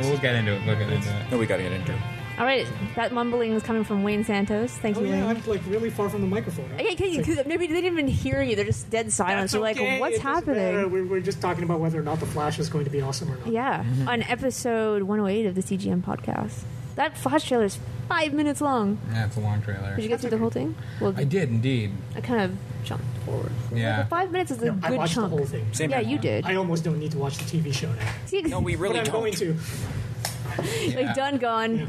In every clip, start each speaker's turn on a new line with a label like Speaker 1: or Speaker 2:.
Speaker 1: We'll get into it. We'll get into it.
Speaker 2: No, we gotta get into it.
Speaker 3: All right, that mumbling is coming from Wayne Santos. Thank
Speaker 4: Oh
Speaker 3: you,
Speaker 4: yeah,
Speaker 3: Wayne.
Speaker 4: I'm like really far from the microphone.
Speaker 3: Okay, cause, you- 'cause maybe they didn't even hear you. They're just dead
Speaker 4: That's
Speaker 3: silence. They're like,
Speaker 4: okay,
Speaker 3: "What's
Speaker 4: it doesn't
Speaker 3: happening?"
Speaker 4: matter. We're, we're just talking about whether or not the Flash is going to be awesome or not.
Speaker 3: Yeah, on episode 108 of the CGM podcast. That Flash trailer is five minutes long.
Speaker 1: Yeah, it's a long trailer.
Speaker 3: Did you get through the whole thing? Well,
Speaker 1: I
Speaker 3: I,
Speaker 1: did indeed.
Speaker 3: kind of jumped forward.
Speaker 1: Yeah.
Speaker 3: But five minutes is a
Speaker 4: No,
Speaker 3: good
Speaker 4: I watched
Speaker 3: chunk.
Speaker 4: the whole thing.
Speaker 2: Same
Speaker 3: Yeah,
Speaker 2: here.
Speaker 3: you did.
Speaker 4: I almost don't need to watch the TV show now.
Speaker 3: See,
Speaker 2: No, we really
Speaker 4: but I'm
Speaker 2: don't.
Speaker 4: going to.
Speaker 3: like done, gone.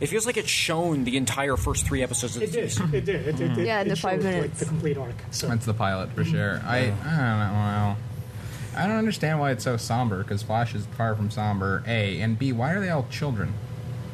Speaker 2: It feels like it's shown the entire first three episodes of
Speaker 4: It
Speaker 2: the
Speaker 4: did.
Speaker 2: season.
Speaker 4: It did. It did. It,
Speaker 3: Yeah, in
Speaker 4: it
Speaker 3: the five
Speaker 4: showed, like,
Speaker 3: minutes.
Speaker 4: the complete arc. So
Speaker 1: That's the pilot for sure. I I don't know. I don't understand why it's so somber because Flash is far from somber. A and B. Why are they all children?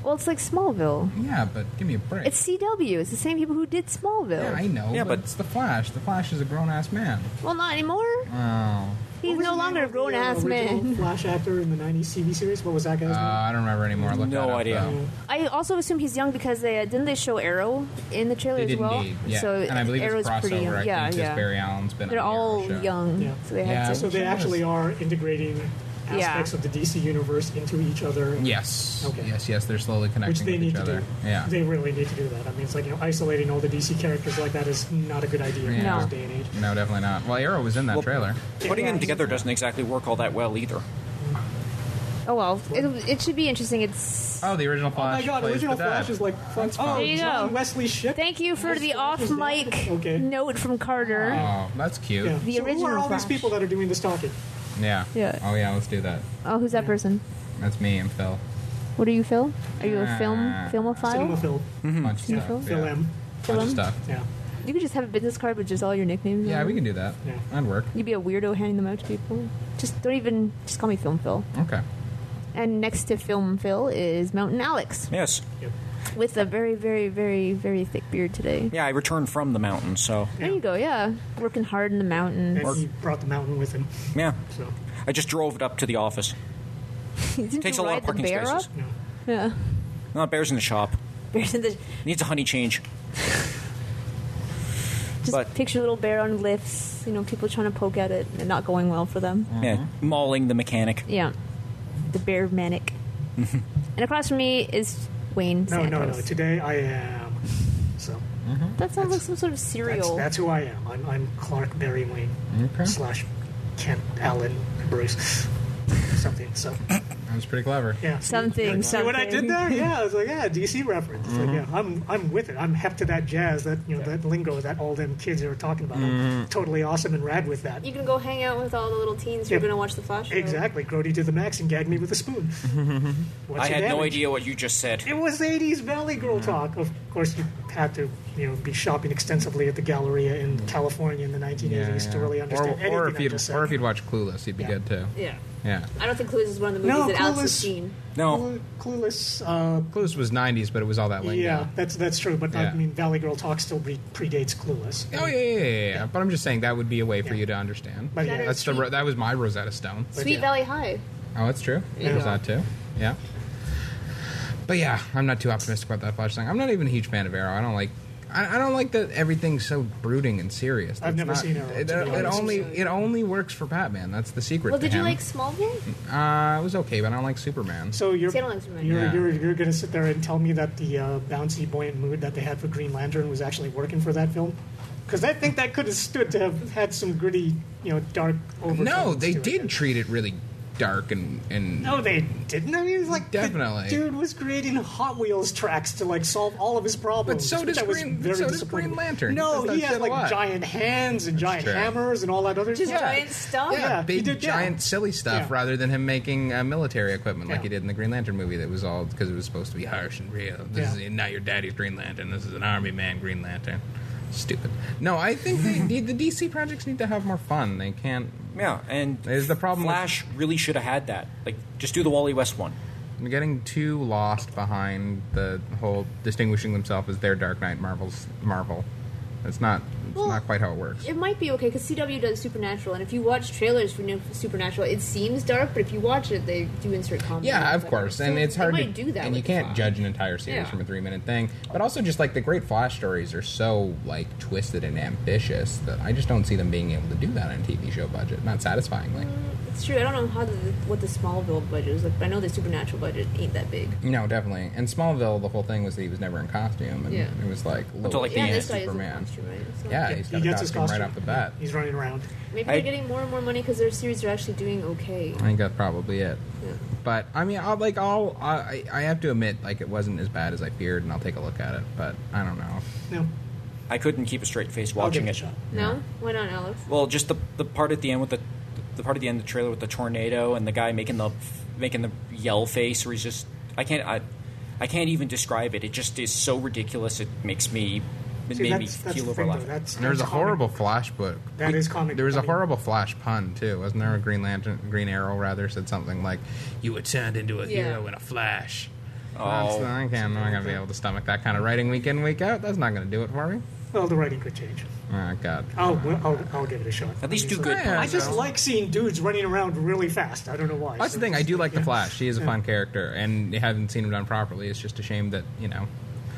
Speaker 3: Well, it's like Smallville.
Speaker 1: Yeah, but give me a break.
Speaker 3: It's CW. It's the same people who did Smallville.
Speaker 1: yeah, I know.
Speaker 2: Yeah,
Speaker 1: but,
Speaker 2: but-
Speaker 1: it's the Flash. The Flash is a grown ass man.
Speaker 3: well, not anymore.
Speaker 1: Oh,
Speaker 3: He's
Speaker 4: What was
Speaker 3: no
Speaker 4: the
Speaker 3: longer
Speaker 4: name
Speaker 3: a
Speaker 4: of the,
Speaker 3: grown ass
Speaker 4: uh, original
Speaker 3: man.
Speaker 4: Flash actor in the '90s TV series. What was that guy's
Speaker 1: uh, I don't remember anymore. I looked
Speaker 2: No
Speaker 1: that up,
Speaker 2: idea.
Speaker 1: though.
Speaker 3: I also assume he's young because they uh, didn't they show Arrow in the trailer
Speaker 1: They
Speaker 3: as
Speaker 1: did
Speaker 3: well.
Speaker 1: indeed. Yeah,
Speaker 3: So
Speaker 1: and I believe
Speaker 3: Arrow's
Speaker 1: it's crossover.
Speaker 3: pretty young.
Speaker 1: I
Speaker 3: yeah,
Speaker 1: think 'cause
Speaker 3: yeah.
Speaker 1: Barry Allen's been.
Speaker 3: They're
Speaker 1: on the Arrow
Speaker 3: all
Speaker 1: show.
Speaker 3: young,
Speaker 4: Yeah.
Speaker 3: so they
Speaker 1: Yeah.
Speaker 3: had
Speaker 4: name?
Speaker 3: to.
Speaker 4: So they
Speaker 1: Sure.
Speaker 4: actually are integrating aspects of the DC universe into each other.
Speaker 1: Yes.
Speaker 4: Okay.
Speaker 1: Yes. Yes. They're slowly connecting
Speaker 4: Which they
Speaker 1: with
Speaker 4: need
Speaker 1: each
Speaker 4: to
Speaker 1: other.
Speaker 4: do.
Speaker 1: Yeah.
Speaker 4: They really need to do that. I mean, it's like you know, isolating all the DC characters like that is not a good idea in
Speaker 1: No.
Speaker 4: this day and age.
Speaker 1: no, definitely not. Well, Arrow was in that
Speaker 2: Well-
Speaker 1: trailer.
Speaker 2: Putting them together doesn't exactly work all that well either.
Speaker 3: Oh well, it, it should be interesting. It's
Speaker 1: Oh, the original
Speaker 4: Oh
Speaker 1: Flash.
Speaker 4: my god,
Speaker 1: plays
Speaker 4: original
Speaker 1: the dad.
Speaker 4: Flash is like fun. Oh,
Speaker 3: There you
Speaker 4: John
Speaker 3: go.
Speaker 4: Wesley Ship.
Speaker 3: thank you for the off mic
Speaker 4: Okay.
Speaker 3: note from Carter.
Speaker 1: Oh, that's cute.
Speaker 4: Yeah.
Speaker 1: Yeah.
Speaker 3: The
Speaker 4: so who are
Speaker 3: original
Speaker 4: all these
Speaker 3: Flash.
Speaker 4: people that are doing this talking?
Speaker 3: Yeah.
Speaker 1: Oh yeah, let's do that.
Speaker 3: oh, who's that person?
Speaker 1: That's me and Phil.
Speaker 3: What are you, Phil? Are you a film
Speaker 1: Uh,
Speaker 4: Cinema
Speaker 3: filmophile?
Speaker 4: Phil.
Speaker 1: Bunch of
Speaker 3: Mm-hmm. Yeah.
Speaker 1: stuff.
Speaker 4: Phil
Speaker 1: yeah.
Speaker 4: M.
Speaker 1: Bunch of
Speaker 3: Film?
Speaker 1: stuff.
Speaker 4: Yeah.
Speaker 3: You could just have a business card with just all your nicknames.
Speaker 1: Yeah,
Speaker 3: on
Speaker 1: we
Speaker 3: it.
Speaker 1: can do that.
Speaker 4: Yeah.
Speaker 1: That'd work.
Speaker 3: You'd be a weirdo handing them out to people. Just don't even. Just call me Film Phil.
Speaker 1: Okay.
Speaker 3: And next to Film Phil is Mountain Alex
Speaker 2: Yes.
Speaker 4: Yep.
Speaker 3: with a very, very, very, very thick beard today.
Speaker 2: Yeah, I returned from the mountain, so
Speaker 3: There you go. Yeah, working hard in the mountain.
Speaker 4: And he brought the mountain with him.
Speaker 2: yeah.
Speaker 4: So,
Speaker 2: I just drove it up to the office.
Speaker 3: Didn't
Speaker 2: Takes
Speaker 3: you
Speaker 2: a lot
Speaker 3: ride
Speaker 2: of parking
Speaker 3: the bear
Speaker 2: spaces.
Speaker 3: up?
Speaker 4: no.
Speaker 3: Yeah.
Speaker 2: Not bears in the shop.
Speaker 3: Bears in the.
Speaker 2: Needs a honey change.
Speaker 3: Just
Speaker 2: But-
Speaker 3: picture little bear on lifts, you know, people trying to poke at it and not going well for them.
Speaker 2: Yeah, mauling the mechanic.
Speaker 3: Yeah. The bear manic. and across from me is Wayne
Speaker 4: No,
Speaker 3: Santos.
Speaker 4: no, no. Today I am. So,
Speaker 3: That sounds like some sort of
Speaker 4: that's,
Speaker 3: cereal.
Speaker 4: that's who I am. I'm, I'm Clark Barry Wayne
Speaker 1: Okay.
Speaker 4: slash Kent Allen Bruce. Something. So,
Speaker 1: That was pretty clever.
Speaker 4: yeah.
Speaker 3: Something,
Speaker 4: See what I did
Speaker 3: something.
Speaker 4: there? Yeah, I was like, yeah, DC reference. It's
Speaker 1: Mm-hmm.
Speaker 4: like, yeah, I'm, I'm with it. I'm hep to that jazz, that you know, that lingo that all them kids are talking about.
Speaker 1: Mm-hmm.
Speaker 4: I'm totally awesome and rad with that.
Speaker 3: You can go hang out with all the little teens who are
Speaker 4: Yeah.
Speaker 3: going to watch the Flash. show.
Speaker 4: Exactly. Grody to the max and gagged me with a spoon.
Speaker 1: Mm-hmm.
Speaker 4: What's
Speaker 2: I
Speaker 4: your
Speaker 2: had no
Speaker 4: damage?
Speaker 2: idea what you just said.
Speaker 4: It was 80s Valley Girl
Speaker 1: Mm-hmm.
Speaker 4: talk. Of course, you had to you know, be shopping extensively at the Galleria in California in the 1980s to really
Speaker 1: Mm-hmm. or,
Speaker 4: understand
Speaker 1: or
Speaker 4: anything
Speaker 1: if
Speaker 4: I
Speaker 1: you'd
Speaker 4: just said.
Speaker 1: or if you'd watch Clueless, you'd be
Speaker 4: Yeah.
Speaker 1: good too.
Speaker 3: Yeah.
Speaker 1: Yeah.
Speaker 3: I don't think Clueless is one of the movies
Speaker 4: No,
Speaker 3: that Alex has
Speaker 4: Clueless-
Speaker 3: seen.
Speaker 2: No,
Speaker 4: Clue- Clueless, uh,
Speaker 1: Clueless was '90s, but it was all that lingo.
Speaker 4: yeah, that's that's true. But
Speaker 1: Yeah.
Speaker 4: I mean, Valley Girl talk still pre- predates Clueless.
Speaker 1: Oh yeah, yeah, yeah, yeah, yeah. But I'm just saying that would be a way for
Speaker 4: Yeah.
Speaker 1: you to understand.
Speaker 4: But yeah.
Speaker 1: That's the ro- that was my Rosetta Stone.
Speaker 4: But
Speaker 3: Sweet
Speaker 4: yeah.
Speaker 3: Valley High.
Speaker 1: Oh, that's true.
Speaker 3: Yeah.
Speaker 1: There's that too. Yeah. But yeah, I'm not too optimistic about that Flash thing. I'm not even a huge fan of Arrow. I don't like. I, I don't like that everything's so brooding and serious.
Speaker 4: I've
Speaker 1: That's
Speaker 4: never
Speaker 1: not-
Speaker 4: seen Arrow,
Speaker 1: It,
Speaker 4: to be
Speaker 1: it
Speaker 4: honest.
Speaker 1: only it only works for Batman. That's the secret.
Speaker 3: Well,
Speaker 1: to
Speaker 3: did you
Speaker 1: him.
Speaker 3: like Smallville?
Speaker 1: Uh, it was okay, but I don't like Superman.
Speaker 4: So you're
Speaker 3: See, I don't like Superman.
Speaker 4: you're,
Speaker 1: Yeah.
Speaker 4: you're you're gonna sit there and tell me that the uh, bouncy, buoyant mood that they had for Green Lantern was actually working for that film? Because I think that could have stood to have had some gritty, you know, dark over.
Speaker 1: No, they did treat it really dark and and
Speaker 4: No, they didn't. I mean, it was like the
Speaker 1: Definitely.
Speaker 4: dude was creating Hot Wheels tracks to like solve all of his problems.
Speaker 1: But so
Speaker 4: which
Speaker 1: does
Speaker 4: I was
Speaker 1: Green-
Speaker 4: very
Speaker 1: so does
Speaker 4: disappointed.
Speaker 1: Green Lantern.
Speaker 4: No,
Speaker 1: He does
Speaker 4: he
Speaker 1: that
Speaker 4: has
Speaker 1: shit a
Speaker 4: like
Speaker 1: lot.
Speaker 4: giant hands and giant
Speaker 1: true.
Speaker 4: hammers and all that other
Speaker 3: Just
Speaker 4: stuff.
Speaker 3: giant stuff?
Speaker 1: Yeah,
Speaker 4: Yeah, he
Speaker 1: big
Speaker 4: did, yeah.
Speaker 1: giant silly stuff
Speaker 4: Yeah.
Speaker 1: rather than him making uh, military equipment like
Speaker 4: Yeah.
Speaker 1: he did in the Green Lantern movie. That was all because it was supposed to be harsh and real. This
Speaker 4: Yeah.
Speaker 1: is not your daddy's Green Lantern. This is an army man Green Lantern. Stupid. No, I think they, the, the DC projects need to have more fun. They can't.
Speaker 2: yeah, and
Speaker 1: Is the problem with-
Speaker 2: Flash really should have had that. Like, just do the Wally West one.
Speaker 1: I'm getting too lost behind the whole distinguishing themselves as their Dark Knight Marvel's Marvel. That's not it's
Speaker 5: Well,
Speaker 1: not quite how it works.
Speaker 5: It might be okay because CW does Supernatural, and if you watch trailers for new Supernatural, it seems dark, but if you watch it, they do insert comedy.
Speaker 1: Yeah,
Speaker 5: or
Speaker 1: of
Speaker 5: whatever.
Speaker 1: course,
Speaker 5: So
Speaker 1: and it's
Speaker 5: they
Speaker 1: hard
Speaker 5: might
Speaker 1: to
Speaker 5: do that.
Speaker 1: and you
Speaker 5: with the
Speaker 1: can't
Speaker 5: plot.
Speaker 1: judge an entire series
Speaker 5: Yeah.
Speaker 1: from a three-minute thing. But also, just like the great Flash stories are so like twisted and ambitious that I just don't see them being able to do that on a TV show budget. Not satisfyingly.
Speaker 5: It's true. I don't know how the, what the Smallville budget was like, but I know the Supernatural budget ain't that big.
Speaker 1: No, definitely. In Smallville, the whole thing was that he was never in costume, and
Speaker 5: Yeah.
Speaker 1: it was like
Speaker 2: Until,
Speaker 1: literally
Speaker 2: like, the end.
Speaker 5: this guy is in
Speaker 1: Superman.
Speaker 5: costume, right? So-
Speaker 1: Yeah, he's got
Speaker 4: he
Speaker 1: a
Speaker 4: gets his
Speaker 1: costume right
Speaker 4: costume.
Speaker 1: off the bat.
Speaker 4: He's running around.
Speaker 5: Maybe
Speaker 2: I-
Speaker 5: they're getting more and more money because their series are actually doing okay.
Speaker 1: I think that's probably it.
Speaker 5: Yeah.
Speaker 1: But I mean, I'll, like I'll I, I have to admit, like it wasn't as bad as I feared, and I'll take a look at it. But I don't know.
Speaker 4: No,
Speaker 2: I couldn't keep a straight face
Speaker 4: I'll give it
Speaker 2: watching
Speaker 4: a
Speaker 2: it.
Speaker 4: shot.
Speaker 5: No, why not, Alex?
Speaker 2: Well, just the the part at the end with the the part at the end of the trailer with the tornado and the guy making the making the yell face, where he's just I can't I I can't even describe it. It just is so ridiculous. It makes me it
Speaker 4: See,
Speaker 2: made me
Speaker 4: that's, that's
Speaker 2: feel
Speaker 4: the
Speaker 2: over
Speaker 4: thing, though.
Speaker 2: laughing.
Speaker 4: That's,
Speaker 1: There was a
Speaker 4: that's comic.
Speaker 1: horrible Flash book.
Speaker 4: That is comic.
Speaker 1: There was a
Speaker 4: I mean,
Speaker 1: horrible Flash pun too, wasn't there? A Green Lantern, Green Arrow rather said something like, "You were turned into a
Speaker 5: Yeah.
Speaker 1: hero in a flash."
Speaker 2: Oh.
Speaker 1: That's- I can't, I'm not going to be able to stomach that kind of writing week in week out. That's not going to do it for me.
Speaker 4: Well, the writing could change.
Speaker 1: Oh God.
Speaker 4: I'll, well, I'll, I'll give it a shot.
Speaker 2: At least do
Speaker 4: Obviously.
Speaker 2: good.
Speaker 1: Yeah.
Speaker 4: I just like seeing dudes running around really fast. I don't know why.
Speaker 1: That's
Speaker 4: So
Speaker 1: the thing. I
Speaker 4: just
Speaker 1: do like the
Speaker 4: yeah.
Speaker 1: Flash. He is a fun character, and haven't seen him done properly. It's just a shame that you know,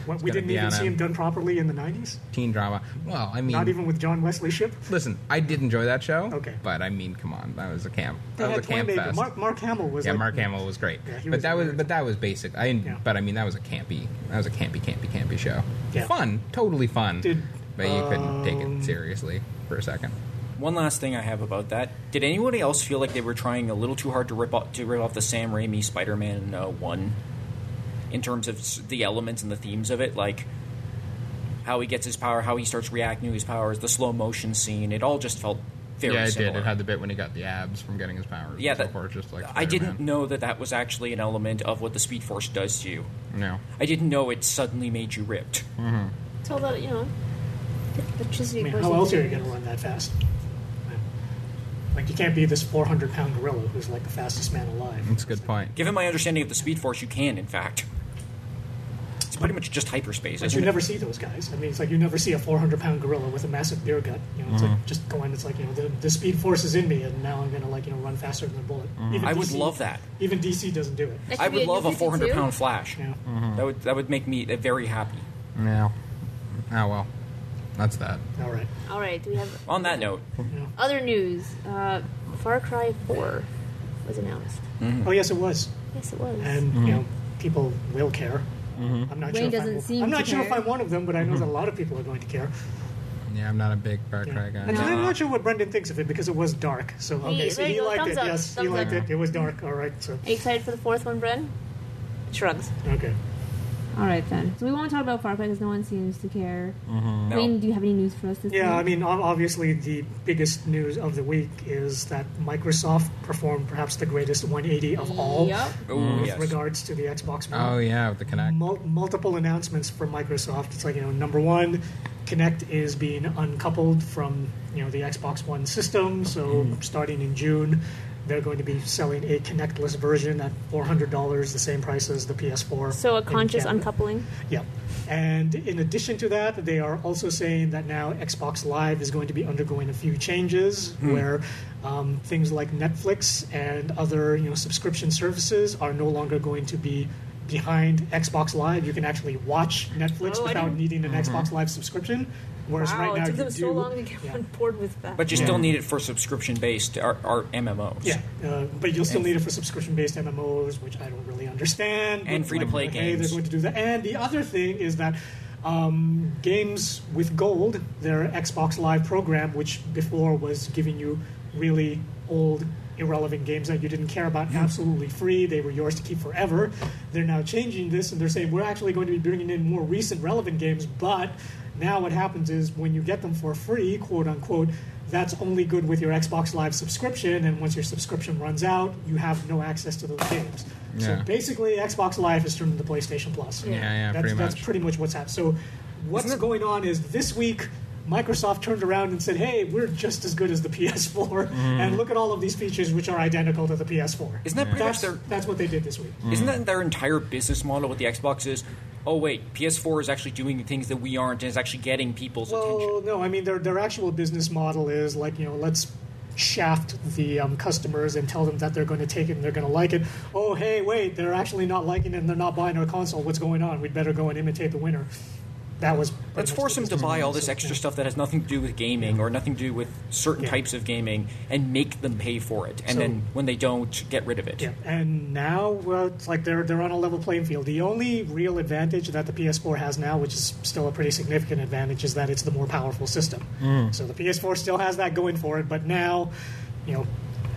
Speaker 4: What, we
Speaker 1: gonna
Speaker 4: didn't
Speaker 1: be
Speaker 4: even
Speaker 1: on
Speaker 4: see
Speaker 1: a-
Speaker 4: him done properly in the '90s.
Speaker 1: teen drama. Well, I mean,
Speaker 4: Not even with John Wesley Ship.
Speaker 1: listen, I did enjoy that show.
Speaker 4: Okay.
Speaker 1: but I mean, come on, that was a camp.
Speaker 4: They
Speaker 1: That was a
Speaker 4: had Toy
Speaker 1: camp
Speaker 4: Baby.
Speaker 1: fest.
Speaker 4: Mark, Mark Hamill was.
Speaker 1: yeah,
Speaker 4: like,
Speaker 1: Mark Hamill was great,
Speaker 4: Yeah, he
Speaker 1: but
Speaker 4: was
Speaker 1: that was
Speaker 4: weird.
Speaker 1: but that was basic. I but I mean that was a campy that was a campy campy campy show.
Speaker 4: Yeah.
Speaker 1: Fun, totally fun.
Speaker 4: Did-
Speaker 1: but you couldn't take
Speaker 4: um,
Speaker 1: it seriously for a second.
Speaker 2: One last thing I have about that: Did anybody else feel like they were trying a little too hard to rip off, to rip off the Sam Raimi Spider-Man uh, one, in terms of s- the elements and the themes of it, like how he gets his power, how he starts reacting to his powers, the slow motion scene? It all just felt very
Speaker 1: yeah, it
Speaker 2: similar.
Speaker 1: did. It had the bit when he got the abs from getting his powers.
Speaker 2: yeah,
Speaker 1: and so
Speaker 2: that,
Speaker 1: forth, just like
Speaker 2: I didn't
Speaker 1: Spider-Man.
Speaker 2: know that that was actually an element of what the Speed Force does to you.
Speaker 1: No.
Speaker 2: I didn't know it suddenly made you ripped.
Speaker 1: Mm.
Speaker 5: Tell that you know, electricity.
Speaker 4: I mean,
Speaker 5: goes
Speaker 4: how
Speaker 5: into
Speaker 4: else are you
Speaker 5: the-
Speaker 4: going to run that fast? Like, you can't be this 400 pound gorilla who's like the fastest man alive.
Speaker 1: It's a good point.
Speaker 2: Given my understanding of the Speed Force, you can, in fact. It's pretty much just hyperspace.
Speaker 4: But
Speaker 2: isn't
Speaker 4: you
Speaker 2: it?
Speaker 4: never see those guys. I mean, it's like you never see a 400 pound gorilla with a massive beer gut. You know, it's
Speaker 2: Mm-hmm.
Speaker 4: like just going. It's like you know, the, the speed force is in me, and now I'm going to like you know run faster than a bullet. Even
Speaker 2: Mm-hmm. I would
Speaker 4: DC
Speaker 2: love that.
Speaker 4: Even DC doesn't do it.
Speaker 5: That
Speaker 2: I
Speaker 5: could be
Speaker 2: would love a
Speaker 5: new
Speaker 2: 400
Speaker 5: 52.
Speaker 2: pound flash.
Speaker 4: Yeah.
Speaker 2: That would that would make me uh, very happy.
Speaker 1: No. Oh well. That's that.
Speaker 4: All right.
Speaker 5: All right, do we have
Speaker 2: On that note,
Speaker 5: other news? Uh, Far Cry 4 was announced.
Speaker 2: Mm-hmm.
Speaker 4: Oh yes, it was,
Speaker 5: Yes, it was.
Speaker 4: and you know, people will care.
Speaker 2: Mm-hmm.
Speaker 4: I'm not sure.
Speaker 5: Wayne
Speaker 4: if
Speaker 5: doesn't
Speaker 4: I'm,
Speaker 5: seem
Speaker 4: I'm
Speaker 5: to
Speaker 4: not sure if
Speaker 5: care.
Speaker 4: I'm one of them, but I know that a lot of people are going to care.
Speaker 1: Yeah, I'm not a big Far Cry guy.
Speaker 4: And I'm not sure what Brendan thinks of it because it was dark. So
Speaker 5: He-
Speaker 4: okay, so
Speaker 5: there
Speaker 4: he
Speaker 5: you go.
Speaker 4: liked
Speaker 5: Thumbs
Speaker 4: it.
Speaker 5: up.
Speaker 4: Yes, he
Speaker 5: Thumbs
Speaker 4: liked
Speaker 5: up.
Speaker 4: it. It was dark. All right. So
Speaker 5: Are you excited for the fourth one, Bren? Shrugs.
Speaker 4: okay.
Speaker 6: All right then. So we won't talk about Far Cry because no one seems to care.
Speaker 3: Mm-hmm.
Speaker 2: no.
Speaker 6: Wayne, do you have any news for us this
Speaker 4: Yeah, I
Speaker 6: week?
Speaker 4: mean, ob- obviously, the biggest news of the week is that Microsoft performed perhaps the greatest 180 of all
Speaker 5: Yep.
Speaker 2: Ooh,
Speaker 4: with
Speaker 2: yes.
Speaker 4: regards to the Xbox One.
Speaker 1: Oh yeah, with the Connect.
Speaker 4: Mul- multiple announcements from Microsoft. It's like you know, number one, Kinect is being uncoupled from you know the Xbox One system. So
Speaker 1: Mm.
Speaker 4: starting in June, they're going to be selling a Kinectless version at four hundred dollars, the same price as the PS4.
Speaker 5: So a
Speaker 4: in
Speaker 5: conscious
Speaker 4: Canada.
Speaker 5: uncoupling.
Speaker 4: Yeah. And in addition to that, they are also saying that now Xbox Live is going to be undergoing a few changes
Speaker 2: Hmm.
Speaker 4: where um, things like Netflix and other you know subscription services are no longer going to be behind Xbox Live. You can actually watch Netflix
Speaker 5: Oh, I
Speaker 4: without
Speaker 5: didn't-
Speaker 4: needing an
Speaker 2: Mm-hmm.
Speaker 4: Xbox Live subscription. Whereas
Speaker 5: Wow,
Speaker 4: right now
Speaker 5: it took
Speaker 4: you
Speaker 5: them
Speaker 4: do
Speaker 5: so long to get on board with that.
Speaker 2: But you still need it for subscription based or, or MMOs.
Speaker 4: Yeah, uh, but you'll still need it for subscription-based MMOs, which I don't really understand.
Speaker 2: And
Speaker 4: But,
Speaker 2: free-to-play
Speaker 4: like, Hey, they're
Speaker 2: games.
Speaker 4: going to do that. And the other thing is that um, games with gold, their Xbox Live program, which before was giving you really old, irrelevant games that you didn't care about, absolutely free, they were yours to keep forever. They're now changing this, and they're saying we're actually going to be bringing in more recent, relevant games, but now what happens is when you get them for free, quote unquote, that's only good with your Xbox Live subscription, and once your subscription runs out, you have no access to those games.
Speaker 1: Yeah.
Speaker 4: So basically, Xbox Live has turned into PlayStation Plus.
Speaker 1: Yeah, yeah,
Speaker 4: that's,
Speaker 1: pretty
Speaker 4: that's
Speaker 1: much.
Speaker 4: pretty much what's happened. So what's going on is this week. Microsoft turned around and said, "Hey, we're just as good as the PS4,
Speaker 1: Mm-hmm.
Speaker 4: and look at all of these features which are identical to the PS4."
Speaker 2: Isn't that pretty much
Speaker 4: that's,
Speaker 2: their
Speaker 1: Mm.
Speaker 4: that's what they did this week?
Speaker 2: isn't that their entire business model with the Xbox is oh wait, PS4 is actually doing things that we aren't, and is actually getting people's
Speaker 4: Well,
Speaker 2: attention.
Speaker 4: no, I mean their their actual business model is like you know let's shaft the um, customers and tell them that they're going to take it and they're going to like it. Oh, hey, wait, they're actually not liking it and they're not buying our console. What's going on? We'd better go and imitate the winner. That was. pretty
Speaker 2: Let's
Speaker 4: much
Speaker 2: force
Speaker 4: the
Speaker 2: them to
Speaker 4: business
Speaker 2: buy
Speaker 4: model,
Speaker 2: all this
Speaker 4: so,
Speaker 2: extra
Speaker 4: yeah.
Speaker 2: stuff that has nothing to do with gaming or nothing to do with certain
Speaker 4: Yeah.
Speaker 2: types of gaming, and make them pay for it. And
Speaker 4: So-
Speaker 2: then when they don't, get rid of it.
Speaker 4: Yeah, and now well, it's like they're they're on a level playing field. The only real advantage that the PS4 has now, which is still a pretty significant advantage, is that it's the more powerful system. So the PS4 still has that going for it, but now, you know,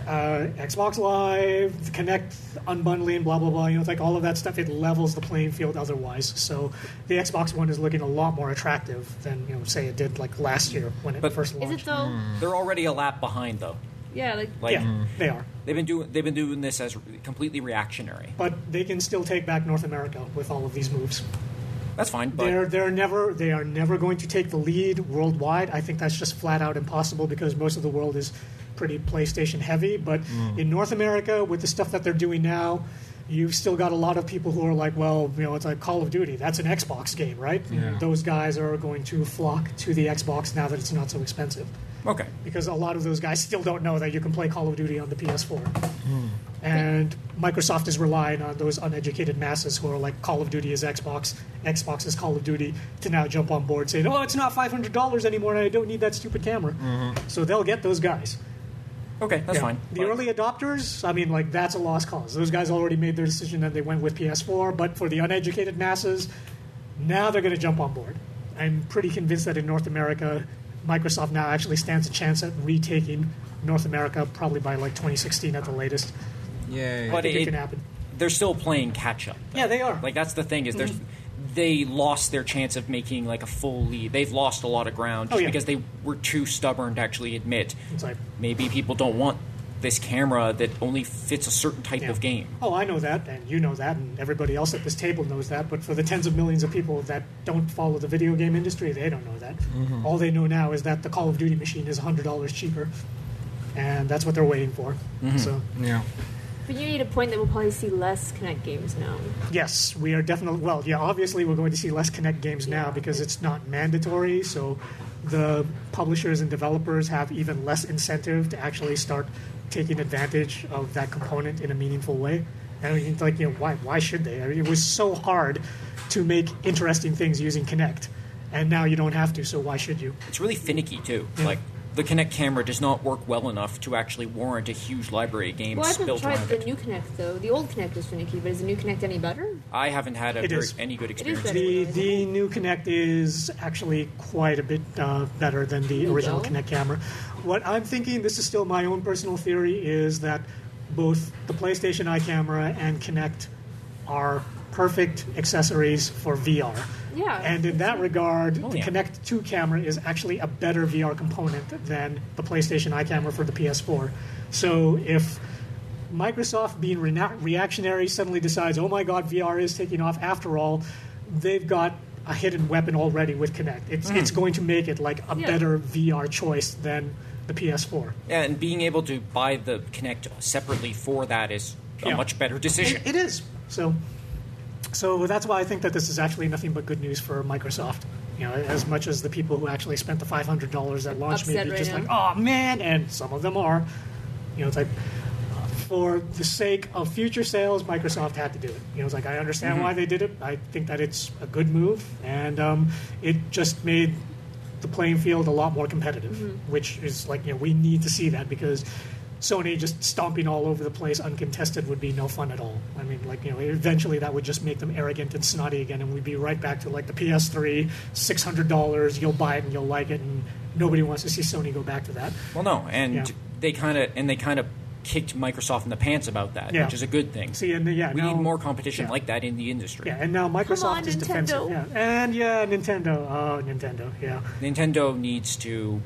Speaker 4: uh, Xbox Live, Connect, unbundling, blah blah blah. You know, it's like all of that stuff. It levels the playing field otherwise. So the Xbox One is looking a lot more attractive than you know, say it did like last year when it
Speaker 2: But
Speaker 4: first
Speaker 6: Is
Speaker 4: launched.
Speaker 6: it though?
Speaker 2: They're already a lap behind though.
Speaker 6: Yeah, like
Speaker 2: Like
Speaker 4: yeah, they are.
Speaker 2: they've been doing they've been doing this as completely reactionary.
Speaker 4: But they can still take back North America with all of these moves.
Speaker 2: That's fine, but
Speaker 4: They're they're never they are never going to take the lead worldwide. I think that's just flat out impossible because most of the world is pretty PlayStation heavy. But in North America, with the stuff that they're doing now, you've still got a lot of people who are like, well, you know, it's like Call of Duty. That's an Xbox game, right?
Speaker 1: Yeah.
Speaker 4: Those guys are going to flock to the Xbox now that it's not so expensive
Speaker 2: okay.
Speaker 4: because a lot of those guys still don't know that you can play Call of Duty on the PS4. And Microsoft is relying on those uneducated masses who are like, Call of Duty is Xbox, Xbox is Call of Duty, to now jump on board saying, oh, it's not $500 anymore and I don't need that stupid camera. So they'll get those guys.
Speaker 2: Okay, that's
Speaker 4: Yeah.
Speaker 2: fine.
Speaker 4: The
Speaker 2: But-
Speaker 4: early adopters, I mean, like, that's a lost cause. Those guys already made their decision and they went with PS4, but for the uneducated masses, now they're going to jump on board. I'm pretty convinced that in North America, Microsoft now actually stands a chance at retaking North America probably by like 2016 at the latest.
Speaker 1: Yay.
Speaker 2: But
Speaker 4: I think
Speaker 2: it-
Speaker 4: it can happen.
Speaker 2: they're still playing catch up. though.
Speaker 4: Yeah, they are. Mm-hmm.
Speaker 2: Like that's the thing is there's they lost their chance of making like a full lead. They've lost a lot of ground
Speaker 4: Oh,
Speaker 2: just
Speaker 4: yeah.
Speaker 2: because they were too stubborn to actually admit
Speaker 4: It's like,
Speaker 2: maybe people don't want this camera that only fits a certain type
Speaker 4: Yeah.
Speaker 2: of game.
Speaker 4: oh, I know that, and you know that, and everybody else at this table knows that, but for the tens of millions of people that don't follow the video game industry, they don't know that.
Speaker 2: Mm-hmm.
Speaker 4: All they know now is that the Call of Duty machine is $100 cheaper, and that's what they're waiting for.
Speaker 2: Mm-hmm.
Speaker 4: So,
Speaker 1: Yeah.
Speaker 5: But you made a point that we'll probably see less Connect games now.
Speaker 4: yes, we are definitely, well, yeah, obviously we're going to see less Kinect games now
Speaker 5: Yeah.
Speaker 4: because it's not mandatory, so the publishers and developers have even less incentive to actually start taking advantage of that component in a meaningful way. And I mean, like, you know, why, why should they? I mean, it was so hard to make interesting things using Kinect, and now you don't have to, so why should you?
Speaker 2: It's really finicky too. Like the Kinect camera does not work well enough to actually warrant a huge library of games
Speaker 5: Well, I haven't
Speaker 2: built
Speaker 5: tried
Speaker 2: around
Speaker 5: the
Speaker 2: it.
Speaker 5: new Connect though. The old Connect was finicky, but is the new Connect any better?
Speaker 2: I haven't had a
Speaker 4: It
Speaker 2: very,
Speaker 4: is.
Speaker 2: any good
Speaker 5: is
Speaker 2: experience.
Speaker 5: better.
Speaker 4: The the new Kinect is actually quite a bit uh, better than the
Speaker 5: you
Speaker 4: original
Speaker 5: go.
Speaker 4: Kinect camera. What I'm thinking, this is still my own personal theory, is that both the PlayStation Eye camera and Kinect are perfect accessories for VR.
Speaker 5: Yeah.
Speaker 4: And in that regard,
Speaker 2: Oh,
Speaker 4: the
Speaker 2: yeah.
Speaker 4: Kinect 2 camera is actually a better VR component than the PlayStation Eye camera for the PS4. So if Microsoft, being rena- reactionary, suddenly decides, oh my god, VR is taking off after all, they've got a hidden weapon already with Kinect. It's, it's going to make it like a
Speaker 6: Yeah.
Speaker 4: better VR choice than the PS4.
Speaker 2: Yeah, and being able to buy the Kinect separately for that is a
Speaker 4: Yeah.
Speaker 2: much better decision.
Speaker 4: It, it is. So, so that's why I think that this is actually nothing but good news for Microsoft. You know, as much as the people who actually spent the five hundred dollars at launch may
Speaker 5: Upset
Speaker 4: be
Speaker 5: right
Speaker 4: just
Speaker 5: now.
Speaker 4: like, "Oh man," and some of them are. You know, it's like for the sake of future sales, Microsoft had to do it. You know, it's like I understand why they did it. I think that it's a good move, and um, it just made the playing field a lot more competitive, which is like you know we need to see that because Sony just stomping all over the place uncontested would be no fun at all. I mean, like you know, eventually that would just make them arrogant and snotty again, and we'd be right back to like the PS3, six hundred dollars, you'll buy it and you'll like it, and nobody wants to see Sony go back to that.
Speaker 2: Well, no, and
Speaker 4: Yeah.
Speaker 2: they kind of and they kind of kicked Microsoft in the pants about that,
Speaker 4: Yeah.
Speaker 2: which is a good thing.
Speaker 4: See, and yeah,
Speaker 2: we
Speaker 4: now-
Speaker 2: need more competition
Speaker 4: yeah.
Speaker 2: like that in the industry.
Speaker 4: Yeah, and now Microsoft
Speaker 3: on,
Speaker 4: is defensive.
Speaker 3: Nintendo.
Speaker 4: Yeah, and yeah, Nintendo. Oh, Nintendo. Yeah.
Speaker 2: Nintendo needs to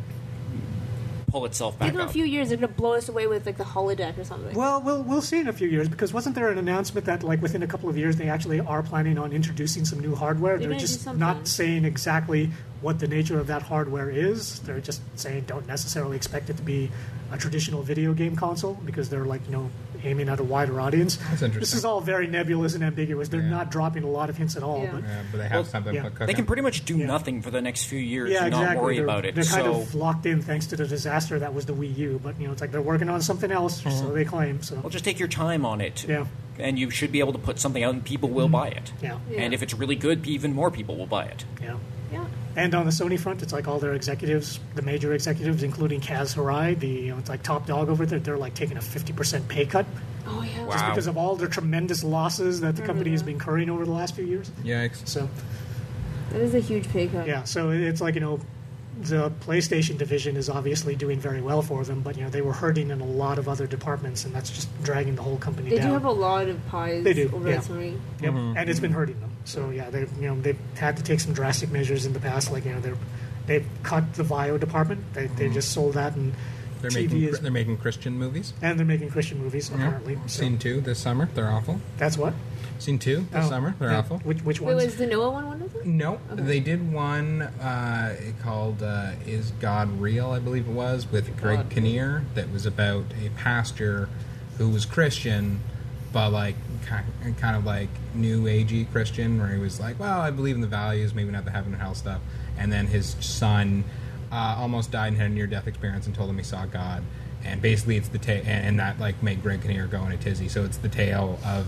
Speaker 2: pull itself back
Speaker 5: Give them
Speaker 2: up.
Speaker 5: a few years, they're gonna blow us away with like the holodeck or something.
Speaker 4: Well, we'll we'll see in a few years because wasn't there an announcement that like within a couple of years they actually are planning on introducing some new hardware?
Speaker 6: They're
Speaker 4: They're
Speaker 6: gonna do
Speaker 4: just
Speaker 6: something.
Speaker 4: not saying exactly what the nature of that hardware is. They're just saying don't necessarily expect it to be a traditional video game console because they're like you know aiming at a wider audience.
Speaker 1: That's
Speaker 4: This
Speaker 1: interesting.
Speaker 4: is all very nebulous and ambiguous. They're
Speaker 1: Yeah.
Speaker 4: not dropping a lot of hints at all.
Speaker 5: Yeah.
Speaker 4: But
Speaker 1: Yeah, Uh, but they have
Speaker 2: Well,
Speaker 1: something
Speaker 4: yeah.
Speaker 1: put cooking.
Speaker 2: They can pretty much do
Speaker 4: Yeah.
Speaker 2: nothing for the next few years
Speaker 4: yeah,
Speaker 2: and not
Speaker 4: exactly.
Speaker 2: worry
Speaker 4: they're,
Speaker 2: about it.
Speaker 4: They're
Speaker 2: so
Speaker 4: kind of locked in thanks to the disaster that was the Wii U. But you know, it's like they're working on something else, so they claim. So
Speaker 2: Mm-hmm. well, just take your time on it.
Speaker 4: Yeah. Mm-hmm.
Speaker 2: And you should be able to put something out and people will buy it.
Speaker 4: yeah,
Speaker 5: Yeah.
Speaker 2: And if it's really good, even more people will buy it.
Speaker 4: yeah.
Speaker 5: Yeah.
Speaker 4: And on the Sony front, it's like all their executives, the major executives, including Kaz Hirai, the you know, it's like top dog over there. They're like taking a fifty percent pay cut
Speaker 5: Oh yeah.
Speaker 1: Wow.
Speaker 4: because of all their tremendous losses that the company
Speaker 5: Mm-hmm.
Speaker 4: has been incurring over the last few years.
Speaker 1: Yikes.
Speaker 4: So
Speaker 5: That is a huge pay cut.
Speaker 4: yeah, so it's like you know, the PlayStation division is obviously doing very well for them, but you know they were hurting in a lot of other departments, and that's just dragging the whole company
Speaker 5: They
Speaker 4: down.
Speaker 5: do have a lot of pies
Speaker 4: They do,
Speaker 5: over
Speaker 4: yeah.
Speaker 5: at Sony.
Speaker 4: Yep.
Speaker 1: Mm-hmm.
Speaker 4: and it's been hurting them. So yeah, they you know they've had to take some drastic measures in the past, like you know they're they've cut the Vio department. They they just sold that, and
Speaker 1: Mm-hmm. They're
Speaker 4: TV
Speaker 1: making Mm-hmm.
Speaker 4: is
Speaker 1: they're making Christian movies.
Speaker 4: and they're making Christian movies apparently. So
Speaker 1: Scene two this summer. They're awful.
Speaker 4: that's what
Speaker 1: Scene two this
Speaker 4: Oh,
Speaker 1: summer. They're
Speaker 4: yeah.
Speaker 1: awful.
Speaker 4: Which which
Speaker 5: Wait,
Speaker 4: ones?
Speaker 5: was the Noah one one of them?
Speaker 1: No, they did one uh, called uh, "Is God Real?" I believe it was with Greg Kinnear. That was about a pastor who was Christian, but like ki- kind of like new agey Christian, where he was like, "Well, I believe in the values, maybe not the heaven and hell stuff." And then his son uh, almost died and had a near-death experience, and told him he saw God. And basically, it's the tale, and, and that like made Greg Kinnear go in a tizzy. So it's the tale of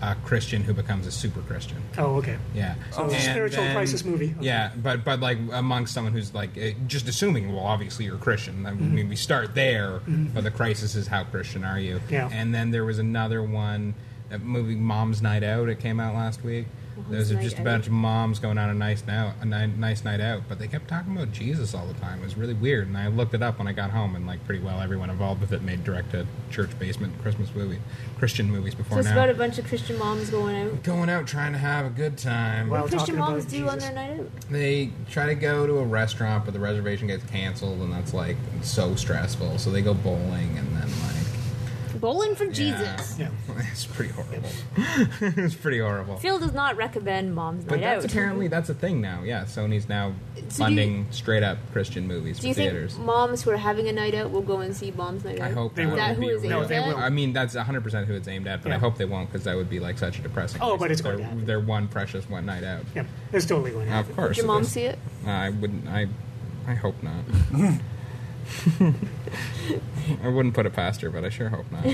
Speaker 1: a Christian who becomes a super Christian.
Speaker 4: oh okay.
Speaker 1: Yeah.
Speaker 4: So it's a
Speaker 1: And
Speaker 4: spiritual crisis movie. Okay.
Speaker 1: Yeah, but but like amongst someone who's like eh, just assuming, well, obviously you're Christian. I mean,
Speaker 4: Mm-hmm.
Speaker 1: we start there, but the crisis is how Christian are you?
Speaker 4: Yeah.
Speaker 1: And then there was another one, that movie Mom's Night Out. It came out last week. Those are
Speaker 5: Night
Speaker 1: just a
Speaker 5: Out.
Speaker 1: bunch of moms going on a nice now a ni- nice night out, but they kept talking about Jesus all the time. It was really weird, and I looked it up when I got home, and like pretty well everyone involved with it made direct to church basement Christmas movie, Christian movies before
Speaker 5: So it's
Speaker 1: now.
Speaker 5: about a bunch of Christian moms going out.
Speaker 1: going out trying to have a good time.
Speaker 4: Well,
Speaker 5: Christian
Speaker 4: talking
Speaker 5: moms
Speaker 4: about
Speaker 5: do on
Speaker 4: Jesus.
Speaker 5: their night out.
Speaker 1: They try to go to a restaurant, but the reservation gets canceled, and that's like so stressful. So they go bowling, and then like
Speaker 5: Bowling for
Speaker 1: yeah.
Speaker 5: Jesus.
Speaker 4: Yeah.
Speaker 1: it's pretty horrible. it's pretty horrible.
Speaker 5: Phil does not recommend moms
Speaker 1: But
Speaker 5: night
Speaker 1: that's
Speaker 5: out.
Speaker 1: apparently that's a thing now. Yeah, Sony's now
Speaker 5: you-
Speaker 1: funding straight up Christian movies
Speaker 5: do
Speaker 1: for
Speaker 5: you
Speaker 1: theaters.
Speaker 5: think moms who are having a night out will go and see moms night out?
Speaker 1: I hope
Speaker 4: They
Speaker 1: that
Speaker 4: will.
Speaker 1: would
Speaker 5: That who
Speaker 1: be
Speaker 5: is
Speaker 1: a
Speaker 5: aimed
Speaker 1: real-
Speaker 4: No, they will.
Speaker 1: I mean, that's 100% who it's aimed at, but I
Speaker 4: Yeah.
Speaker 1: hope they won't because that would be like such a depressing.
Speaker 4: Oh,
Speaker 1: case.
Speaker 4: but it's
Speaker 1: their,
Speaker 4: going to happen.
Speaker 1: their one precious one night out.
Speaker 4: Yep, it's totally going to happen.
Speaker 1: Of course,
Speaker 5: Did your
Speaker 1: it
Speaker 5: mom
Speaker 1: is.
Speaker 5: see it?
Speaker 1: I wouldn't. I, I hope not. I wouldn't put it past her, but I sure hope not.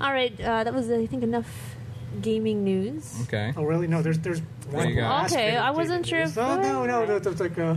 Speaker 3: All right, uh, that was I think enough gaming news.
Speaker 1: Okay.
Speaker 4: Oh really? No, there's there's one
Speaker 1: you got?
Speaker 4: last
Speaker 3: Okay,
Speaker 4: bit of
Speaker 3: I wasn't
Speaker 4: TV
Speaker 3: sure
Speaker 4: news.
Speaker 3: if-
Speaker 4: Oh, no, no, no, that's like uh,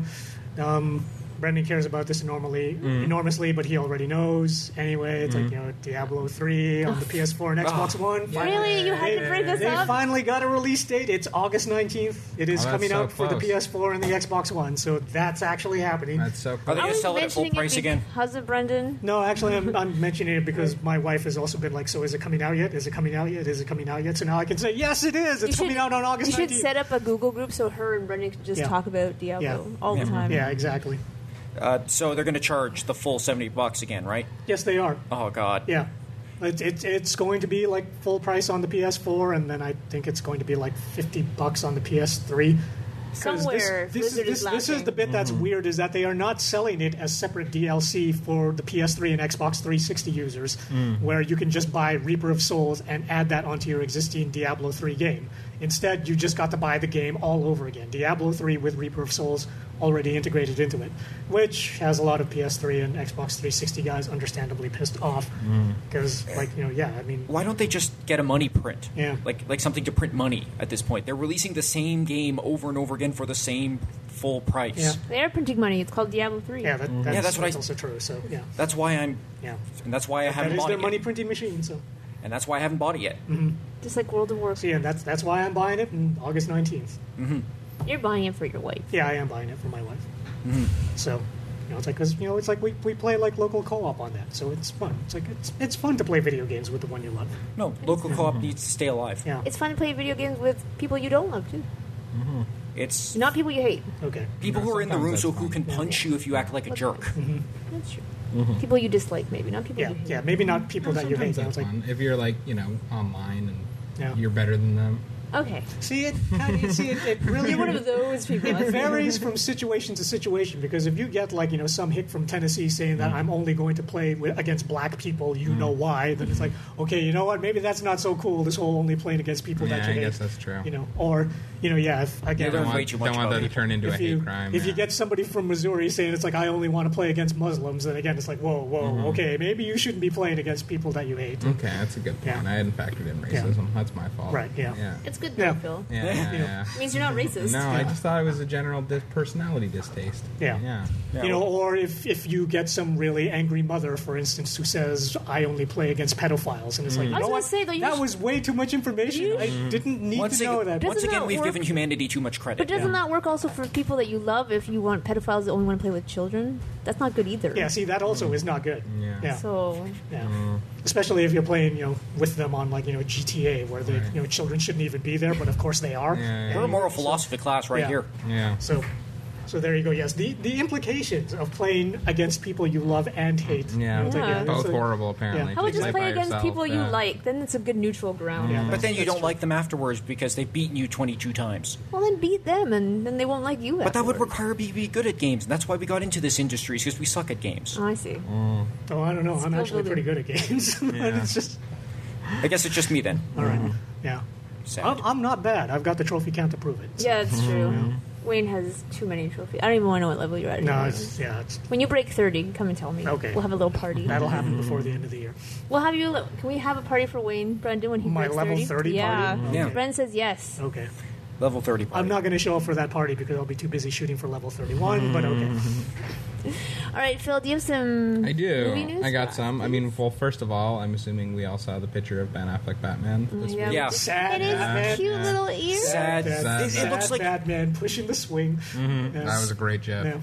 Speaker 4: um, Brendan cares about this enormously,
Speaker 1: Mm-hmm.
Speaker 4: enormously, but he already knows anyway. It's like you know Diablo three on the PS4 and Xbox One.
Speaker 3: Really, you had to bring this
Speaker 4: They
Speaker 3: up?
Speaker 4: finally got a release date. It's August 19th. It
Speaker 1: Oh,
Speaker 4: is
Speaker 1: that's
Speaker 4: coming
Speaker 1: so
Speaker 4: out for the
Speaker 1: close.
Speaker 4: PS4 and the Xbox One, so that's actually happening.
Speaker 1: That's so
Speaker 2: Are
Speaker 1: cool.
Speaker 2: they
Speaker 3: I
Speaker 2: going to
Speaker 3: was
Speaker 2: sell it at full
Speaker 3: mentioning
Speaker 2: price
Speaker 3: it
Speaker 2: again?
Speaker 3: because of Brendan.
Speaker 4: No, actually, I'm, I'm mentioning it because my wife has also been like, "So is it coming out yet? Is it coming out yet? Is it coming out yet?" So now I can say, "Yes, it is. It's
Speaker 3: You should-
Speaker 4: coming out on August
Speaker 3: You should
Speaker 4: 19th."
Speaker 3: set up a Google group so her and Brendan can just
Speaker 4: Yeah.
Speaker 3: talk about Diablo
Speaker 4: Yeah.
Speaker 3: all the time.
Speaker 4: yeah, exactly.
Speaker 2: Uh, so they're going to charge the full 70 bucks again, right?
Speaker 4: Yes, they are.
Speaker 2: Oh, God.
Speaker 4: Yeah. It, it, it's going to be like full price on the PS4, and then I think it's going to be like 50 bucks on the PS3. 'Cause
Speaker 5: Somewhere,
Speaker 4: this, this,
Speaker 5: Blizzard
Speaker 4: is,
Speaker 5: is
Speaker 4: this, this is
Speaker 5: laughing.
Speaker 4: the bit that's weird is that they are not selling it as separate DLC for the PS3 and Xbox 360 users, where you can just buy Reaper of Souls and add that onto your existing Diablo 3 game. Instead, you just got to buy the game all over again. Diablo 3 with Reaper of Souls already integrated into it, which has a lot of PS3 and Xbox 360 guys understandably pissed off because, like, you know, yeah, I mean,
Speaker 2: Why don't they just get a money print?
Speaker 4: Yeah.
Speaker 2: Like, like something to print money at this point. They're releasing the same game over and over again for the same full price.
Speaker 4: Yeah.
Speaker 3: They are printing money. It's called Diablo 3.
Speaker 4: yeah, that, that's,
Speaker 2: Yeah, that's
Speaker 4: that's,
Speaker 2: what I-
Speaker 4: also true. So yeah,
Speaker 2: That's why I'm.
Speaker 4: yeah,
Speaker 2: And that's why I
Speaker 4: that
Speaker 2: haven't
Speaker 4: is
Speaker 2: bought
Speaker 4: their
Speaker 2: it
Speaker 4: money Mm-hmm.
Speaker 2: yet.
Speaker 4: printing machine. So.
Speaker 2: And that's why I haven't bought it yet.
Speaker 3: Just like World of
Speaker 4: So
Speaker 3: Warcraft.
Speaker 4: yeah, that's that's why I'm buying it on August 19th.
Speaker 3: You're buying it for your wife.
Speaker 4: Yeah, I am buying it for my wife.
Speaker 1: Mm-hmm.
Speaker 4: So, you know, it's like because you know, it's like we, we play like local co-op on that, so it's fun. It's like it's it's fun to play video games with the one you love.
Speaker 2: No, local co op needs to stay alive.
Speaker 4: Yeah.
Speaker 3: It's fun to play video games with people you don't love, too.
Speaker 2: It's
Speaker 3: Not people you hate.
Speaker 4: okay.
Speaker 2: people who are in the
Speaker 1: Sometimes
Speaker 2: room
Speaker 1: that's
Speaker 2: so who
Speaker 1: fine.
Speaker 2: can punch you if you act like a jerk.
Speaker 3: That's true.
Speaker 2: Mm-hmm.
Speaker 3: People you dislike, maybe. Not people
Speaker 4: Yeah,
Speaker 3: you hate.
Speaker 4: yeah. Maybe not people that you hate.
Speaker 1: Sometimes
Speaker 4: You know,
Speaker 1: that's
Speaker 4: it's like
Speaker 1: fun. If you're like you know online and
Speaker 4: Yeah.
Speaker 1: you're better than them,
Speaker 5: Okay.
Speaker 4: See it? How do you see it? It really
Speaker 5: You're one of those people.
Speaker 4: It varies from situation to situation because if you get like you know some hick from Tennessee saying
Speaker 1: Mm-hmm.
Speaker 4: that I'm only going to play with, against black people, you know why? Then it's like okay, you know what? Maybe that's not so cool. This whole only playing against people
Speaker 1: Yeah,
Speaker 4: that you
Speaker 1: I
Speaker 4: hate.
Speaker 1: guess that's true.
Speaker 4: You know, or you know, yeah. If, again,
Speaker 2: There's
Speaker 1: Don't
Speaker 2: way
Speaker 1: want,
Speaker 2: too much
Speaker 1: don't want
Speaker 2: about
Speaker 1: that to
Speaker 2: it.
Speaker 1: turn into a
Speaker 4: if
Speaker 1: hate
Speaker 4: you
Speaker 1: crime.
Speaker 4: if you
Speaker 1: yeah.
Speaker 4: get somebody from Missouri saying it's like I only want to play against Muslims, then again it's like whoa, whoa,
Speaker 1: Mm-hmm.
Speaker 4: okay, maybe you shouldn't be playing against people that you hate.
Speaker 1: okay, that's a good
Speaker 4: Yeah.
Speaker 1: point. I hadn't factored in
Speaker 4: Yeah.
Speaker 1: racism. That's my fault.
Speaker 4: Right, yeah.
Speaker 1: Yeah.
Speaker 5: It's good though,
Speaker 4: Yeah.
Speaker 5: Phil.
Speaker 1: Yeah, yeah,
Speaker 4: You know.
Speaker 1: yeah.
Speaker 5: It means you're not racist.
Speaker 1: No, I just thought it was a general dis- personality distaste.
Speaker 4: Yeah.
Speaker 1: Yeah.
Speaker 2: Yeah,
Speaker 4: you know,
Speaker 2: well-
Speaker 4: or if, if you get some really angry mother, for instance, who says, I only play against pedophiles. And it's
Speaker 1: Mm.
Speaker 4: like, you
Speaker 3: I
Speaker 4: know
Speaker 3: was gonna
Speaker 4: what?
Speaker 3: say, though, you
Speaker 4: that
Speaker 3: sh-
Speaker 4: was way too much information.
Speaker 3: You
Speaker 4: I
Speaker 1: Mm-hmm.
Speaker 4: didn't need
Speaker 2: Once
Speaker 4: to know
Speaker 2: again,
Speaker 4: that.
Speaker 3: Doesn't
Speaker 2: once again
Speaker 3: that
Speaker 2: we've
Speaker 3: work?
Speaker 2: given humanity too much credit.
Speaker 3: But doesn't that work also for people that you love if you want pedophiles that only want to play with children? That's not good either.
Speaker 4: Yeah, see, that also is not good.
Speaker 1: Mm-hmm. Yeah. Mm-hmm.
Speaker 4: Yeah.
Speaker 3: So,
Speaker 4: yeah. Especially if you're playing, you know, with them on like, you know, GTA where the you know children shouldn't even be there, but of course they are.
Speaker 1: Yeah, yeah,
Speaker 4: And
Speaker 2: We're a moral
Speaker 4: so-
Speaker 2: philosophy class right
Speaker 4: Yeah.
Speaker 2: here.
Speaker 1: Yeah.
Speaker 4: So so there you go, yes. The the implications of playing against people you love and hate.
Speaker 1: Yeah.
Speaker 4: You know, it's like,
Speaker 3: Yeah.
Speaker 4: it's
Speaker 1: Both
Speaker 4: like-
Speaker 1: horrible, apparently.
Speaker 4: Yeah.
Speaker 3: how about
Speaker 1: you
Speaker 3: just
Speaker 1: by
Speaker 3: play against
Speaker 1: yourself,
Speaker 3: people you
Speaker 1: yeah.
Speaker 3: like? Then it's a good neutral ground.
Speaker 1: Mm.
Speaker 4: Yeah,
Speaker 2: But
Speaker 4: that's-
Speaker 2: then you
Speaker 4: that's
Speaker 2: don't
Speaker 4: true.
Speaker 2: like them afterwards because they've beaten you 22 times.
Speaker 3: Well, then beat them, and then they won't like you.
Speaker 2: But that would
Speaker 3: afterwards.
Speaker 2: require me to be good at games, and that's why we got into this industry, because we suck at games.
Speaker 3: Oh, I see.
Speaker 4: Oh, I don't know. I'm
Speaker 3: Skill
Speaker 4: actually pretty good at games. But
Speaker 1: Yeah. Mm-hmm.
Speaker 4: it's just
Speaker 2: I guess it's just me then.
Speaker 4: all right. Yeah.
Speaker 2: Sad.
Speaker 4: I'm, I'm not bad. I've got the trophy count to prove it. so-
Speaker 3: Yeah, that's true. Wayne has too many trophies. I don't even want to know what level you're at.
Speaker 4: Mm. No,
Speaker 3: anymore.
Speaker 4: it's yeah, it's,
Speaker 3: when you break thirty, come and tell me.
Speaker 4: Okay.
Speaker 3: we'll have a little party.
Speaker 4: that'll
Speaker 1: Mm-hmm.
Speaker 4: happen before the end of the year.
Speaker 3: We'll have you. Can we have a party for Wayne Brendan when he
Speaker 4: My
Speaker 3: breaks
Speaker 4: level 30
Speaker 3: Yeah.
Speaker 4: party? Mm.
Speaker 2: Yeah.
Speaker 3: Brendan says yes.
Speaker 4: Okay,
Speaker 2: Level 30 party.
Speaker 4: I'm not going to show up for that party because I'll be too busy shooting for level 31. But okay,
Speaker 1: Mm-hmm.
Speaker 3: All right, Phil, do you have some?
Speaker 1: I
Speaker 3: Movie
Speaker 1: do.
Speaker 3: news
Speaker 1: I
Speaker 3: for
Speaker 1: got
Speaker 3: us?
Speaker 1: some. I mean, well, first of all, I'm assuming we all saw the picture of Ben Affleck Batman. This
Speaker 3: Mm, Yeah.
Speaker 2: Yeah.
Speaker 4: sad
Speaker 3: It is
Speaker 4: Batman.
Speaker 3: cute little ear.
Speaker 2: Sad.
Speaker 1: Sad
Speaker 2: It, it
Speaker 1: Batman.
Speaker 2: looks
Speaker 4: Sad
Speaker 2: like
Speaker 4: Batman pushing the swing. Yes.
Speaker 1: That was a great joke.
Speaker 4: Yeah.
Speaker 1: Yeah.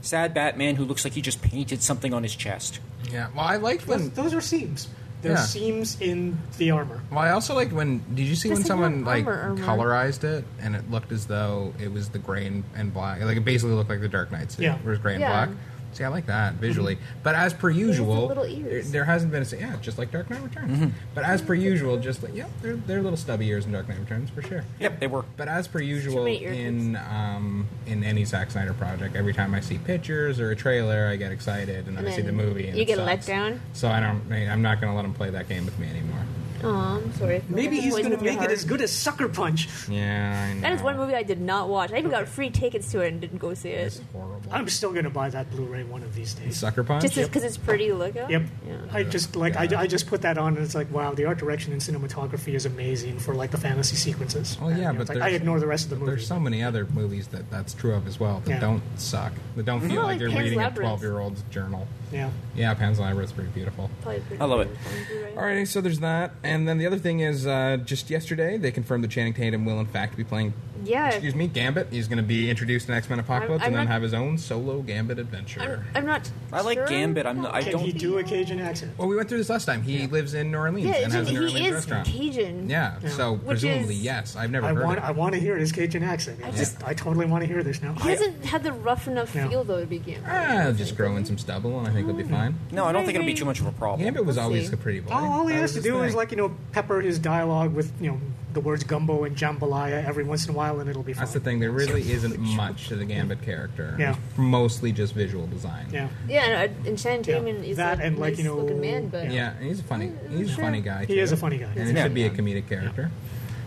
Speaker 2: sad Batman who looks like he just painted something on his chest.
Speaker 1: Well, I liked
Speaker 4: Those,
Speaker 1: when.
Speaker 4: those are seams. They're
Speaker 1: Yeah.
Speaker 4: seams in the armor.
Speaker 1: Well, I also liked when. Did you see
Speaker 3: That's
Speaker 1: when
Speaker 3: like
Speaker 1: someone
Speaker 3: not
Speaker 1: like
Speaker 3: armor, armor.
Speaker 1: colorized it and it looked as though it was the gray and, and black? Like it basically looked like the Dark Knight suit.
Speaker 4: Yeah.
Speaker 1: It was gray and
Speaker 3: Yeah. Mm-hmm.
Speaker 1: black. See, I like that visually. But as per usual,
Speaker 3: little
Speaker 1: there,
Speaker 3: ears.
Speaker 1: there hasn't been a yeah, just like Dark Knight Returns. But as per usual, just like yeah, they're they're little stubby ears in Dark Knight Returns for sure.
Speaker 2: Yep, they were.
Speaker 1: But as per usual
Speaker 3: many earplugs.
Speaker 1: in um, in any Zack Snyder project, every time I see pictures or a trailer, I get excited, and then,
Speaker 5: And
Speaker 1: I see the
Speaker 5: then
Speaker 1: movie. And
Speaker 5: you
Speaker 1: it
Speaker 5: get
Speaker 1: sucks.
Speaker 5: let down?
Speaker 1: So I don't. I- I'm not going to let him play that game with me anymore.
Speaker 5: Aw, I'm sorry. Phil.
Speaker 4: Maybe he's
Speaker 3: Poison
Speaker 4: going to
Speaker 3: your
Speaker 4: make
Speaker 3: heart.
Speaker 4: it as good as Sucker Punch.
Speaker 1: Yeah, I know.
Speaker 3: That is one movie I did not watch. I even got free tickets to it and didn't go see
Speaker 1: It's
Speaker 3: it.
Speaker 1: horrible.
Speaker 4: I'm still going to buy that Blu-ray one of these days.
Speaker 1: Sucker Punch.
Speaker 3: Just because it's pretty to look at.
Speaker 4: Yep.
Speaker 3: Yeah.
Speaker 4: I just like I, I just put that on and it's like wow the art direction and cinematography is amazing for like the fantasy sequences.
Speaker 1: Well, Oh, yeah,
Speaker 4: And, you know,
Speaker 1: but
Speaker 4: it's like, I
Speaker 1: there's-
Speaker 4: ignore the rest of the movie.
Speaker 1: There's so many other movies that that's true of as well that
Speaker 4: Yeah.
Speaker 1: don't suck, that don't feel
Speaker 3: Well,
Speaker 1: like
Speaker 3: like
Speaker 1: you're
Speaker 3: Pan's
Speaker 1: reading
Speaker 3: Labyrinth.
Speaker 1: a 12 year old's journal.
Speaker 4: Yeah.
Speaker 1: Yeah, Pan's Labyrinth's pretty beautiful.
Speaker 3: Probably pretty
Speaker 2: I love it.
Speaker 3: good.
Speaker 1: All right, so there's that, and then the other thing is uh, just yesterday they confirmed that Channing Tatum will in fact be playing.
Speaker 3: Yeah.
Speaker 1: Excuse me, Gambit. He's going to be introduced in X Men Apocalypse,
Speaker 3: I'm
Speaker 1: and then
Speaker 3: not-
Speaker 1: have his own solo Gambit adventure.
Speaker 3: I'm, I'm not.
Speaker 2: I like
Speaker 3: sure.
Speaker 2: Gambit. I'm not- I
Speaker 4: Can
Speaker 2: don't-
Speaker 4: he do a Cajun accent?
Speaker 1: well, we went through this last time. He lives in New Orleans
Speaker 3: Yeah,
Speaker 1: and
Speaker 3: it's-
Speaker 1: has a New
Speaker 3: he
Speaker 1: Orleans
Speaker 3: is
Speaker 1: restaurant.
Speaker 3: Cajun.
Speaker 1: Yeah, so
Speaker 3: Which
Speaker 1: presumably
Speaker 3: is-
Speaker 1: yes. I've never
Speaker 4: I
Speaker 1: heard.
Speaker 4: want
Speaker 1: of
Speaker 4: I
Speaker 1: it.
Speaker 4: want to hear his Cajun accent. I
Speaker 3: just-
Speaker 4: just I totally want to hear this now.
Speaker 3: He hasn't had the rough enough
Speaker 4: Yeah.
Speaker 3: feel though to begin. with.
Speaker 1: Ah, just grow in some stubble, and I think it'll be fine.
Speaker 2: No, I don't think it'll be too much of a problem.
Speaker 1: Gambit was
Speaker 3: Mm. We'll
Speaker 1: always
Speaker 3: see.
Speaker 1: a pretty boy.
Speaker 4: All, all he
Speaker 1: That
Speaker 4: has
Speaker 1: was
Speaker 4: to
Speaker 1: his
Speaker 4: do is
Speaker 1: thing.
Speaker 4: like you know pepper his dialogue with you know the words gumbo and jambalaya every once in a while and it'll be fine.
Speaker 1: That's the thing. There really isn't much to the Gambit character.
Speaker 4: Yeah.
Speaker 1: It's mostly just visual design.
Speaker 4: Yeah.
Speaker 3: Yeah, and, and Shannon
Speaker 4: Yeah.
Speaker 3: Tatum is
Speaker 4: That
Speaker 3: a
Speaker 4: and, like, you know,
Speaker 3: nice-looking man, but
Speaker 1: Yeah, and he's a funny. He's a funny guy.
Speaker 4: He
Speaker 1: too.
Speaker 4: is a funny guy.
Speaker 1: and it
Speaker 2: Yeah.
Speaker 1: should be a comedic character.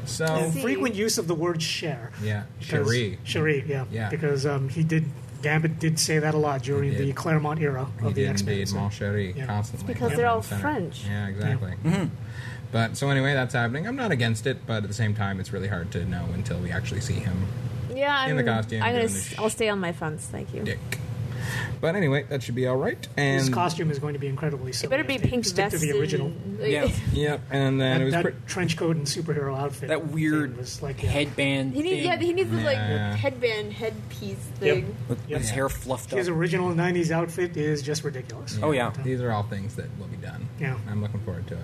Speaker 1: So
Speaker 4: And
Speaker 3: see.
Speaker 4: frequent use of the word share.
Speaker 1: yeah,
Speaker 4: Because-
Speaker 1: Cherie.
Speaker 4: Cherie, yeah.
Speaker 1: Yeah.
Speaker 4: Because um, he did, Gambit did say that a lot during
Speaker 1: He did.
Speaker 4: the Claremont era
Speaker 1: He
Speaker 4: of the
Speaker 1: did
Speaker 4: X Men.
Speaker 1: indeed, Mon Cherie,
Speaker 4: Yeah.
Speaker 1: constantly.
Speaker 3: It's because
Speaker 1: front
Speaker 3: they're
Speaker 1: and
Speaker 3: all
Speaker 1: center.
Speaker 3: French. Mm-hmm.
Speaker 1: Yeah, exactly. But so anyway, that's happening. I'm not against it, but at the same time, it's really hard to know until we actually see him,
Speaker 3: yeah. I'm,
Speaker 1: In the costume,
Speaker 3: I'm gonna.
Speaker 1: doing
Speaker 3: s-
Speaker 1: the sh-
Speaker 3: I'll stay on my fronts. Thank you.
Speaker 1: Dick. But anyway, that should be all right. And
Speaker 4: His costume is going to be incredibly
Speaker 3: It
Speaker 4: similar.
Speaker 3: better be
Speaker 4: if they
Speaker 3: pink
Speaker 4: Stick to
Speaker 3: vested.
Speaker 4: the original.
Speaker 3: and- like-
Speaker 2: Yeah.
Speaker 1: Yep. And then
Speaker 4: That,
Speaker 1: it was
Speaker 4: that
Speaker 1: pretty.
Speaker 4: trench coat and superhero outfit.
Speaker 2: That weird
Speaker 4: thing was like yeah.
Speaker 2: headband
Speaker 3: He needs,
Speaker 2: thing
Speaker 3: yeah, he needs this like
Speaker 1: Yeah.
Speaker 3: headband, headpiece thing.
Speaker 2: with with his
Speaker 1: Yeah.
Speaker 2: hair fluffed up.
Speaker 4: His original '90s outfit is just ridiculous.
Speaker 2: Oh, yeah.
Speaker 1: These are all things that will be done.
Speaker 4: Yeah.
Speaker 1: I'm looking forward to it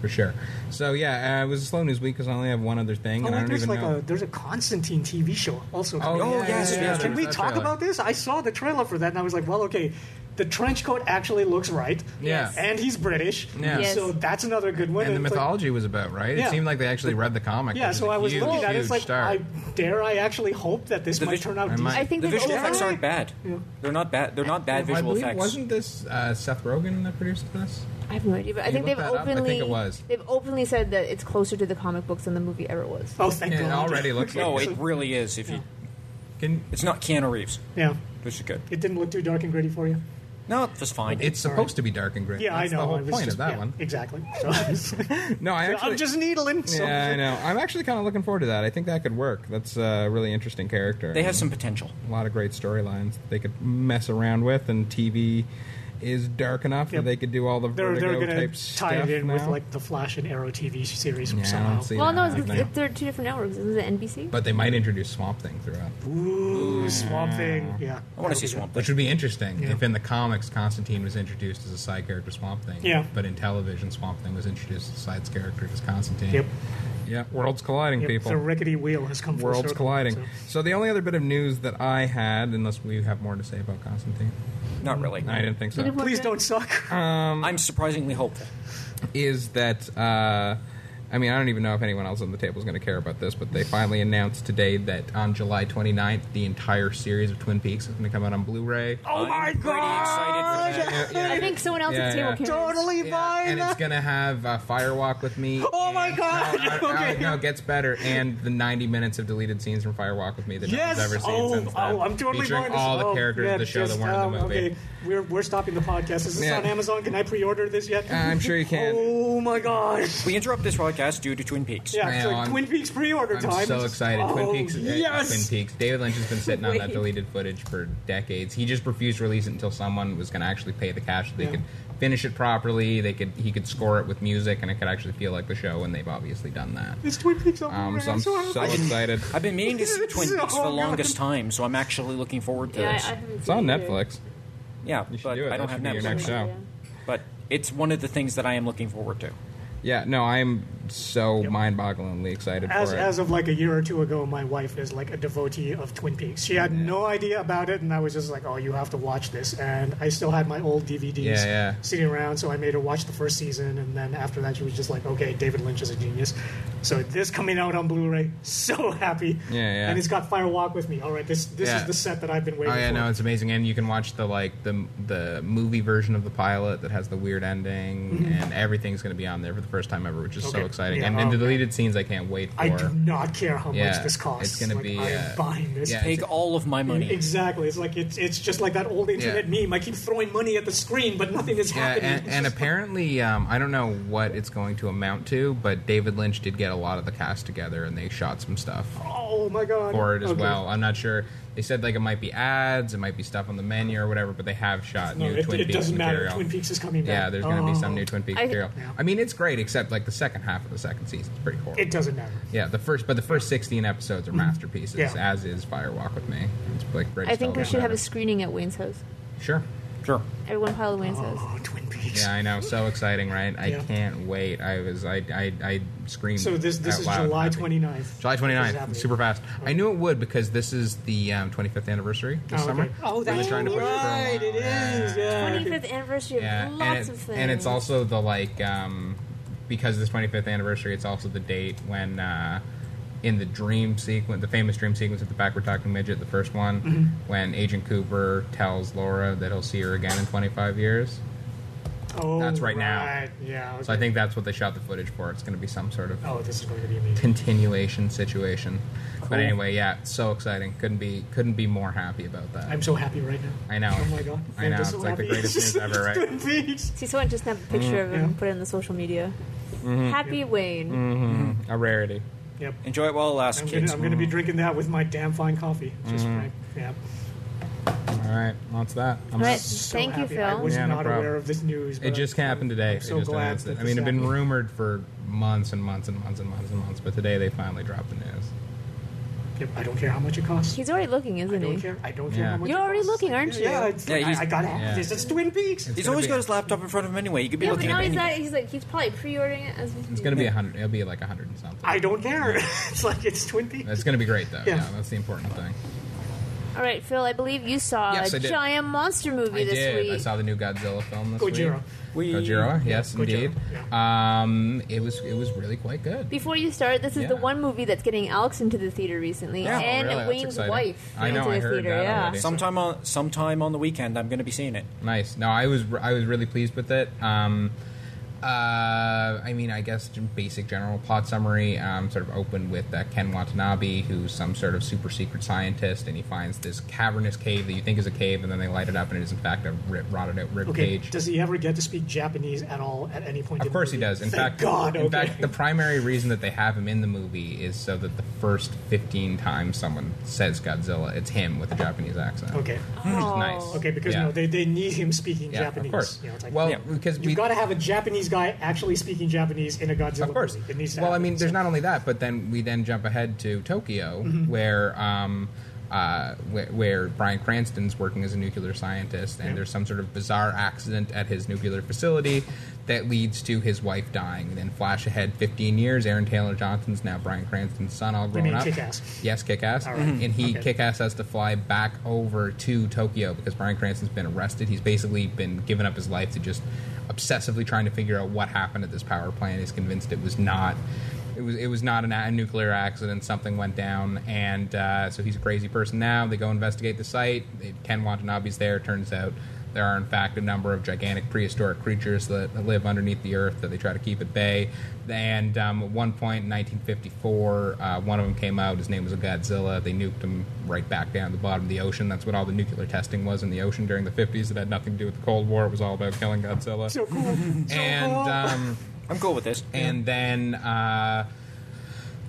Speaker 1: for sure. So yeah, uh, it was a slow news week because I only have one other thing,
Speaker 4: Oh,
Speaker 1: and I
Speaker 4: wait,
Speaker 1: don't
Speaker 4: there's
Speaker 1: even
Speaker 4: like
Speaker 1: know.
Speaker 4: a there's a Constantine TV show also.
Speaker 1: Oh,
Speaker 4: coming out.
Speaker 2: yeah, yeah, yeah, yeah,
Speaker 4: Can
Speaker 1: there's
Speaker 4: we
Speaker 1: that
Speaker 4: talk
Speaker 1: trailer.
Speaker 4: about this? I saw the trailer for that and I was like, well, okay, the trench coat actually looks right.
Speaker 1: Yeah.
Speaker 4: And he's British.
Speaker 1: Yeah.
Speaker 6: Yes.
Speaker 4: So that's another good one.
Speaker 1: and the
Speaker 4: it's like-
Speaker 1: mythology was about right.
Speaker 4: Yeah.
Speaker 1: It seemed like they actually read the comic.
Speaker 4: yeah,
Speaker 1: which is
Speaker 4: so
Speaker 1: a
Speaker 4: I was
Speaker 1: huge,
Speaker 4: looking at it.
Speaker 1: huge
Speaker 4: It's like,
Speaker 1: start.
Speaker 4: I, dare I actually hope that this
Speaker 2: The
Speaker 4: might
Speaker 2: vis-
Speaker 4: turn out
Speaker 1: I
Speaker 4: decent?
Speaker 1: might.
Speaker 3: I think
Speaker 2: The
Speaker 3: they've
Speaker 2: visual effects
Speaker 3: over-
Speaker 2: aren't bad. They're not bad. They're not bad
Speaker 1: I
Speaker 2: visual
Speaker 1: believe-
Speaker 2: effects.
Speaker 1: Wasn't this uh, Seth Rogen that produced this?
Speaker 3: I have no idea, but I
Speaker 1: You
Speaker 3: think
Speaker 1: looked
Speaker 3: they've
Speaker 1: that up? I think
Speaker 3: openly
Speaker 1: it was.
Speaker 3: they've openly said that it's closer to the comic books than the movie ever was.
Speaker 4: Oh, thank
Speaker 1: It
Speaker 4: God.
Speaker 1: already looks like
Speaker 2: No,
Speaker 1: it.
Speaker 2: it really is. If you,
Speaker 1: Can,
Speaker 2: it's not Keanu Reeves,
Speaker 4: Yeah.
Speaker 2: which is good.
Speaker 4: It didn't look too dark and gritty for you.
Speaker 2: No, it was fine.
Speaker 1: it's supposed to be dark and gritty.
Speaker 4: Yeah,
Speaker 1: That's
Speaker 4: I know.
Speaker 1: the
Speaker 4: I
Speaker 1: whole
Speaker 4: was
Speaker 1: point
Speaker 4: just-
Speaker 1: of that
Speaker 4: yeah,
Speaker 1: one.
Speaker 4: Exactly. So,
Speaker 1: No, I actually.
Speaker 4: I'm just needling. So.
Speaker 1: yeah, I know. I'm actually kind of looking forward to that. I think that could work. That's a really interesting character.
Speaker 2: they have some potential.
Speaker 1: a lot of great storylines that they could mess around with, and TV is dark enough
Speaker 4: Yep.
Speaker 1: that they could do all the
Speaker 4: They're, they're
Speaker 1: vertigo
Speaker 4: going
Speaker 1: type
Speaker 4: to tie
Speaker 1: stuff
Speaker 4: it in
Speaker 1: now.
Speaker 4: with like the Flash and Arrow TV series
Speaker 1: yeah, I
Speaker 4: somehow.
Speaker 1: don't see
Speaker 3: Well,
Speaker 1: that
Speaker 3: no, it's,
Speaker 1: happening.
Speaker 3: it's, it- they're two different networks. Isn't it NBC?
Speaker 1: but they might introduce Swamp Thing throughout,
Speaker 4: Ooh, Swamp Thing. Yeah.
Speaker 2: I want to see
Speaker 4: That'll
Speaker 2: Swamp Thing.
Speaker 1: which would be interesting
Speaker 4: Yeah.
Speaker 1: if in the comics Constantine was introduced as a side character Swamp Thing,
Speaker 4: Yeah.
Speaker 1: but in television Swamp Thing was introduced as a side character as Constantine.
Speaker 4: Yep.
Speaker 1: Yeah, worlds colliding,
Speaker 4: be good. Yep,
Speaker 1: people.
Speaker 4: the rickety wheel has come full
Speaker 1: worlds
Speaker 4: circle,
Speaker 1: colliding.
Speaker 4: so.
Speaker 1: So. the only other bit of news that I had, unless we have more to say about Constantine,
Speaker 2: Not really.
Speaker 1: I didn't think so.
Speaker 4: Please don't suck.
Speaker 2: I'm surprisingly hopeful.
Speaker 1: is that uh, I mean I don't even know if anyone else on the table is going to care about this, but they finally announced today that on July 29th the entire series of Twin Peaks is going to come out on Blu-ray.
Speaker 2: Oh my I'm god! Pretty excited for that.
Speaker 1: Yeah, yeah,
Speaker 3: I think someone else at the
Speaker 1: Yeah,
Speaker 3: table
Speaker 1: yeah.
Speaker 3: can.
Speaker 4: totally
Speaker 1: yeah,
Speaker 4: fine.
Speaker 1: and it's going to have uh, Firewalk with me.
Speaker 4: oh my
Speaker 1: and-
Speaker 4: god.
Speaker 1: No, I- I-
Speaker 4: okay.
Speaker 1: no, it gets better, and the 90 minutes of deleted scenes from Firewalk with me that
Speaker 4: Yes!
Speaker 1: no one's ever seen
Speaker 4: oh,
Speaker 1: since then.
Speaker 4: oh, I'm totally
Speaker 1: featuring
Speaker 4: going to
Speaker 1: all the
Speaker 4: oh,
Speaker 1: characters
Speaker 4: yeah,
Speaker 1: of the show
Speaker 4: just,
Speaker 1: that weren't in the
Speaker 4: um,
Speaker 1: movie.
Speaker 4: Okay, we're, we're stopping the podcast. Is this
Speaker 1: Yeah.
Speaker 4: on Amazon? Can I pre-order this yet?
Speaker 1: Uh, I'm sure you can.
Speaker 4: Oh my gosh.
Speaker 2: We interrupt this podcast due to Twin Peaks.
Speaker 4: Yeah,
Speaker 1: Man,
Speaker 4: it's like
Speaker 1: I'm-
Speaker 4: Twin Peaks pre-order
Speaker 1: I'm
Speaker 4: time.
Speaker 1: so excited.
Speaker 4: Oh,
Speaker 1: Twin Peaks. uh,
Speaker 4: Yes.
Speaker 1: Twin Peaks. David Lynch has been sitting on that
Speaker 6: Wait.
Speaker 1: deleted footage for decades. He just refused to release it until someone was going to actually pay the cash so they
Speaker 4: Yeah.
Speaker 1: could finish it properly. They could he could score it with music, and it could actually feel like the show. And they've obviously done that.
Speaker 4: It's Twin Peaks. on
Speaker 1: Um,
Speaker 4: Blu-ray.
Speaker 1: so I'm
Speaker 4: I'm
Speaker 1: so
Speaker 4: happy.
Speaker 1: excited.
Speaker 2: I've been meaning to see Twin
Speaker 4: So
Speaker 2: Peaks for the
Speaker 4: good.
Speaker 2: longest time, so I'm actually looking forward to
Speaker 6: Yeah, I, I
Speaker 2: this.
Speaker 6: haven't
Speaker 1: It's
Speaker 6: seen
Speaker 1: on
Speaker 6: it either.
Speaker 1: Netflix.
Speaker 2: yeah,
Speaker 1: You should
Speaker 2: but
Speaker 1: do it.
Speaker 2: I don't
Speaker 1: That
Speaker 2: have
Speaker 1: should be your
Speaker 2: Netflix.
Speaker 1: next show.
Speaker 2: But it's one of the things that I am looking forward to.
Speaker 1: Yeah. No, I'm so mind-bogglingly excited
Speaker 4: As,
Speaker 1: for it.
Speaker 4: as of like a year or two ago, my wife is like a devotee of Twin Peaks. She had no idea about it, and I was just like, "Oh, you have to watch this." And I still had my old DVDs
Speaker 1: Yeah, yeah.
Speaker 4: sitting around, so I made her watch the first season, and then after that, she was just like, "Okay, David Lynch is a genius." So this coming out on Blu-ray, so happy.
Speaker 1: Yeah, yeah.
Speaker 4: And it's got Fire Walk with Me. All right, this this
Speaker 1: Yeah.
Speaker 4: is the set that I've been waiting
Speaker 1: Oh yeah,
Speaker 4: for.
Speaker 1: no, it's amazing, and you can watch the like the the movie version of the pilot that has the weird ending, and everything's going to be on there for the first time ever, which is so
Speaker 4: Mm-hmm. Okay.
Speaker 1: exciting.
Speaker 4: Yeah,
Speaker 1: and, and the
Speaker 4: oh, man.
Speaker 1: deleted scenes, I can't wait for.
Speaker 4: I do not care how
Speaker 1: Yeah,
Speaker 4: much this costs.
Speaker 1: it's gonna
Speaker 4: Like,
Speaker 1: be,
Speaker 4: I'm
Speaker 1: uh,
Speaker 4: buying this.
Speaker 1: yeah,
Speaker 2: Take all of my money.
Speaker 4: Exactly. It's like it's it's just like that old internet
Speaker 1: Yeah.
Speaker 4: meme. I keep throwing money at the screen, but nothing is
Speaker 1: Yeah,
Speaker 4: happening.
Speaker 1: and,
Speaker 4: It's
Speaker 1: and
Speaker 4: just-
Speaker 1: apparently, um, I don't know what it's going to amount to, but David Lynch did get a lot of the cast together, and they shot some stuff
Speaker 4: oh my god,
Speaker 1: for it as
Speaker 4: Okay.
Speaker 1: well. I'm not sure. They said like it might be ads, it might be stuff on the menu or whatever, but they have shot
Speaker 4: No,
Speaker 1: new
Speaker 4: it,
Speaker 1: Twin
Speaker 4: it
Speaker 1: Peaks
Speaker 4: doesn't
Speaker 1: material.
Speaker 4: matter. Twin Peaks is coming back.
Speaker 1: Yeah, there's going to be some
Speaker 4: Oh.
Speaker 1: new Twin Peaks
Speaker 3: I-
Speaker 1: material.
Speaker 4: Yeah.
Speaker 1: I mean, it's great, except like the second half of the second season is pretty horrible.
Speaker 4: It doesn't matter.
Speaker 1: yeah, the first, but the first 16 episodes are masterpieces,
Speaker 4: Yeah.
Speaker 1: as is Firewalk with Me. It's like great.
Speaker 3: I think we
Speaker 1: television
Speaker 3: should have
Speaker 1: ever.
Speaker 3: a screening at Wayne's house.
Speaker 1: sure.
Speaker 2: Sure.
Speaker 3: Everyone pile at Wayne's house.
Speaker 4: Oh, Twin Peaks.
Speaker 1: Yeah, I know. So exciting, right? I
Speaker 4: Yeah.
Speaker 1: can't wait. I was, I, I, I screamed.
Speaker 4: So this this
Speaker 1: out
Speaker 4: is
Speaker 1: loud.
Speaker 4: July
Speaker 1: Happy.
Speaker 4: 29th.
Speaker 1: oh, July
Speaker 4: This is
Speaker 1: 29th,
Speaker 4: happening.
Speaker 1: super fast. I knew it would because this is the um, 25th anniversary this
Speaker 4: Oh,
Speaker 1: summer.
Speaker 4: okay. Oh,
Speaker 1: We've been
Speaker 4: that's
Speaker 1: trying to push it for a
Speaker 4: right,
Speaker 1: while.
Speaker 4: it is, yeah.
Speaker 3: Twenty fifth anniversary of
Speaker 1: Yeah, and,
Speaker 3: lots
Speaker 1: it-
Speaker 3: of things.
Speaker 1: and it's also the like um, because this 25th anniversary, it's also the date when uh, in the dream sequence, the famous dream sequence of the backward talking midget, the first one,
Speaker 4: Mm-hmm.
Speaker 1: when Agent Cooper tells Laura that he'll see her again in 25 years.
Speaker 4: Oh,
Speaker 1: That's right now.
Speaker 4: Yeah.
Speaker 1: So I
Speaker 4: okay.
Speaker 1: think that's what they shot the footage for. It's going to be some sort of
Speaker 4: Oh, this is going to be amazing.
Speaker 1: continuation situation.
Speaker 2: Cool.
Speaker 1: But anyway, yeah, so exciting. Couldn't be couldn't be more happy about that.
Speaker 4: I'm so happy right now.
Speaker 1: I know.
Speaker 4: Oh my god.
Speaker 1: I
Speaker 4: I'm
Speaker 1: know.
Speaker 4: just so
Speaker 1: It's like the
Speaker 4: happy.
Speaker 1: greatest news ever, right?
Speaker 4: Twin Peaks.
Speaker 3: See, someone just snapped a picture of him
Speaker 4: Yeah.
Speaker 3: and put it on the social media.
Speaker 1: Mm-hmm.
Speaker 3: Happy Wayne.
Speaker 1: Mm. a rarity.
Speaker 4: Yep.
Speaker 2: Enjoy it while it lasts,
Speaker 4: I'm
Speaker 2: kids.
Speaker 4: gonna, I'm gonna be drinking that with my damn fine coffee. Just
Speaker 1: Mm-hmm.
Speaker 4: frank. Yeah.
Speaker 1: All right, well, that's that. I'm
Speaker 3: All right.
Speaker 1: out.
Speaker 4: So
Speaker 3: Thank you,
Speaker 4: happy.
Speaker 3: Phil.
Speaker 4: I was
Speaker 1: Yeah, no
Speaker 4: not
Speaker 1: problem.
Speaker 4: aware of this news.
Speaker 1: It
Speaker 4: but
Speaker 1: just happened today.
Speaker 4: I'm so
Speaker 1: They just
Speaker 4: glad
Speaker 1: announced it.
Speaker 4: that
Speaker 1: I mean,
Speaker 4: this
Speaker 1: it'd been
Speaker 4: happened.
Speaker 1: rumored for months and months and months and months and months, but today they finally dropped the news.
Speaker 4: Yep, I don't care how much it costs.
Speaker 3: He's already looking,
Speaker 4: I
Speaker 3: isn't
Speaker 4: don't
Speaker 3: he?
Speaker 4: care. I don't care
Speaker 1: Yeah.
Speaker 4: how much.
Speaker 3: You're
Speaker 4: it
Speaker 3: already
Speaker 4: costs.
Speaker 3: looking, aren't you?
Speaker 4: Yeah, it's,
Speaker 2: Yeah,
Speaker 4: I,
Speaker 2: he's-
Speaker 4: I gotta have
Speaker 1: yeah.
Speaker 4: this. It's Twin Peaks.
Speaker 1: It's
Speaker 2: He's
Speaker 1: gonna
Speaker 2: always
Speaker 1: be-
Speaker 2: got his laptop in front of him anyway. You could be
Speaker 5: Yeah, but
Speaker 2: looking
Speaker 5: now
Speaker 2: at
Speaker 5: he's
Speaker 2: anything.
Speaker 5: not. He's like he's probably pre-ordering it as we
Speaker 1: It's
Speaker 5: speak.
Speaker 1: gonna be a hundred. It'll be like a hundred and something.
Speaker 4: I don't care. it's like it's Twin Peaks.
Speaker 1: It's gonna be great though.
Speaker 4: Yeah.
Speaker 1: Yeah, that's the important thing.
Speaker 3: All right, Phil. I believe you saw
Speaker 1: Yes, I
Speaker 3: a
Speaker 1: did.
Speaker 3: giant monster movie
Speaker 1: I
Speaker 3: this
Speaker 1: did.
Speaker 3: week.
Speaker 1: I saw the new Godzilla film this
Speaker 4: Gojira.
Speaker 1: week.
Speaker 2: We
Speaker 1: Gojira, yes,
Speaker 4: Gojira,
Speaker 1: indeed. Um, it was it was really quite good.
Speaker 3: Before you start, this is the
Speaker 1: Yeah.
Speaker 3: one movie that's getting Alex into the theater recently,
Speaker 2: Yeah. Oh,
Speaker 3: and
Speaker 1: really? That's
Speaker 3: Wayne's
Speaker 1: exciting.
Speaker 3: wife
Speaker 1: I know,
Speaker 3: into
Speaker 1: I
Speaker 3: the
Speaker 1: heard
Speaker 3: theater.
Speaker 1: that
Speaker 3: yeah,
Speaker 1: already.
Speaker 2: sometime on sometime on the weekend I'm going to be seeing it.
Speaker 1: Nice. No, I was I was really pleased with it. Um, uh, I mean, I guess basic general plot summary. Um, sort of open with uh, Ken Watanabe, who's some sort of super secret scientist, and he finds this cavernous cave that you think is a cave, and then they light it up, and it is in fact a rip, rotted out rib
Speaker 4: Okay.
Speaker 1: cage.
Speaker 4: Does he ever get to speak Japanese at all at any point? in
Speaker 1: Of
Speaker 4: the
Speaker 1: course he
Speaker 4: movie?
Speaker 1: does. In
Speaker 4: Thank
Speaker 1: fact,
Speaker 4: God.
Speaker 1: in
Speaker 4: okay.
Speaker 1: fact, the primary reason that they have him in the movie is so that the first 15 times someone says Godzilla, it's him with a Japanese accent.
Speaker 4: okay.
Speaker 1: Which is nice.
Speaker 3: Oh.
Speaker 4: Okay, because
Speaker 1: Yeah.
Speaker 4: no, they, they need him speaking
Speaker 1: Yeah,
Speaker 4: Japanese.
Speaker 1: of course.
Speaker 4: You know, it's like,
Speaker 1: well,
Speaker 2: Yeah.
Speaker 1: because
Speaker 4: You've
Speaker 1: we
Speaker 4: got to have a Japanese guy actually speaking Japanese in a Godzilla
Speaker 1: of course.
Speaker 4: movie. It needs to
Speaker 1: well, I
Speaker 4: happen.
Speaker 1: mean, there's not only that, but then we then jump ahead to Tokyo,
Speaker 4: Mm-hmm.
Speaker 1: where um, uh, where, where Brian Cranston's working as a nuclear scientist, and
Speaker 4: Yeah.
Speaker 1: there's some sort of bizarre accident at his nuclear facility that leads to his wife dying. And then flash ahead 15 years, Aaron Taylor Johnson's now Brian Cranston's son, all grown
Speaker 4: mean
Speaker 1: up.
Speaker 4: Kick-Ass?
Speaker 1: Yes, kick ass.
Speaker 4: All right. Mhm.
Speaker 1: And he
Speaker 4: Okay.
Speaker 1: kick ass has to fly back over to Tokyo because Brian Cranston's been arrested. He's basically been giving up his life to just obsessively trying to figure out what happened at this power plant. He's convinced it was not. It was, it was not an, a nuclear accident. Something went down, and uh, so he's a crazy person now. They go investigate the site. They- Ken Watanabe's there. Turns out there are, in fact, a number of gigantic prehistoric creatures that, that live underneath the earth that they try to keep at bay. And um, at one point in 1954, uh, one of them came out. His name was Godzilla. They nuked him right back down to the bottom of the ocean. That's what all the nuclear testing was in the ocean during the 50s. It had nothing to do with the Cold War. It was all about killing Godzilla.
Speaker 4: So cool. So
Speaker 1: and
Speaker 4: cool.
Speaker 1: um,
Speaker 2: I'm cool with this.
Speaker 1: and then uh,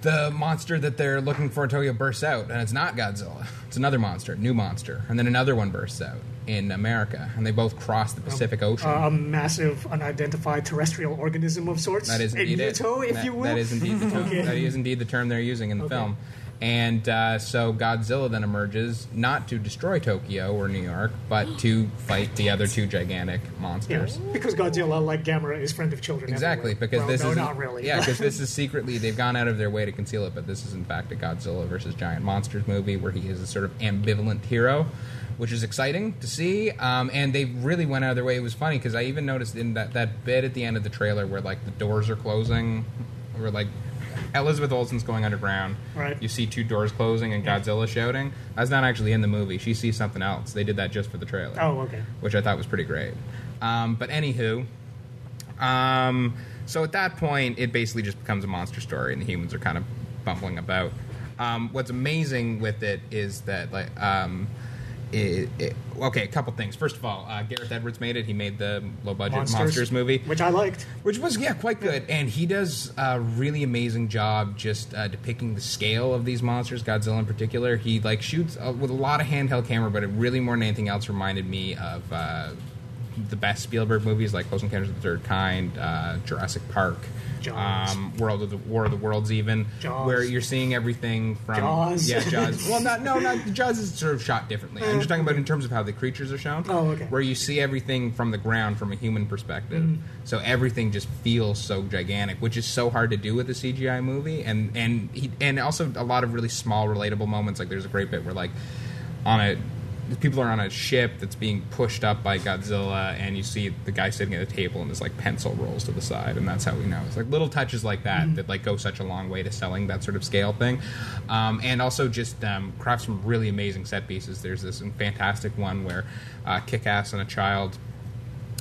Speaker 1: the monster that they're looking for in Tokyo bursts out, and it's not Godzilla. It's another monster, new monster, and then another one bursts out in America, and they both cross the
Speaker 4: Um,
Speaker 1: Pacific Ocean.
Speaker 4: a massive unidentified terrestrial organism of sorts.
Speaker 1: that is indeed
Speaker 4: a
Speaker 1: it.
Speaker 4: muto, if
Speaker 1: That-
Speaker 4: you will.
Speaker 1: That is indeed the term. That is indeed the term they're using in the
Speaker 4: Okay.
Speaker 1: film. And uh, so Godzilla then emerges not to destroy Tokyo or New York, but to fight the other two gigantic
Speaker 4: Yeah,
Speaker 1: monsters.
Speaker 4: because Godzilla, like Gamera, is friend of children.
Speaker 1: Exactly,
Speaker 4: everywhere.
Speaker 1: because
Speaker 4: well,
Speaker 1: this
Speaker 4: no,
Speaker 1: is
Speaker 4: not really.
Speaker 1: Yeah, because this is secretly they've gone out of their way to conceal it, but this is in fact a Godzilla versus giant monsters movie where he is a sort of ambivalent hero, which is exciting to see. Um, and they really went out of their way. It was funny because I even noticed in that that bit at the end of the trailer where like the doors are closing, where like Elizabeth Olsen's going underground.
Speaker 4: Right.
Speaker 1: You see two doors closing and Godzilla shouting. That's not actually in the movie. She sees something else. They did that just for the trailer
Speaker 4: Oh, okay.
Speaker 1: which I thought was pretty great. Um, but anywho, um, so at that point, it basically just becomes a monster story, and the humans are kind of bumbling about. Um, what's amazing with it is that like. Um, it, it, okay, a couple things. First of all, uh, Gareth Edwards made it. He made the low budget
Speaker 4: Monsters,
Speaker 1: monsters movie,
Speaker 4: which I liked.
Speaker 1: which was yeah quite good and he does a really amazing job just uh, depicting the scale of these monsters godzilla in particular he like shoots uh, with a lot of handheld camera but it really more than anything else reminded me of uh, the best spielberg movies like close encounters of the third kind uh, jurassic park
Speaker 4: Jaws.
Speaker 1: um, world of the war of the worlds even
Speaker 4: Jaws.
Speaker 1: where you're seeing everything from
Speaker 4: Jaws.
Speaker 1: yeah jaws well not no not jaws is sort of shot differently i'm just talking about in terms of how the creatures are shown
Speaker 4: Oh, okay. Mm-hmm.
Speaker 1: where you see everything from the ground from a human perspective. So everything just feels so gigantic, which is so hard to do with a CGI movie. And and he, and also a lot of really small relatable moments. Like there's a great bit where like on a people are on a ship that's being pushed up by Godzilla, and you see the guy sitting at a table and his like pencil rolls to the side, and that's how we know. It's like little touches like that
Speaker 4: Mm-hmm.
Speaker 1: that like go such a long way to selling that sort of scale thing. Um, and also just um, crafts some really amazing set pieces. There's this fantastic one where uh, Kick Ass and a child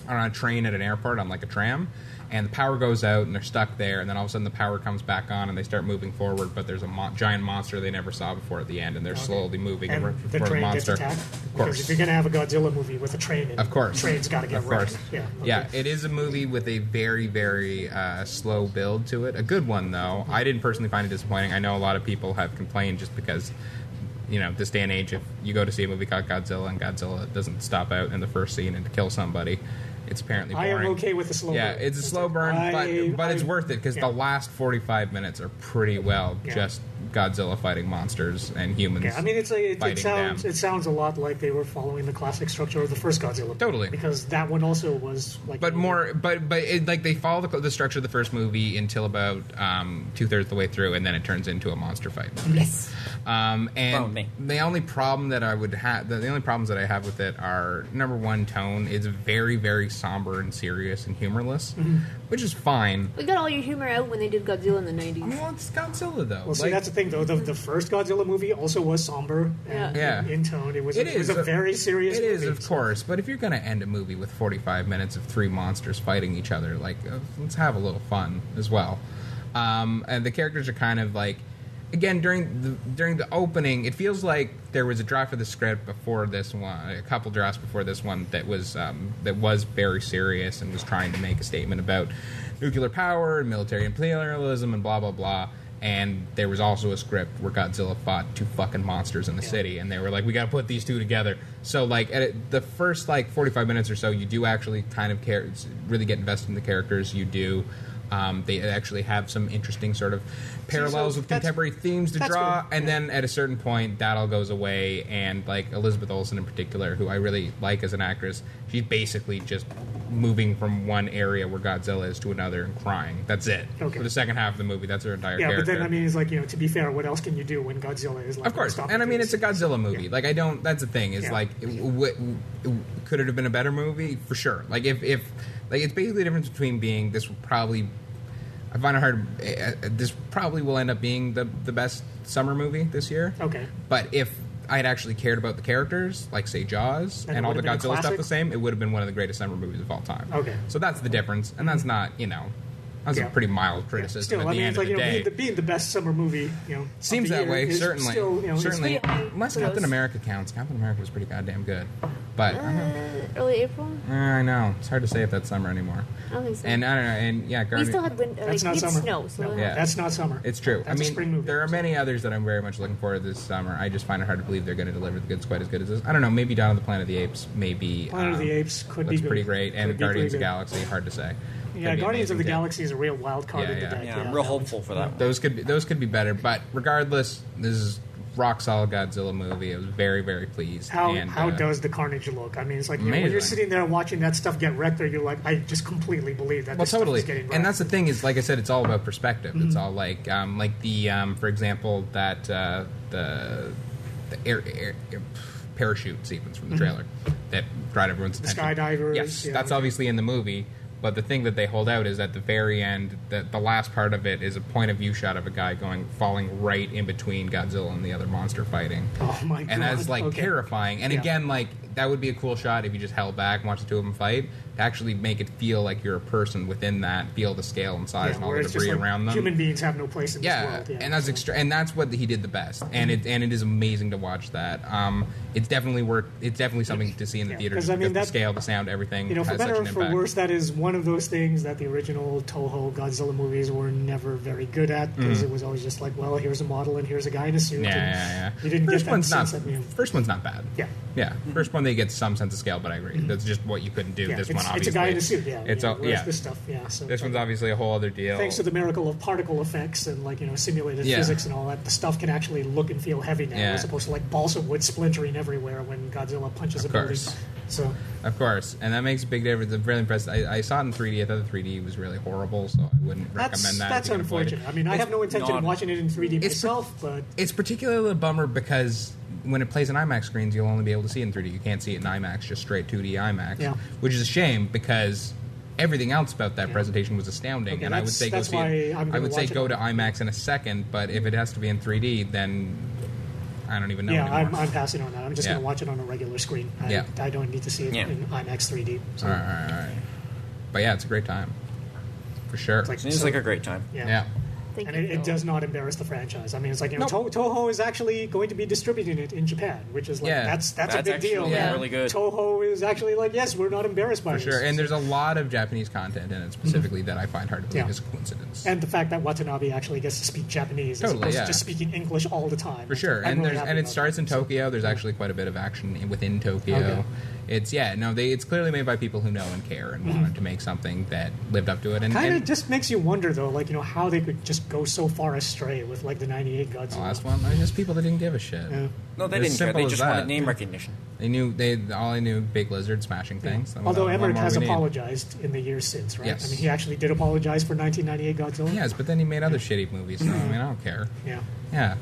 Speaker 1: are on a train at an airport on like a tram and the power goes out and they're stuck there and then all of a sudden the power comes back on and they start moving forward but there's a mo- giant monster they never saw before at the end and they're slowly moving
Speaker 4: And
Speaker 1: for
Speaker 4: the train gets attacked.
Speaker 1: of
Speaker 4: Because if
Speaker 1: course
Speaker 4: you're going to have a Godzilla movie with a train, in it,
Speaker 1: of course
Speaker 4: train's got to get
Speaker 1: of
Speaker 4: wrecked.
Speaker 1: course
Speaker 4: Yeah. okay.
Speaker 1: yeah it is a movie with a very very uh, slow build to it a good one though i didn't personally find it disappointing i know a lot of people have complained just because you know this day and age if you go to see a movie called godzilla and godzilla doesn't stop out in the first scene and kill somebody it's apparently
Speaker 4: I
Speaker 1: boring.
Speaker 4: am okay with the slow.
Speaker 1: Yeah,
Speaker 4: burn.
Speaker 1: it's a
Speaker 4: That's
Speaker 1: slow
Speaker 4: it.
Speaker 1: burn,
Speaker 4: I-
Speaker 1: but but it's
Speaker 4: I-
Speaker 1: worth it because
Speaker 4: yeah.
Speaker 1: the last forty five minutes are pretty well
Speaker 4: Yeah.
Speaker 1: just Godzilla fighting monsters and humans.
Speaker 4: Yeah, I mean, it's a, it, it
Speaker 1: Fighting
Speaker 4: sounds
Speaker 1: them.
Speaker 4: it sounds a lot like they were following the classic structure of the first Godzilla.
Speaker 1: Totally.
Speaker 4: because that one also was like,
Speaker 1: but more, but but it, like they follow the, the structure of the first movie until about um, two thirds of the way through, and then it turns into a monster fight.
Speaker 5: Yes.
Speaker 1: Um,
Speaker 2: Follow
Speaker 1: and
Speaker 2: me.
Speaker 1: the only problem that I would have, the, the only problems that I have with it are number one, tone. It's very, very somber and serious and humorless,
Speaker 4: Mm-hmm.
Speaker 1: which is fine.
Speaker 5: We got all your humor out when they did Godzilla in the 90s.
Speaker 1: Well, it's Godzilla though.
Speaker 4: Well, see,
Speaker 1: Like,
Speaker 4: that's the thing though. The, the first Godzilla movie also was somber and
Speaker 1: Yeah. Yeah.
Speaker 4: in tone. It was
Speaker 1: It
Speaker 4: it, was
Speaker 1: is,
Speaker 4: a very serious.
Speaker 1: It is,
Speaker 4: movie.
Speaker 1: of course, but if you're going to end a movie with 45 minutes of three monsters fighting each other, like, uh, let's have a little fun as well. Um, and the characters are kind of like, again, during the, during the opening, it feels like there was a draft of the script before this one, a couple drafts before this one that was um, that was very serious and was trying to make a statement about nuclear power and military imperialism and blah blah blah. And there was also a script where Godzilla fought two fucking monsters in the city, and they were like, "We got to put these two together." So, like, at it, the first like forty-five minutes or so, you do actually kind of care, really get invested in the characters. You do. Um, they actually have some interesting sort of parallels with
Speaker 4: that's-
Speaker 1: contemporary themes to
Speaker 4: that's
Speaker 1: draw,
Speaker 4: good.
Speaker 1: and then at a certain point, that all goes away. And like Elizabeth Olsen in particular, who I really like as an actress, she's basically just moving from one area where Godzilla is to another and crying. That's it.
Speaker 4: Okay.
Speaker 1: For the second half of the movie, that's her entire
Speaker 4: Yeah,
Speaker 1: character.
Speaker 4: but then I mean, it's like you know, to be fair, what else can you do when Godzilla is like?
Speaker 1: Of course,
Speaker 4: stomping
Speaker 1: and I mean
Speaker 4: things?
Speaker 1: it's a Godzilla movie. Like I don't. That's the thing. Is
Speaker 4: Yeah.
Speaker 1: like, it- w- w- w- could it have been a better movie? For sure. Like if if like it's basically the difference between being this would probably. I find it hard. eh, eh, This probably will end up being the the best summer movie this year.
Speaker 4: Okay.
Speaker 1: But if I had actually cared about the characters, like say Jaws
Speaker 4: Then it
Speaker 1: and all the
Speaker 4: would have been a
Speaker 1: Godzilla stuff
Speaker 4: classic?
Speaker 1: the same, it would have been one of the greatest summer movies of all time.
Speaker 4: Okay. Mm-hmm.
Speaker 1: So that's the difference, and that's not you know, that's
Speaker 4: Yeah.
Speaker 1: a pretty mild criticism
Speaker 4: Still,
Speaker 1: at the
Speaker 4: I mean,
Speaker 1: end
Speaker 4: it's like
Speaker 1: of
Speaker 4: you
Speaker 1: the
Speaker 4: know,
Speaker 1: day.
Speaker 4: being the, being the best summer movie, you know, of
Speaker 1: Seems
Speaker 4: the
Speaker 1: that
Speaker 4: year
Speaker 1: way,
Speaker 4: is
Speaker 1: certainly.
Speaker 4: Still, you know, it's-
Speaker 1: certainly,
Speaker 5: pretty high
Speaker 1: unless
Speaker 5: for
Speaker 1: Captain
Speaker 5: those.
Speaker 1: America counts. Captain America was pretty goddamn good, but I,
Speaker 4: Eh.
Speaker 1: don't,
Speaker 5: Early April?
Speaker 1: eh, I know it's hard to say if that's summer anymore.
Speaker 5: I don't think so.
Speaker 1: And I don't know, and yeah,
Speaker 5: we
Speaker 1: Guardian.
Speaker 5: still had wind, uh, like,
Speaker 4: That's
Speaker 5: we
Speaker 4: not
Speaker 5: had
Speaker 4: summer.
Speaker 5: snow, so
Speaker 4: no,
Speaker 1: Yeah.
Speaker 4: that's not summer.
Speaker 1: it's true.
Speaker 4: That's
Speaker 1: I
Speaker 4: a
Speaker 1: mean,
Speaker 4: spring movie.
Speaker 1: there are
Speaker 4: so-
Speaker 1: many others that I'm very much looking forward to this summer. I just find it hard to believe they're going to deliver the goods quite as good as this. I don't know. Maybe Dawn of the Planet of the Apes. Maybe
Speaker 4: Planet of
Speaker 1: um,
Speaker 4: the Apes could be
Speaker 1: looks
Speaker 4: good.
Speaker 1: pretty great, and
Speaker 4: Could be
Speaker 1: Guardians of the
Speaker 4: pretty
Speaker 1: Galaxy. Hard to say.
Speaker 4: good.
Speaker 1: Could
Speaker 4: Yeah,
Speaker 1: be
Speaker 4: Guardians of
Speaker 1: amazing,
Speaker 4: the
Speaker 1: too.
Speaker 4: Galaxy is a real wild card
Speaker 1: Yeah,
Speaker 4: in the
Speaker 1: yeah.
Speaker 4: deck.
Speaker 2: Yeah, I'm real hopeful for that one.
Speaker 1: Those could be those could be better, but regardless, this is rock solid Godzilla movie. I was very very pleased.
Speaker 4: How
Speaker 1: and,
Speaker 4: how
Speaker 1: uh,
Speaker 4: does the carnage look? I mean, it's like you know, when you're
Speaker 1: Amazing.
Speaker 4: sitting there watching that stuff get wrecked, or you're like, I just completely believe that.
Speaker 1: well
Speaker 4: this
Speaker 1: totally
Speaker 4: stuff is getting Mm-hmm. wrecked.
Speaker 1: and that's the thing is like i said it's all about perspective it's all like um like the um for example that uh the the air, air, air parachute sequence from the trailer that brought everyone's attention
Speaker 4: Mm-hmm. skydivers,
Speaker 1: yes
Speaker 4: yeah.
Speaker 1: that's obviously in the movie but the thing that they hold out is at the very end that the last part of it is a point of view shot of a guy going falling right in between godzilla and the other monster fighting
Speaker 4: oh my god,
Speaker 1: and that's like
Speaker 4: okay.
Speaker 1: terrifying. And
Speaker 4: Yeah.
Speaker 1: again, like that would be a cool shot if you just held back, and watched the two of them fight. To actually make it feel like you're a person within that, feel the scale and size
Speaker 4: Yeah,
Speaker 1: and all
Speaker 4: where
Speaker 1: the
Speaker 4: it's just
Speaker 1: debris
Speaker 4: like
Speaker 1: around them.
Speaker 4: human beings have no place in
Speaker 1: yeah,
Speaker 4: this world. Mm-hmm.
Speaker 1: and that's
Speaker 4: so-
Speaker 1: extra, and that's what he did the best. And it and it is amazing to watch that. Um, it's definitely worth. It's definitely something to see in the
Speaker 4: Yeah,
Speaker 1: theater
Speaker 4: 'cause,
Speaker 1: just
Speaker 4: I mean,
Speaker 1: because the
Speaker 4: that-
Speaker 1: scale, the sound, everything.
Speaker 4: You know, for
Speaker 1: has
Speaker 4: better
Speaker 1: such
Speaker 4: or
Speaker 1: an
Speaker 4: for
Speaker 1: impact.
Speaker 4: worse, that is one of those things that the original Toho Godzilla movies were never very good at because it was always just like, well, here's a model and here's a guy in a suit.
Speaker 1: Mm. Yeah,
Speaker 4: and
Speaker 1: yeah, yeah.
Speaker 4: You didn't
Speaker 1: first
Speaker 4: get that
Speaker 1: one's not.
Speaker 4: sense of, you know,
Speaker 1: First one's not bad.
Speaker 4: Yeah. Mm-hmm.
Speaker 1: yeah. First one they get some sense of scale, but I agree. That's just what you couldn't do.
Speaker 4: yeah,
Speaker 1: this
Speaker 4: it's,
Speaker 1: one, obviously,
Speaker 4: it's a guy in a suit. Yeah,
Speaker 1: It's
Speaker 4: you know,
Speaker 1: all-
Speaker 4: whereas
Speaker 1: yeah.
Speaker 4: this stuff. Yeah, so
Speaker 1: This one's obviously a whole other deal.
Speaker 4: Thanks to the miracle of particle effects and like you know simulated
Speaker 1: Yeah.
Speaker 4: physics and all that, the stuff can actually look and feel heavy now,
Speaker 1: Yeah.
Speaker 4: as opposed to like balsa wood splintering everywhere when Godzilla punches
Speaker 1: Of
Speaker 4: a building.
Speaker 1: course.
Speaker 4: So
Speaker 1: Of course, and that makes a big difference. I'm really impressed. I, I saw it in 3D. I thought the 3D was really horrible, so I wouldn't
Speaker 4: that's
Speaker 1: recommend that. if
Speaker 4: that's
Speaker 1: you can avoid it.
Speaker 4: unfortunate. I mean, I have no intention
Speaker 2: not-
Speaker 4: of watching it in 3D
Speaker 1: It's-
Speaker 4: myself, but
Speaker 1: It's particularly a bummer because when it plays in IMAX screens, you'll only be able to see it in 3D. You can't see it in IMAX, just straight 2D IMAX,
Speaker 4: Yeah.
Speaker 1: which is a shame because everything else about that presentation was astounding.
Speaker 4: Okay,
Speaker 1: and I would
Speaker 4: that's-
Speaker 1: say go
Speaker 4: that's
Speaker 1: see
Speaker 4: why I'm
Speaker 1: it. I
Speaker 4: gonna
Speaker 1: would say
Speaker 4: watch it
Speaker 1: go to
Speaker 4: on-
Speaker 1: IMAX in a second, but if it has to be in 3D, then I don't even know
Speaker 4: yeah, I'm,
Speaker 1: anymore.
Speaker 4: I'm passing on that. I'm just
Speaker 1: Yeah.
Speaker 4: going to watch it on a regular screen. I,
Speaker 1: Yeah.
Speaker 4: I don't need to see it
Speaker 2: Yeah.
Speaker 4: in IMAX 3D. So
Speaker 1: all right, all right, all right. But yeah, it's a great time for sure.
Speaker 4: it's like,
Speaker 2: Seems
Speaker 4: so-
Speaker 2: like a great time.
Speaker 4: yeah.
Speaker 1: yeah.
Speaker 5: Thank
Speaker 4: And
Speaker 5: you,
Speaker 4: it, it
Speaker 5: Phil.
Speaker 4: does not embarrass the franchise. I mean, it's like you know,
Speaker 1: Nope.
Speaker 4: to- Toho is actually going to be distributing it in Japan, which is like
Speaker 1: Yeah.
Speaker 4: that's that's,
Speaker 2: That's
Speaker 4: a big deal.
Speaker 2: actually
Speaker 4: that
Speaker 2: really good.
Speaker 4: Toho is actually like, yes, we're not embarrassed by
Speaker 1: For
Speaker 4: this.
Speaker 1: sure, and there's a lot of Japanese content in it specifically that I find hard to believe
Speaker 4: Yeah.
Speaker 1: is a coincidence. things.
Speaker 4: And the fact that Watanabe actually gets to speak Japanese as
Speaker 1: Totally,
Speaker 4: opposed
Speaker 1: yeah.
Speaker 4: to just speaking English all the time.
Speaker 1: for sure.
Speaker 4: I'm
Speaker 1: and
Speaker 4: really
Speaker 1: there's
Speaker 4: happy
Speaker 1: and it
Speaker 4: about
Speaker 1: starts
Speaker 4: that. Oh,
Speaker 1: in Tokyo. There's actually quite a bit of action in- within Tokyo.
Speaker 4: Okay.
Speaker 1: It's yeah, no, they it's clearly made by people who know and care and wanted to make something that lived up to it.
Speaker 4: Kind
Speaker 1: And,
Speaker 4: of
Speaker 1: and
Speaker 4: Mm-hmm. just makes you wonder, though, like, you know, how they could just go so far astray with, like, the 98 Godzilla.
Speaker 1: the last Oh, one, there's just people that didn't give a shit.
Speaker 4: Yeah.
Speaker 2: No, they
Speaker 1: As
Speaker 2: didn't care.
Speaker 1: simple
Speaker 2: They
Speaker 1: as
Speaker 2: just
Speaker 1: that.
Speaker 2: wanted name recognition.
Speaker 1: They knew they all they knew big lizard smashing things. Well,
Speaker 4: Although
Speaker 1: what
Speaker 4: Emmerich
Speaker 1: more
Speaker 4: has
Speaker 1: we need?
Speaker 4: apologized in the years since, right?
Speaker 1: Yes.
Speaker 4: I mean, he actually did apologize for 1998 Godzilla.
Speaker 1: Yes, but then he made other shitty movies. So, I mean, I don't care.
Speaker 4: Yeah.
Speaker 1: Yeah.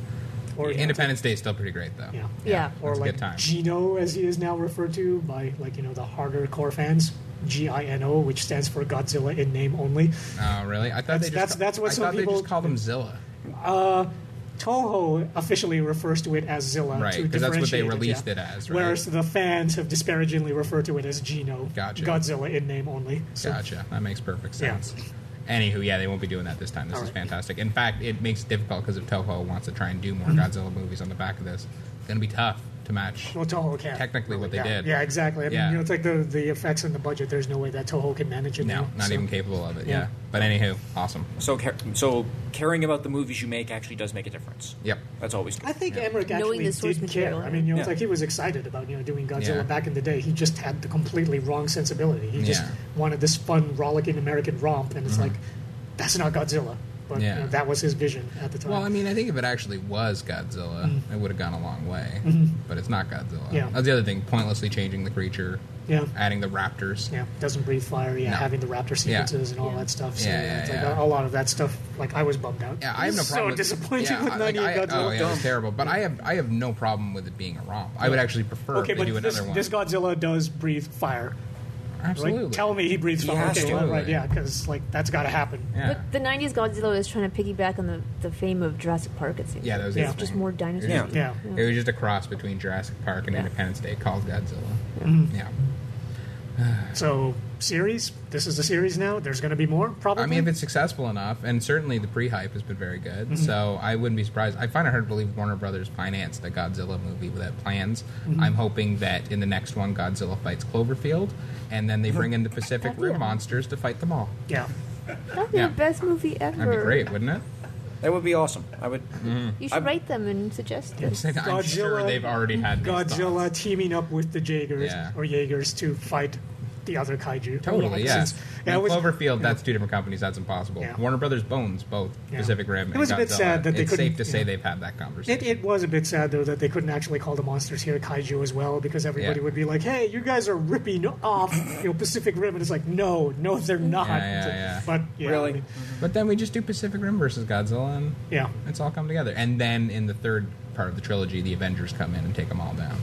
Speaker 4: Or
Speaker 1: Independence Day is still pretty great though.
Speaker 4: Yeah.
Speaker 5: Yeah.
Speaker 1: Or
Speaker 4: Or
Speaker 1: a
Speaker 4: like
Speaker 1: good time.
Speaker 4: Gino, as he is now referred to by like you know the harder core fans, G I N O, which stands for Godzilla in name only.
Speaker 1: Oh, really? I
Speaker 4: That's-
Speaker 1: thought they just
Speaker 4: that's- that's what
Speaker 1: I
Speaker 4: some
Speaker 1: thought they
Speaker 4: people-
Speaker 1: just called him Zilla.
Speaker 4: Toho officially refers to it as Zilla,
Speaker 1: Right,
Speaker 4: to
Speaker 1: 'cause that's what they
Speaker 4: differentiate
Speaker 1: released
Speaker 4: yeah.
Speaker 1: it as, right?
Speaker 4: Whereas the fans have disparagingly referred to it as Gino,
Speaker 1: Gotcha.
Speaker 4: Godzilla in name only. So,
Speaker 1: Gotcha. That makes perfect
Speaker 4: Yeah.
Speaker 1: sense. Anywho, yeah, they won't be doing that this time. This
Speaker 4: All
Speaker 1: is
Speaker 4: right.
Speaker 1: fantastic. In fact, it makes it difficult because if Toho wants to try and do more
Speaker 4: Mm-hmm.
Speaker 1: Godzilla movies on the back of this, it's going to be tough to match.
Speaker 4: Well, Toho can
Speaker 1: Technically what they
Speaker 4: yeah.
Speaker 1: did.
Speaker 4: Yeah, exactly. I mean,
Speaker 1: Yeah.
Speaker 4: you know, it's like the the effects and the budget. There's no way that Toho can manage it.
Speaker 1: No,
Speaker 4: now,
Speaker 1: not
Speaker 4: so.
Speaker 1: even capable of it. Yeah.
Speaker 4: Yeah.
Speaker 1: But anywho, awesome.
Speaker 2: So, care- so caring about the movies you make actually does make a difference.
Speaker 1: Yep.
Speaker 2: That's always good.
Speaker 4: I think Emmerich
Speaker 5: Knowing
Speaker 4: actually
Speaker 5: the source
Speaker 4: did care.
Speaker 5: material,
Speaker 4: I mean, you know, it's
Speaker 2: yeah.
Speaker 4: like he was excited about you know doing Godzilla
Speaker 1: Yeah.
Speaker 4: back in the day. He just had the completely wrong sensibility. He just
Speaker 1: Yeah. Mm-hmm.
Speaker 4: wanted this fun, rollicking American romp, and it's like that's not Godzilla. But
Speaker 1: Yeah.
Speaker 4: you know, that was his vision at the time.
Speaker 1: Well, I mean, I think if it actually was Godzilla, it would have gone a long way. But it's not Godzilla.
Speaker 4: Mm-hmm. Yeah.
Speaker 1: That's the other thing. Pointlessly changing the creature,
Speaker 4: yeah,
Speaker 1: adding the raptors.
Speaker 4: yeah, doesn't breathe fire. Yeah,
Speaker 1: No.
Speaker 4: having the raptor sequences and all
Speaker 6: Yeah.
Speaker 4: that stuff. So
Speaker 1: Yeah,
Speaker 4: yeah,
Speaker 1: yeah,
Speaker 4: it's like
Speaker 1: yeah.
Speaker 4: a, a lot of that stuff. Like I was bummed out.
Speaker 1: Yeah, I have no
Speaker 4: So
Speaker 1: problem. with,
Speaker 4: disappointed
Speaker 1: yeah,
Speaker 4: with
Speaker 1: I-
Speaker 4: 98
Speaker 1: I-
Speaker 4: Godzilla.
Speaker 1: Oh yeah, it was terrible. But I have I have no problem with it being a romp. I would actually prefer
Speaker 4: Okay,
Speaker 1: if they
Speaker 4: but
Speaker 1: do another
Speaker 4: this,
Speaker 1: one.
Speaker 4: this Godzilla does breathe fire. Right?
Speaker 1: Absolutely.
Speaker 4: Tell me he breathes
Speaker 2: He
Speaker 4: fire.
Speaker 2: has
Speaker 4: okay,
Speaker 2: to.
Speaker 4: well, right? Yeah, because like that's got to happen.
Speaker 1: Yeah.
Speaker 3: But the '90s Godzilla is trying to piggyback on the, the fame of Jurassic Park. It seems.
Speaker 1: Yeah, that was
Speaker 4: Yeah.
Speaker 1: the other
Speaker 3: just
Speaker 1: thing.
Speaker 3: more
Speaker 1: It was
Speaker 3: dinosaurs.
Speaker 2: Yeah.
Speaker 1: just-
Speaker 4: Yeah.
Speaker 1: It was just a cross between Jurassic Park and
Speaker 3: Yeah.
Speaker 1: Independence Day called Godzilla.
Speaker 4: Mm-hmm.
Speaker 1: Yeah.
Speaker 4: So series, this is a series now. There's going to be more probably.
Speaker 1: I mean, if it's successful enough, and certainly the pre-hype has been very good,
Speaker 4: Mm-hmm.
Speaker 1: so I wouldn't be surprised. I find it hard to believe Warner Brothers financed a Godzilla movie without plans.
Speaker 4: Mm-hmm.
Speaker 1: I'm hoping that in the next one, Godzilla fights Cloverfield, and then
Speaker 4: Mm-hmm.
Speaker 1: they bring in the Pacific
Speaker 3: That'd be
Speaker 1: Rim
Speaker 3: a-
Speaker 1: monsters to fight them all.
Speaker 4: yeah,
Speaker 3: That'd be
Speaker 1: Yeah.
Speaker 3: the best movie ever.
Speaker 1: That'd be great, wouldn't it?
Speaker 2: That would be awesome. I would.
Speaker 1: Mm-hmm.
Speaker 3: You should
Speaker 2: I'm-
Speaker 3: write them and suggest them.
Speaker 1: I'm sure
Speaker 4: Godzilla-
Speaker 1: they've already had these
Speaker 4: Godzilla
Speaker 1: thoughts.
Speaker 4: teaming up with the Jaegers
Speaker 1: Yeah.
Speaker 4: or Jaegers to fight the other kaiju.
Speaker 1: Totally, yeah.
Speaker 4: Since-
Speaker 1: And
Speaker 4: yeah, it was-
Speaker 1: Cloverfield, that's two different companies. That's impossible.
Speaker 4: Yeah.
Speaker 1: Warner Brothers owns both
Speaker 4: Yeah.
Speaker 1: Pacific Rim.
Speaker 4: It
Speaker 1: and
Speaker 4: was a bit
Speaker 1: Godzilla.
Speaker 4: sad that they
Speaker 1: It's safe
Speaker 4: couldn't-
Speaker 1: to say
Speaker 4: yeah.
Speaker 1: they've had that
Speaker 4: It,
Speaker 1: conversation.
Speaker 4: it was a bit sad though that they couldn't actually call the monsters here kaiju as well because everybody
Speaker 1: Yeah.
Speaker 4: would be like, "Hey, you guys are ripping off you know Pacific Rim," and it's like, "No, no, they're not."
Speaker 1: yeah, yeah.
Speaker 4: But yeah, I
Speaker 2: Really?
Speaker 4: mean,
Speaker 1: But then we just do Pacific Rim versus Godzilla, and
Speaker 4: yeah.
Speaker 1: it's all come together. And then in the third part of the trilogy, the Avengers come in and take them all down.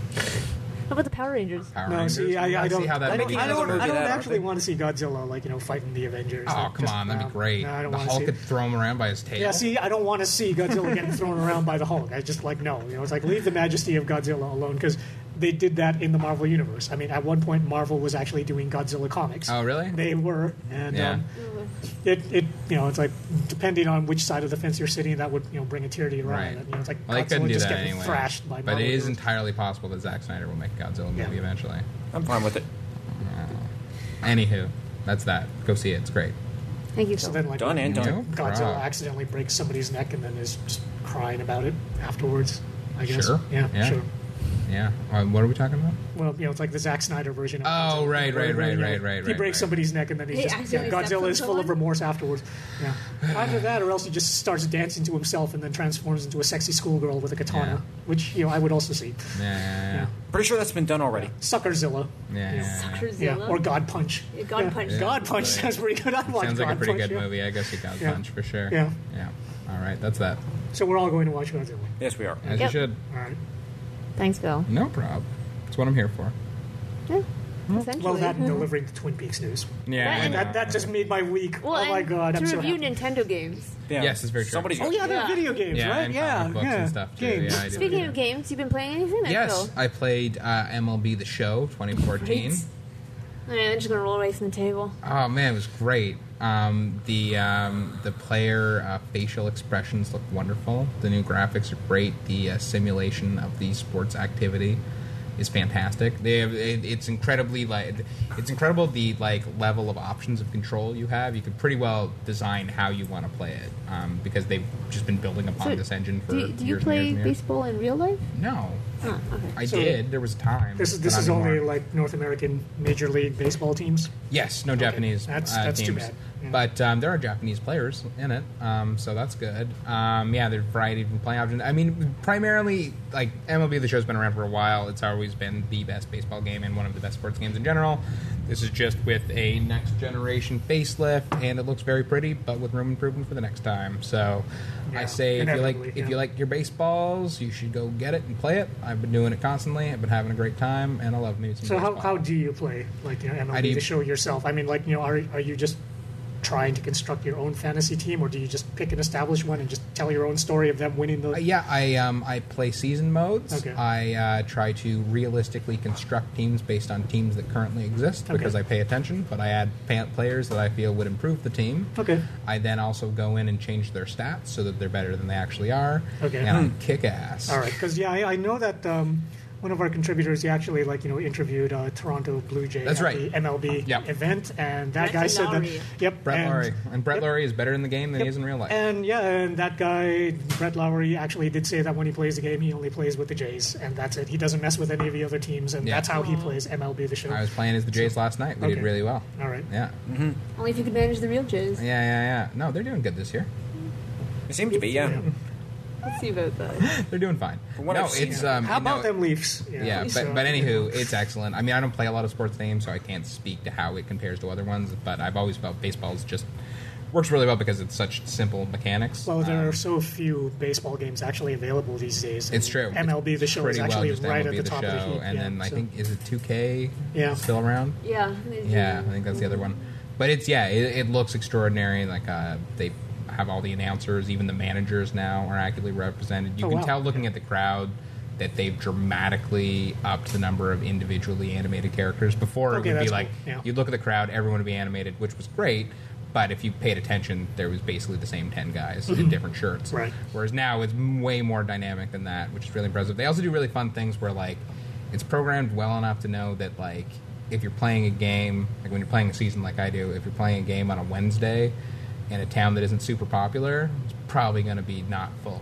Speaker 3: How about the Power Rangers?
Speaker 1: Power
Speaker 4: No,
Speaker 1: Rangers,
Speaker 4: see,
Speaker 1: we
Speaker 4: I, I
Speaker 1: wanna
Speaker 4: don't.
Speaker 1: see how that
Speaker 4: I don't.
Speaker 1: maybe
Speaker 4: I
Speaker 1: goes.
Speaker 2: does
Speaker 4: don't,
Speaker 2: work.
Speaker 4: I don't
Speaker 2: Yeah, I don't
Speaker 4: actually
Speaker 2: think-
Speaker 4: want to see Godzilla like you know fighting the Avengers.
Speaker 1: Oh
Speaker 4: Like,
Speaker 1: come
Speaker 4: just-
Speaker 1: on, that'd
Speaker 4: no,
Speaker 1: be great.
Speaker 4: No, I don't
Speaker 1: the
Speaker 4: want
Speaker 1: Hulk
Speaker 4: to see.
Speaker 1: could
Speaker 4: it.
Speaker 1: throw him around by his tail.
Speaker 4: Yeah, see, I don't want to see Godzilla getting thrown around by the Hulk. I just like no, you know, it's like leave the majesty of Godzilla alone because they did that in the Marvel universe. I mean, at one point, Marvel was actually doing Godzilla comics.
Speaker 1: Oh really?
Speaker 4: They were, and
Speaker 1: Yeah.
Speaker 4: um, it, it, you know, it's like depending on which side of the fence you're sitting, that would you know bring a tear to your eye.
Speaker 1: Right.
Speaker 4: You know, it's like
Speaker 1: well, they
Speaker 4: Godzilla
Speaker 1: couldn't do
Speaker 4: just
Speaker 1: that
Speaker 4: getting
Speaker 1: anyway.
Speaker 4: thrashed by.
Speaker 1: but
Speaker 4: Marvel
Speaker 1: it is
Speaker 4: universe.
Speaker 1: entirely possible that Zack Snyder will make a Godzilla movie
Speaker 4: Yeah.
Speaker 1: eventually.
Speaker 2: I'm fine with it.
Speaker 1: Anywho, that's that. Go see it. It's great.
Speaker 5: Thank you
Speaker 4: So
Speaker 5: so
Speaker 4: then, like
Speaker 2: Done and
Speaker 1: You
Speaker 2: done.
Speaker 1: know?
Speaker 4: Godzilla
Speaker 1: Wow.
Speaker 4: accidentally breaks somebody's neck and then is just crying about it afterwards. I guess.
Speaker 1: Sure.
Speaker 4: Yeah,
Speaker 1: Yeah.
Speaker 4: Sure.
Speaker 1: Yeah. Uh, what are we talking about?
Speaker 4: Well, you know, it's like the Zack Snyder version. Of
Speaker 1: Oh,
Speaker 4: Godzilla,
Speaker 1: right, right,
Speaker 4: where,
Speaker 1: right,
Speaker 4: you know,
Speaker 1: right, right,
Speaker 4: He
Speaker 1: right,
Speaker 4: breaks
Speaker 1: right.
Speaker 4: somebody's neck and then he's
Speaker 5: He
Speaker 4: just yeah,
Speaker 5: accidentally steps
Speaker 4: Godzilla
Speaker 5: on
Speaker 4: is full of
Speaker 5: someone?
Speaker 4: remorse afterwards. Yeah. Either that, or else he just starts dancing to himself and then transforms into a sexy schoolgirl with a katana,
Speaker 1: Yeah.
Speaker 4: which you know I would also see.
Speaker 1: Yeah. yeah, yeah.
Speaker 2: Pretty sure that's been done already.
Speaker 4: Suckerzilla.
Speaker 1: Yeah.
Speaker 5: much.
Speaker 4: Yeah, or God Punch.
Speaker 5: Yeah, God Punch. Yeah.
Speaker 4: God Punch
Speaker 1: Yeah.
Speaker 4: sounds pretty good. I watched
Speaker 1: Sounds
Speaker 4: God
Speaker 1: like a pretty
Speaker 4: Punch,
Speaker 1: good
Speaker 4: yeah.
Speaker 1: movie. I guess you got
Speaker 4: Yeah.
Speaker 1: punch for sure.
Speaker 4: Yeah.
Speaker 1: Yeah. All right, that's that.
Speaker 4: So we're all going to watch Godzilla.
Speaker 2: Yes, we are.
Speaker 1: As
Speaker 3: Yep.
Speaker 1: you should.
Speaker 4: All right.
Speaker 3: Thanks, Bill.
Speaker 1: No prob. That's what I'm here for.
Speaker 3: Yeah. Essentially.
Speaker 4: Well, that and delivering the Twin Peaks news.
Speaker 1: Yeah.
Speaker 3: That
Speaker 1: I
Speaker 3: and-
Speaker 1: know.
Speaker 4: That, that just made my week.
Speaker 3: Well,
Speaker 4: oh my
Speaker 3: and
Speaker 4: god,
Speaker 3: To
Speaker 4: I'm so
Speaker 3: review
Speaker 4: happy.
Speaker 5: Nintendo games.
Speaker 2: Yeah.
Speaker 1: Yes, it's very true.
Speaker 2: Somebody's
Speaker 4: Oh yeah, they're
Speaker 5: Yeah.
Speaker 4: video games,
Speaker 1: Yeah,
Speaker 4: right?
Speaker 1: and
Speaker 4: yeah,
Speaker 1: comic books
Speaker 4: yeah.
Speaker 1: and stuff too.
Speaker 4: Games.
Speaker 1: Yeah, I do.
Speaker 3: Speaking
Speaker 1: yeah.
Speaker 3: of games, you been playing anything? then,
Speaker 1: Yes,
Speaker 3: Bill?
Speaker 1: I played uh, MLB The Show 2014.
Speaker 5: Great.
Speaker 3: Yeah, I'm just gonna roll away from the table.
Speaker 1: Oh man, it was great. Um, the um, the player uh, facial expressions look wonderful. The new graphics are great. The uh, simulation of the sports activity is fantastic. They have, it, it's incredibly like it's incredible the like level of options of control you have. You could pretty well design how you want to play it um, because they've just been building upon
Speaker 3: So,
Speaker 1: this engine for
Speaker 3: Do, do you
Speaker 1: years and
Speaker 3: play
Speaker 1: years and years.
Speaker 3: baseball in real life?
Speaker 1: No,
Speaker 5: Oh, okay.
Speaker 1: I
Speaker 4: So-
Speaker 1: did. There was a time.
Speaker 4: This is
Speaker 1: but
Speaker 4: this
Speaker 1: not
Speaker 4: is only
Speaker 1: anymore.
Speaker 4: like North American major league baseball teams.
Speaker 1: Yes, no Japanese
Speaker 4: That's-
Speaker 1: uh,
Speaker 4: that's too
Speaker 1: teams.
Speaker 4: bad. Yeah.
Speaker 1: But um, there are Japanese players in it, um, so that's good. Um, yeah, there's a variety of playing options. I mean, primarily, like, MLB The Show's been around for a while. It's always been the best baseball game and one of the best sports games in general. This is just with a next generation facelift, and it looks very pretty, but with room improvement for the next time. So
Speaker 4: Yeah,
Speaker 1: I say if you like
Speaker 4: inevitably,
Speaker 1: if
Speaker 4: yeah.
Speaker 1: you like your baseballs, you should go get it and play it. I've been doing it constantly. I've been having a great time, and I love me some
Speaker 4: So how,
Speaker 1: baseball.
Speaker 4: how do you play like you know, MLB
Speaker 1: How do you-
Speaker 4: the show yourself? I mean, like you know, are are you just trying to construct your own fantasy team, or do you just pick an established one and just tell your own story of them winning the?
Speaker 1: Uh, yeah, I um, I play season modes.
Speaker 4: Okay.
Speaker 1: I uh, try to realistically construct teams based on teams that currently exist
Speaker 4: Okay.
Speaker 1: because I pay attention, but I add pa- players that I feel would improve the team.
Speaker 4: Okay.
Speaker 1: I then also go in and change their stats so that they're better than they actually are.
Speaker 4: Okay. Hmm.
Speaker 1: And I kick ass.
Speaker 4: All right, because yeah, I, I know that um, one of our contributors he actually like you know interviewed uh, Toronto Blue Jay
Speaker 1: That's
Speaker 4: at
Speaker 1: right.
Speaker 4: the MLB
Speaker 1: Yep.
Speaker 4: event, and that
Speaker 5: Brett
Speaker 4: guy said
Speaker 5: Lowry.
Speaker 4: that. Yep,
Speaker 1: Brett
Speaker 4: and-
Speaker 1: Laurie. And Brett
Speaker 4: yep.
Speaker 1: Laurie is better in the game than he
Speaker 4: Yep.
Speaker 1: is in real life.
Speaker 4: And yeah, and that guy, Brett Lowry, actually did say that when he plays the game, he only plays with the Jays, and that's it. He doesn't mess with any of the other teams, and
Speaker 1: Yeah.
Speaker 4: that's how he
Speaker 5: Mm-hmm.
Speaker 4: plays MLB the show.
Speaker 1: I was playing as the Jays last night. We did
Speaker 4: Okay.
Speaker 1: really well.
Speaker 4: All right.
Speaker 1: Yeah.
Speaker 5: Only if you can manage the real jizz.
Speaker 1: Yeah, yeah, yeah. No, they're doing good this year.
Speaker 2: They seem to be, yeah.
Speaker 5: Let's see about that.
Speaker 1: They're doing fine.
Speaker 2: From what
Speaker 1: no,
Speaker 2: I've seen,
Speaker 1: it's um,
Speaker 4: How about
Speaker 1: no,
Speaker 4: them Leafs? Yeah,
Speaker 1: Yeah,
Speaker 4: so-
Speaker 1: but, but anywho, it's excellent. I mean, I don't play a lot of sports games, so I can't speak to how it compares to other ones. But I've always felt baseball's just works really well because it's such simple mechanics.
Speaker 4: Well, there
Speaker 1: Um,
Speaker 4: are so few baseball games actually available these days.
Speaker 1: it's true.
Speaker 4: MLB the show is
Speaker 1: Pretty well
Speaker 4: actually
Speaker 1: just
Speaker 4: right
Speaker 1: MLB
Speaker 4: at the, top
Speaker 1: show,
Speaker 4: of the heap.
Speaker 1: and
Speaker 4: yeah,
Speaker 1: then I
Speaker 4: so-
Speaker 1: think is it 2K?
Speaker 4: Yeah.
Speaker 1: still around.
Speaker 5: Yeah.
Speaker 1: Yeah, I think that's the other one. But it's yeah, it, it looks extraordinary. Like uh, they have all the announcers, even the managers now are actively represented. You
Speaker 4: Oh,
Speaker 1: can
Speaker 4: wow.
Speaker 1: tell looking at the crowd that they've dramatically upped the number of individually animated characters. Before
Speaker 4: Okay,
Speaker 1: it would be
Speaker 4: that's
Speaker 1: like
Speaker 4: cool. Yeah.
Speaker 1: you'd look at the crowd, everyone would be animated, which was great. But if you paid attention, there was basically the same ten guys in different shirts.
Speaker 4: Mm-hmm. Right.
Speaker 1: Whereas now it's m- way more dynamic than that, which is really impressive. They also do really fun things where like it's programmed well enough to know that like if you're playing a game, like when you're playing a season like I do, if you're playing a game on a Wednesday in a town that isn't super popular, it's probably going to be not full.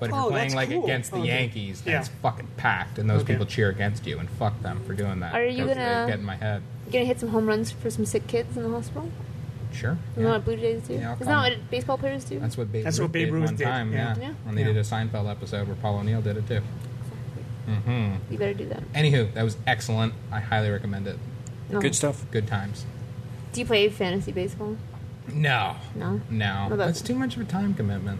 Speaker 1: But if
Speaker 4: Oh,
Speaker 1: you're playing
Speaker 4: that's
Speaker 1: like
Speaker 4: cool.
Speaker 1: against the
Speaker 4: Okay.
Speaker 1: Yankees,
Speaker 4: Yeah.
Speaker 1: that's fucking packed, and those
Speaker 4: Okay.
Speaker 1: people cheer against you, and fuck them for doing that.
Speaker 3: Are you
Speaker 1: because they
Speaker 3: gonna-
Speaker 1: get in my head?
Speaker 5: You gonna hit some home runs for some sick kids in the hospital?
Speaker 1: Sure. yeah.
Speaker 5: Isn't that what Blue Jays do?
Speaker 1: Yeah, I'll
Speaker 5: Isn't
Speaker 1: come.
Speaker 5: that what baseball players do?
Speaker 1: That's what Babe
Speaker 4: That's
Speaker 1: Ruth
Speaker 4: what Babe
Speaker 1: did
Speaker 4: Ruth
Speaker 1: one
Speaker 4: did,
Speaker 1: time,
Speaker 4: yeah.
Speaker 1: yeah.
Speaker 5: Yeah.
Speaker 1: When they
Speaker 4: Yeah.
Speaker 1: did a Seinfeld episode where Paul O'Neill did it too. Mm-hmm.
Speaker 5: You better do that.
Speaker 1: Anywho, that was excellent. I highly recommend it.
Speaker 5: No.
Speaker 2: Good stuff.
Speaker 1: Good times.
Speaker 5: Do you play fantasy baseball?
Speaker 1: No,
Speaker 5: No.
Speaker 1: no,
Speaker 5: Well, that's-
Speaker 1: that's too much of a time commitment.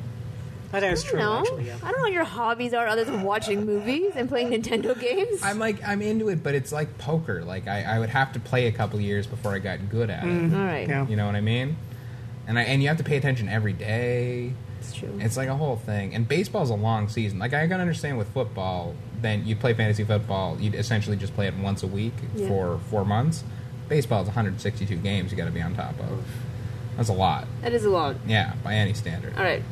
Speaker 4: that is true.
Speaker 5: no.
Speaker 4: Actually, yeah.
Speaker 3: I don't know what your hobbies are other than watching movies and playing Nintendo games.
Speaker 1: I'm like I'm into it, but it's like poker. Like I, I would have to play a couple years before I got good at it.
Speaker 4: Mm-hmm.
Speaker 3: All right,
Speaker 4: Yeah.
Speaker 1: You know what I mean? And I, and you have to pay attention every day.
Speaker 3: it's true.
Speaker 1: It's like a whole thing. And baseball's a long season. Like I can understand with football, then you play fantasy football, you'd essentially just play it once a week
Speaker 3: Yeah.
Speaker 1: for four months. Baseball's 162 games you got to be on top of. That's a lot.
Speaker 5: That is a lot.
Speaker 1: Yeah, by any standard.
Speaker 5: All right.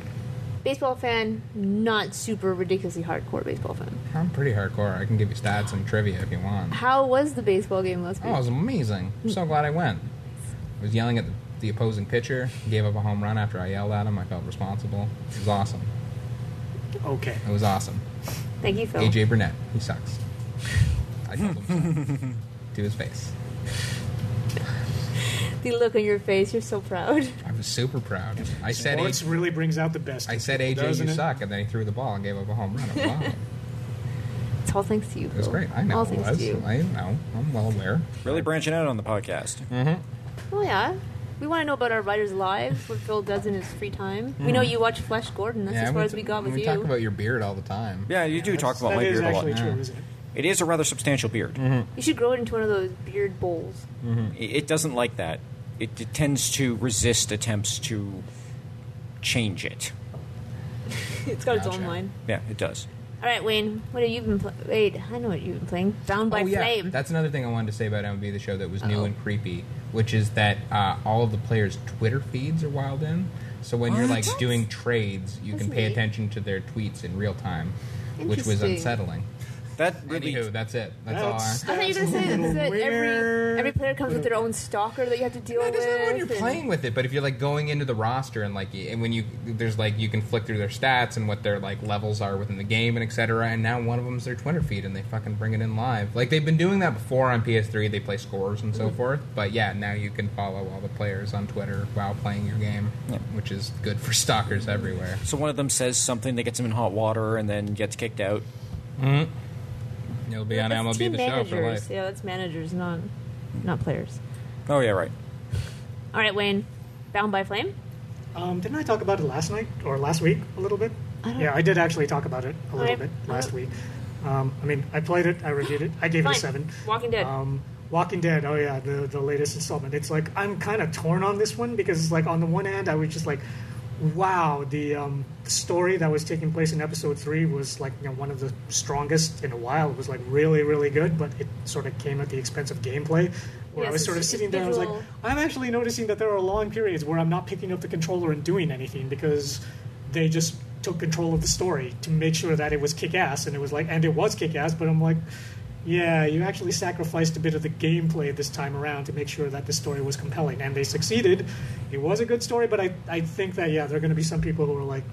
Speaker 5: Baseball fan, not super ridiculously hardcore baseball fan.
Speaker 1: I'm pretty hardcore. I can give you stats and trivia if you want.
Speaker 5: How was the baseball game last
Speaker 1: Oh,
Speaker 5: week?
Speaker 1: it was amazing. I'm so glad I went. I was yelling at the, the opposing pitcher, gave up a home run after I yelled at him. I felt responsible. It was awesome.
Speaker 4: Okay.
Speaker 1: It was awesome.
Speaker 5: Thank you, Phil.
Speaker 1: AJ Burnett, he sucks. I told him so. to his face.
Speaker 5: The look on your face, you're so proud.
Speaker 1: I was super proud. I said,
Speaker 4: Sports
Speaker 1: AJ,
Speaker 4: really brings out the best.
Speaker 1: I said, AJ,
Speaker 4: doesn't
Speaker 1: you
Speaker 4: it?
Speaker 1: suck, and then he threw the ball and gave up a home run. I'm Wow,
Speaker 5: It's all thanks to you.
Speaker 1: it was
Speaker 5: Phil.
Speaker 1: great. I know
Speaker 5: All
Speaker 1: it
Speaker 5: thanks
Speaker 1: was.
Speaker 5: to you.
Speaker 1: I know. I'm well aware.
Speaker 2: Really branching out on the podcast.
Speaker 1: Mm-hmm.
Speaker 5: Oh yeah. We want to know about our writers' lives, what Phil does in his free time. We know you watch Flash Gordon. That's
Speaker 1: Mm. Yeah,
Speaker 5: as far as we got with
Speaker 1: we
Speaker 5: you.
Speaker 1: talk about your beard all the time.
Speaker 2: Yeah, you do talk about
Speaker 4: That
Speaker 2: my
Speaker 4: is
Speaker 2: beard a lot.
Speaker 4: actually
Speaker 1: Yeah.
Speaker 4: true, isn't it?
Speaker 2: It is a rather substantial beard.
Speaker 1: Mm-hmm.
Speaker 5: you should grow it into one of those beard bowls.
Speaker 2: It it doesn't like that. It, it tends to resist attempts to change it.
Speaker 5: it's got its
Speaker 1: Gotcha.
Speaker 5: own line.
Speaker 2: Yeah, it does.
Speaker 5: All right, Wayne. What have you been playing? Wait, I know what you've been playing. Bound by
Speaker 1: oh, yeah.
Speaker 5: Flame.
Speaker 1: That's another thing I wanted to say about MLB the show that was new
Speaker 5: Uh-oh.
Speaker 1: and creepy, which is that uh, all of the players' Twitter feeds are wild in. So when you're like
Speaker 2: What?
Speaker 1: doing trades, you
Speaker 5: That's
Speaker 1: can pay
Speaker 5: neat.
Speaker 1: attention to their tweets in real time, which was
Speaker 5: Interesting.
Speaker 1: unsettling.
Speaker 2: that really
Speaker 1: Anywho, that's it. That's all.
Speaker 4: That's-
Speaker 1: I-
Speaker 5: I thought you were gonna say that,
Speaker 4: That's
Speaker 5: that
Speaker 4: weird.
Speaker 5: every every player comes with their own stalker that you have to deal
Speaker 1: No, it
Speaker 5: with.
Speaker 1: doesn't matter when you're
Speaker 5: and-
Speaker 1: playing with it, but if you're like going into the roster and like and when you there's like you can flick through their stats and what their like levels are within the game and etc. And now one of them's their Twitter feed and they fucking bring it in live. Like they've been doing that before on PS3. They play scores and so
Speaker 4: Mm.
Speaker 1: forth. But yeah, now you can follow all the players on Twitter while playing your game, which is good for stalkers everywhere.
Speaker 2: So one of them says something that gets him in hot water and then gets kicked out.
Speaker 1: It'll be on
Speaker 6: That's
Speaker 1: MLB
Speaker 6: team
Speaker 1: the show
Speaker 6: managers.
Speaker 1: for life.
Speaker 6: Yeah, that's managers, not not players.
Speaker 2: Oh yeah, right.
Speaker 6: All right, Wayne.
Speaker 3: Bound by Flame?
Speaker 4: Um, didn't I talk about it last night or last week a little bit?
Speaker 6: don't-
Speaker 4: yeah, I did actually talk about it a little
Speaker 3: I-
Speaker 4: bit
Speaker 3: I
Speaker 4: last
Speaker 3: don't-
Speaker 4: week. Um, I mean, I played it, I reviewed it, I gave it a seven.
Speaker 3: Walking Dead.
Speaker 4: Um, Walking Dead. Oh yeah, the the latest installment. It's like I'm kind of torn on this one because it's like on the one hand I was just like, wow, the um, story that was taking place in episode three was like you know, one of the strongest in a while. It was like really really good, but it sort of came at the expense of gameplay. Where I
Speaker 5: Yes,
Speaker 4: was sort of
Speaker 5: it's-
Speaker 4: sitting
Speaker 5: it's
Speaker 4: there, I was like,
Speaker 5: visual.
Speaker 4: I'm actually noticing that there are long periods where I'm not picking up the controller and doing anything because they just took control of the story to make sure that it was kick ass and it was like and it was kick ass, but I'm like, yeah, you actually sacrificed a bit of the gameplay this time around to make sure that the story was compelling and they succeeded. It was a good story, but I, I think that yeah, there are gonna be some people who are like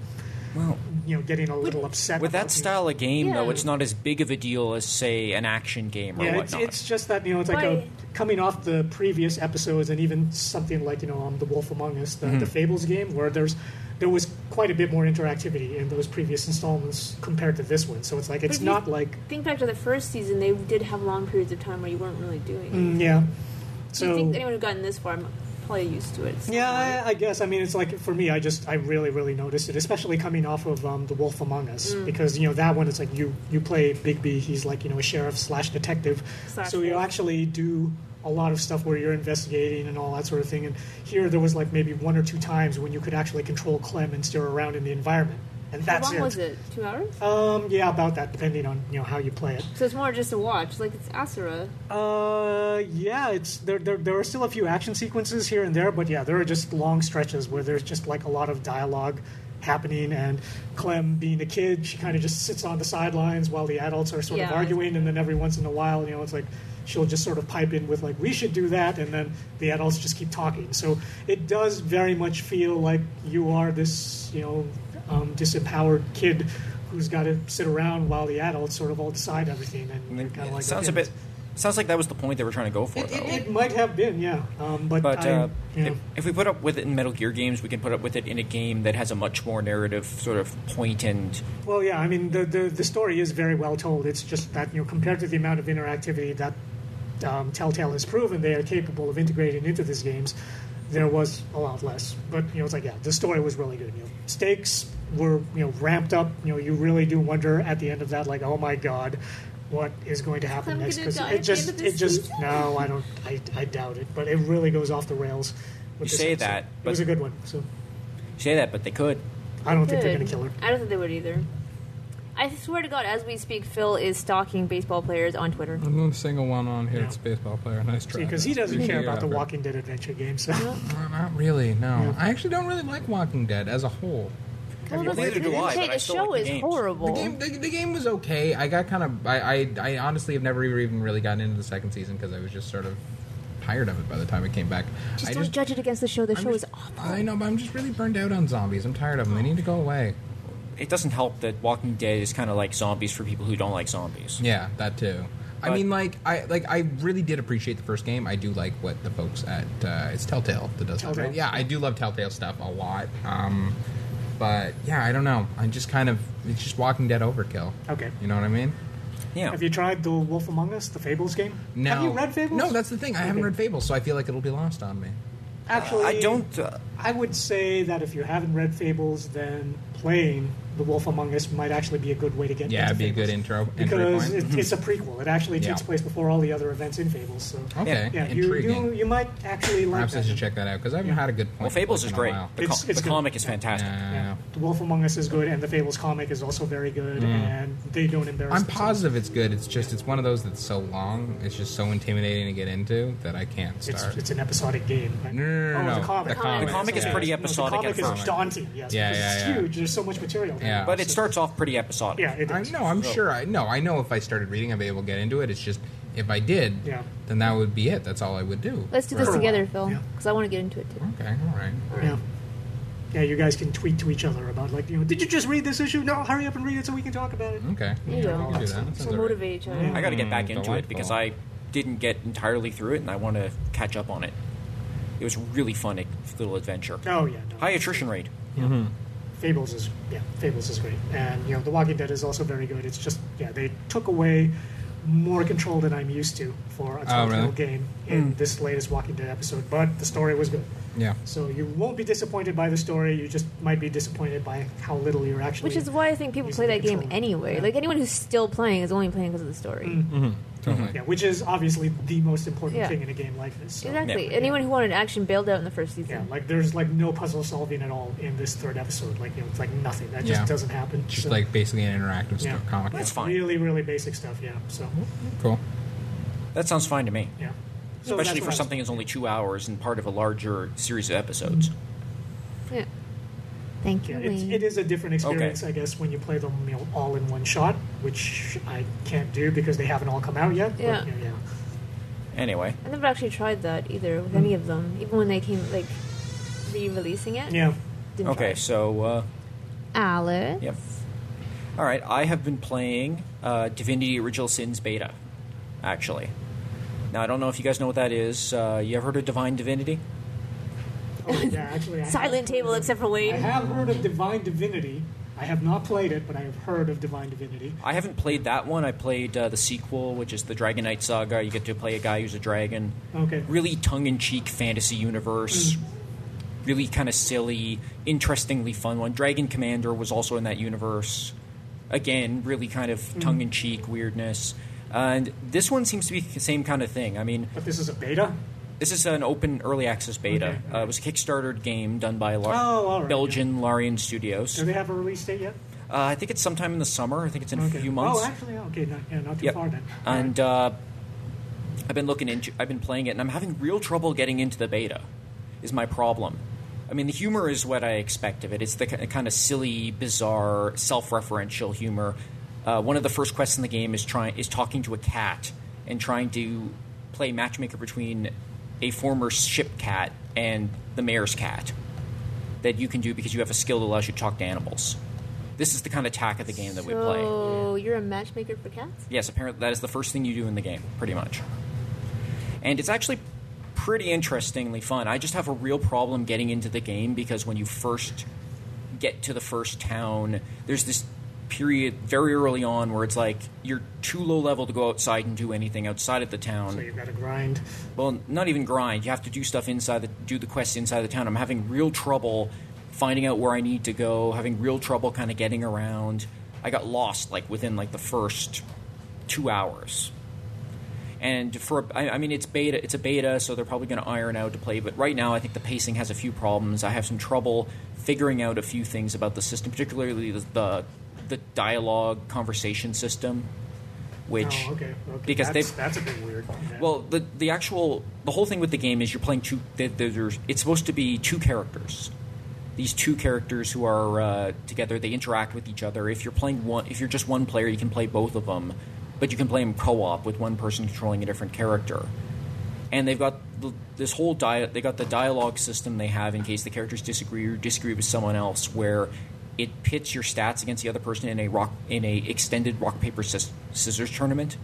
Speaker 2: Well,
Speaker 4: you know, getting a little upset
Speaker 2: with
Speaker 4: about
Speaker 2: that
Speaker 4: the-
Speaker 2: style of game though,
Speaker 5: Yeah.
Speaker 2: it's not as big of a deal as say an action game or
Speaker 4: Yeah, it's,
Speaker 2: whatnot.
Speaker 4: it's just that you know it's like a,
Speaker 5: Why-
Speaker 4: coming off the previous episodes and even something like you know um, the Wolf Among Us, the,
Speaker 2: Hmm.
Speaker 4: the Fables game, where there's there was quite a bit more interactivity in those previous installments compared to this one. So it's like it's
Speaker 5: if you-
Speaker 4: not like
Speaker 5: Think back to the first season; they did have long periods of time where you weren't really doing. it.
Speaker 4: mm, yeah.
Speaker 5: So
Speaker 4: So
Speaker 5: you think anyone who'd gotten this far m- probably used to it. It's
Speaker 4: Yeah,
Speaker 5: not
Speaker 4: I, I guess. I mean, it's like for me, I just I really really noticed it, especially coming off of um, the Wolf Among Us,
Speaker 5: Mm.
Speaker 4: because you know that one. It's like you you play Big B. He's like you know a sheriff slash detective,
Speaker 5: Slash
Speaker 4: so you
Speaker 5: wolf.
Speaker 4: actually do a lot of stuff where you're investigating and all that sort of thing. And here there was like maybe one or two times when you could actually control Clem and steer around in the environment, and
Speaker 5: How
Speaker 4: that's
Speaker 5: long was it? Two hours?
Speaker 4: Um, yeah, about that, depending on you know how you play it.
Speaker 5: So it's more just a watch. Like it's Asura.
Speaker 4: Uh, yeah, it's there, there. There are still a few action sequences here and there, but yeah, there are just long stretches where there's just like a lot of dialogue happening. And Clem, being a kid, she kind of just sits on the sidelines while the adults are sort of
Speaker 5: Yeah.
Speaker 4: arguing, and then every once in a while, you know, it's like she'll just sort of pipe in with like, "We should do that," and then the adults just keep talking. So it does very much feel like you are this, you know, um, disempowered kid. Who's got to sit around while the adults sort of all decide everything, and
Speaker 2: And
Speaker 4: you're
Speaker 2: then-
Speaker 4: kind of
Speaker 2: yeah,
Speaker 4: like
Speaker 2: sounds
Speaker 4: okay,
Speaker 2: a bit. Sounds like that was the point they were trying to go for.
Speaker 4: it,
Speaker 2: though.
Speaker 4: it, it might have been, yeah. Um, but
Speaker 2: Oh. But
Speaker 4: I,
Speaker 2: uh,
Speaker 4: yeah.
Speaker 2: if, if we put up with it in Metal Gear games, we can put up with it in a game that has a much more narrative sort of point and
Speaker 4: well, yeah. I mean, the, the the story is very well told. It's just that you know, compared to the amount of interactivity that um, Telltale has proven they are capable of integrating into these games, there was a lot less. But you know, it's like yeah, the story was really good. You know, stakes were you know ramped up. You know, you really do wonder at the end of that, like, oh my god, what is going to happen
Speaker 5: I'm
Speaker 4: next?
Speaker 5: gonna
Speaker 4: Because
Speaker 5: die
Speaker 4: it
Speaker 5: at the end
Speaker 4: just
Speaker 5: of this
Speaker 4: it just
Speaker 5: season?
Speaker 4: no, I don't, I, I doubt it. But it really goes off the rails. with
Speaker 2: You
Speaker 4: this
Speaker 2: say
Speaker 4: episode.
Speaker 2: that,
Speaker 4: it
Speaker 2: but-
Speaker 4: was a good one. So.
Speaker 2: say that, but they could.
Speaker 4: I don't think they're
Speaker 5: Good.
Speaker 4: going to kill her.
Speaker 5: I don't think they would either.
Speaker 3: I swear to God, as we speak, Phil is stalking baseball players on Twitter.
Speaker 1: I'm the single one on here
Speaker 4: Yeah.
Speaker 1: that's a baseball player. Nice try.
Speaker 4: Because he doesn't
Speaker 1: Appreciate
Speaker 4: care
Speaker 1: your
Speaker 4: about the
Speaker 1: effort.
Speaker 4: Walking Dead adventure game, so
Speaker 1: Uh, Not really. No, I actually don't really like Walking Dead as a whole.
Speaker 4: Have you
Speaker 1: Mm.
Speaker 2: that's-
Speaker 4: played
Speaker 2: neither
Speaker 4: it?
Speaker 2: do I,
Speaker 3: Hey,
Speaker 2: but I
Speaker 3: the
Speaker 2: still
Speaker 3: show
Speaker 2: like the
Speaker 3: is
Speaker 2: games.
Speaker 3: horrible.
Speaker 1: The game, the, the game was okay. I got kind of, I, I, I honestly have never even really gotten into the second season because I was just sort of tired of it by the time it came back.
Speaker 3: just
Speaker 1: I
Speaker 3: don't judge it against the show. The
Speaker 1: I'm
Speaker 3: show
Speaker 1: just-
Speaker 3: is awful.
Speaker 1: I know, but I'm just really burned out on zombies. I'm tired of them. They need to go away.
Speaker 2: It doesn't help that Walking Dead is kind of like zombies for people who don't like zombies.
Speaker 1: Yeah, that too. I
Speaker 2: But-
Speaker 1: mean, like, I like, I really did appreciate the first game. I do like what the folks at uh, it's Telltale that does that,
Speaker 4: Telltale.
Speaker 1: right? Yeah, I do love Telltale stuff a lot. Um, but yeah, I don't know. I'm just kind of it's just Walking Dead overkill.
Speaker 4: Okay.
Speaker 1: you know what I mean?
Speaker 2: Yeah.
Speaker 4: Have you tried the Wolf Among Us, the Fables game?
Speaker 1: No,
Speaker 4: Have you read Fables?
Speaker 1: No, that's the thing. I haven't
Speaker 4: Okay.
Speaker 1: read Fables, so I feel like it'll be lost on me.
Speaker 4: actually.
Speaker 2: I don't. Uh,
Speaker 4: I would say that if you haven't read Fables, then playing the Wolf Among Us might actually be a good way to get.
Speaker 1: Yeah,
Speaker 4: into
Speaker 1: it'd be a good
Speaker 4: Fables.
Speaker 1: intro entry
Speaker 4: Because
Speaker 1: point. Mm-hmm.
Speaker 4: it, it's a prequel. It actually
Speaker 1: Yeah.
Speaker 4: takes place before all the other events in Fables. So
Speaker 1: Okay,
Speaker 4: yeah, you,
Speaker 1: intriguing.
Speaker 4: you you might actually like
Speaker 1: Perhaps I
Speaker 4: that.
Speaker 1: should check that out because I haven't had a good point.
Speaker 2: well, Fables is
Speaker 1: in a
Speaker 2: great.
Speaker 1: while.
Speaker 2: The,
Speaker 4: It's-
Speaker 2: co-
Speaker 4: it's
Speaker 2: the
Speaker 4: good.
Speaker 2: comic is fantastic.
Speaker 1: Yeah.
Speaker 4: The Wolf Among Us is good, and the Fables comic is also very good, and they don't embarrass.
Speaker 1: Mm. I'm
Speaker 4: themselves.
Speaker 1: positive it's good. It's just it's one of those that's so long. It's just so intimidating to get into that I can't
Speaker 4: It's,
Speaker 1: start.
Speaker 4: it's an episodic game. Right?
Speaker 1: No, no, no,
Speaker 4: oh,
Speaker 1: no,
Speaker 4: the comic.
Speaker 1: the comic. The
Speaker 2: comic is
Speaker 4: Yeah.
Speaker 2: pretty
Speaker 4: No,
Speaker 2: episodic
Speaker 4: The
Speaker 2: at
Speaker 4: comic is
Speaker 2: first.
Speaker 4: daunting. Yes,
Speaker 1: Yeah,
Speaker 4: because
Speaker 1: yeah,
Speaker 4: it's
Speaker 1: yeah.
Speaker 4: huge. There's so much material.
Speaker 1: Yeah.
Speaker 2: But it starts off pretty episodic.
Speaker 4: Yeah, it
Speaker 1: I
Speaker 4: does.
Speaker 1: no, I'm
Speaker 2: So-
Speaker 1: sure. I no, I know if I started reading, I'd be able to get into it. It's just if I did,
Speaker 4: Yeah.
Speaker 1: then that would be it. That's all I would do.
Speaker 5: Let's do this
Speaker 1: Right.
Speaker 5: together, Phil,
Speaker 4: Yeah.
Speaker 5: because I want to get into it too.
Speaker 1: Okay, all right.
Speaker 4: Yeah. Yeah, you guys can tweet to each other about like, you know, did you just read this issue? No, hurry up and read it so we can talk about it.
Speaker 1: Okay,
Speaker 5: There you
Speaker 1: Hmm? Yeah, we can do
Speaker 5: go.
Speaker 1: that. That sounds
Speaker 5: We'll
Speaker 1: all right.
Speaker 5: motivate each other.
Speaker 2: I got to get
Speaker 1: Mm,
Speaker 2: back into
Speaker 1: delightful.
Speaker 2: it because I didn't get entirely through it, and I want to catch up on it. It was really fun, a little adventure.
Speaker 4: Oh yeah. No.
Speaker 2: High attrition rate.
Speaker 4: Fables is yeah, Fables is great, and you know, The Walking Dead is also very good. It's just yeah, they took away more control than I'm used to for a Telltale
Speaker 1: Oh, really?
Speaker 4: game
Speaker 2: Hmm.
Speaker 4: in this latest Walking Dead episode, but the story was good.
Speaker 1: Yeah.
Speaker 4: So you won't be disappointed by the story. You just might be disappointed by how little you're actually.
Speaker 3: Which is why I think people
Speaker 4: Use
Speaker 3: play
Speaker 4: the
Speaker 3: that game
Speaker 4: controller.
Speaker 3: anyway.
Speaker 4: Yeah. Mm.
Speaker 3: Like anyone who's still playing is only playing because of the story.
Speaker 1: Totally.
Speaker 4: yeah, which is obviously the most important
Speaker 3: Yeah.
Speaker 4: thing in a game like this. So,
Speaker 3: Exactly.
Speaker 2: Yeah.
Speaker 3: Anyone who wanted action bailed out in the first
Speaker 4: Yeah,
Speaker 3: season.
Speaker 4: like there's like no puzzle solving at all in this third episode. Like you know, it's like nothing. That just
Speaker 1: Yeah.
Speaker 4: doesn't happen.
Speaker 1: Just
Speaker 4: So,
Speaker 1: like basically an interactive
Speaker 4: Yeah.
Speaker 1: stuff, comic.
Speaker 2: That's
Speaker 1: book.
Speaker 2: fine.
Speaker 4: really, really basic stuff. Yeah. So
Speaker 1: Cool.
Speaker 2: That sounds fine to me.
Speaker 4: yeah. So that's
Speaker 2: Especially
Speaker 4: what I
Speaker 2: for
Speaker 4: was-
Speaker 2: something that's only two hours and part of a larger series of episodes.
Speaker 5: Yeah.
Speaker 3: Thank you,
Speaker 4: Yeah, it's,
Speaker 3: Wayne.
Speaker 4: it is a different experience, I guess, when you play them you know, all in one shot, which I can't do because they haven't all come out yet. but,
Speaker 3: Yeah.
Speaker 4: you know, yeah.
Speaker 2: Anyway,
Speaker 3: I never actually tried that either with
Speaker 4: Mm.
Speaker 3: any of them, even when they came like re-releasing it.
Speaker 4: Yeah.
Speaker 3: Didn't
Speaker 2: okay, so uh,
Speaker 6: Alice.
Speaker 2: yep. All right, I have been playing uh, Divinity: Original Sin's beta, actually. Now I don't know if you guys know what that is. Uh, you ever heard of Divine Divinity?
Speaker 4: Oh, yeah, actually. I
Speaker 3: Try.
Speaker 4: have
Speaker 3: Silent
Speaker 4: heard
Speaker 3: table,
Speaker 4: of-
Speaker 3: except for
Speaker 4: I
Speaker 3: Wayne.
Speaker 4: have heard of Divine Divinity. I have not played it, but I have heard of Divine Divinity.
Speaker 2: I haven't played that one. I played uh, the sequel, which is the Dragonite Saga. You get to play a guy who's a dragon.
Speaker 4: Okay.
Speaker 2: Really tongue-in-cheek fantasy universe.
Speaker 4: Mm.
Speaker 2: Really kind of silly, interestingly fun one. Dragon Commander was also in that universe. Again, really kind of
Speaker 4: Mm.
Speaker 2: tongue-in-cheek weirdness. and this one seems to be the same kind of thing. I mean,
Speaker 4: But this is a beta?
Speaker 2: this is an open early access beta.
Speaker 4: Okay.
Speaker 2: Uh, it was a Kickstarter game done by Lar-
Speaker 4: Oh, all right,
Speaker 2: Belgian Larian Studios.
Speaker 4: Do
Speaker 2: Uh,
Speaker 4: they have a release date yet?
Speaker 2: I think it's sometime in the summer. I think it's in
Speaker 4: Okay.
Speaker 2: a few months.
Speaker 4: Oh, actually, okay, not, yeah, not too
Speaker 2: Yep.
Speaker 4: far then.
Speaker 2: And uh, I've been looking into, I've been playing it, and I'm having real trouble getting into the beta. Is my problem. I mean, the humor is what I expect of it. It's the ki- kind of silly, bizarre, self-referential humor. Uh, one of the first quests in the game is trying is talking to a cat and trying to play matchmaker between a former ship cat and the mayor's cat that you can do because you have a skill that allows you to talk to animals. This is the kind of tack of the game that we play.
Speaker 5: So you're a matchmaker for cats?
Speaker 2: Yes, apparently that is the first thing you do in the game, pretty much. And it's actually pretty interestingly fun. I just have a real problem getting into the game because when you first get to the first town, there's this period very early on where it's like you're too low level to go outside and do anything outside of the town
Speaker 4: So you've got to grind.
Speaker 2: well, not even grind. You have to do stuff inside the do the quests inside the town. I'm having real trouble finding out where I need to go. Having real trouble kind of getting around. I got lost like within like the first two hours. And for a- I I mean, it's beta. It's a beta, so they're probably going to iron out to play. But right now, I think the pacing has a few problems. I have some trouble figuring out a few things about the system, particularly the the, the dialogue conversation system, which
Speaker 4: oh, okay. okay.
Speaker 2: because
Speaker 4: that's,
Speaker 2: they've
Speaker 4: that's a bit weird. Yeah.
Speaker 2: well, the the actual the whole thing with the game is you're playing two. There, there's it's supposed to be two characters. These two characters who are uh, together, they interact with each other. If you're playing one, if you're just one player, you can play both of them, but you can play them co-op with one person controlling a different character. And they've got the, this whole dia They got the dialogue system they have in case the characters disagree or disagree with someone else, where it pits your stats against the other person in a rock in a extended rock paper scis- scissors tournament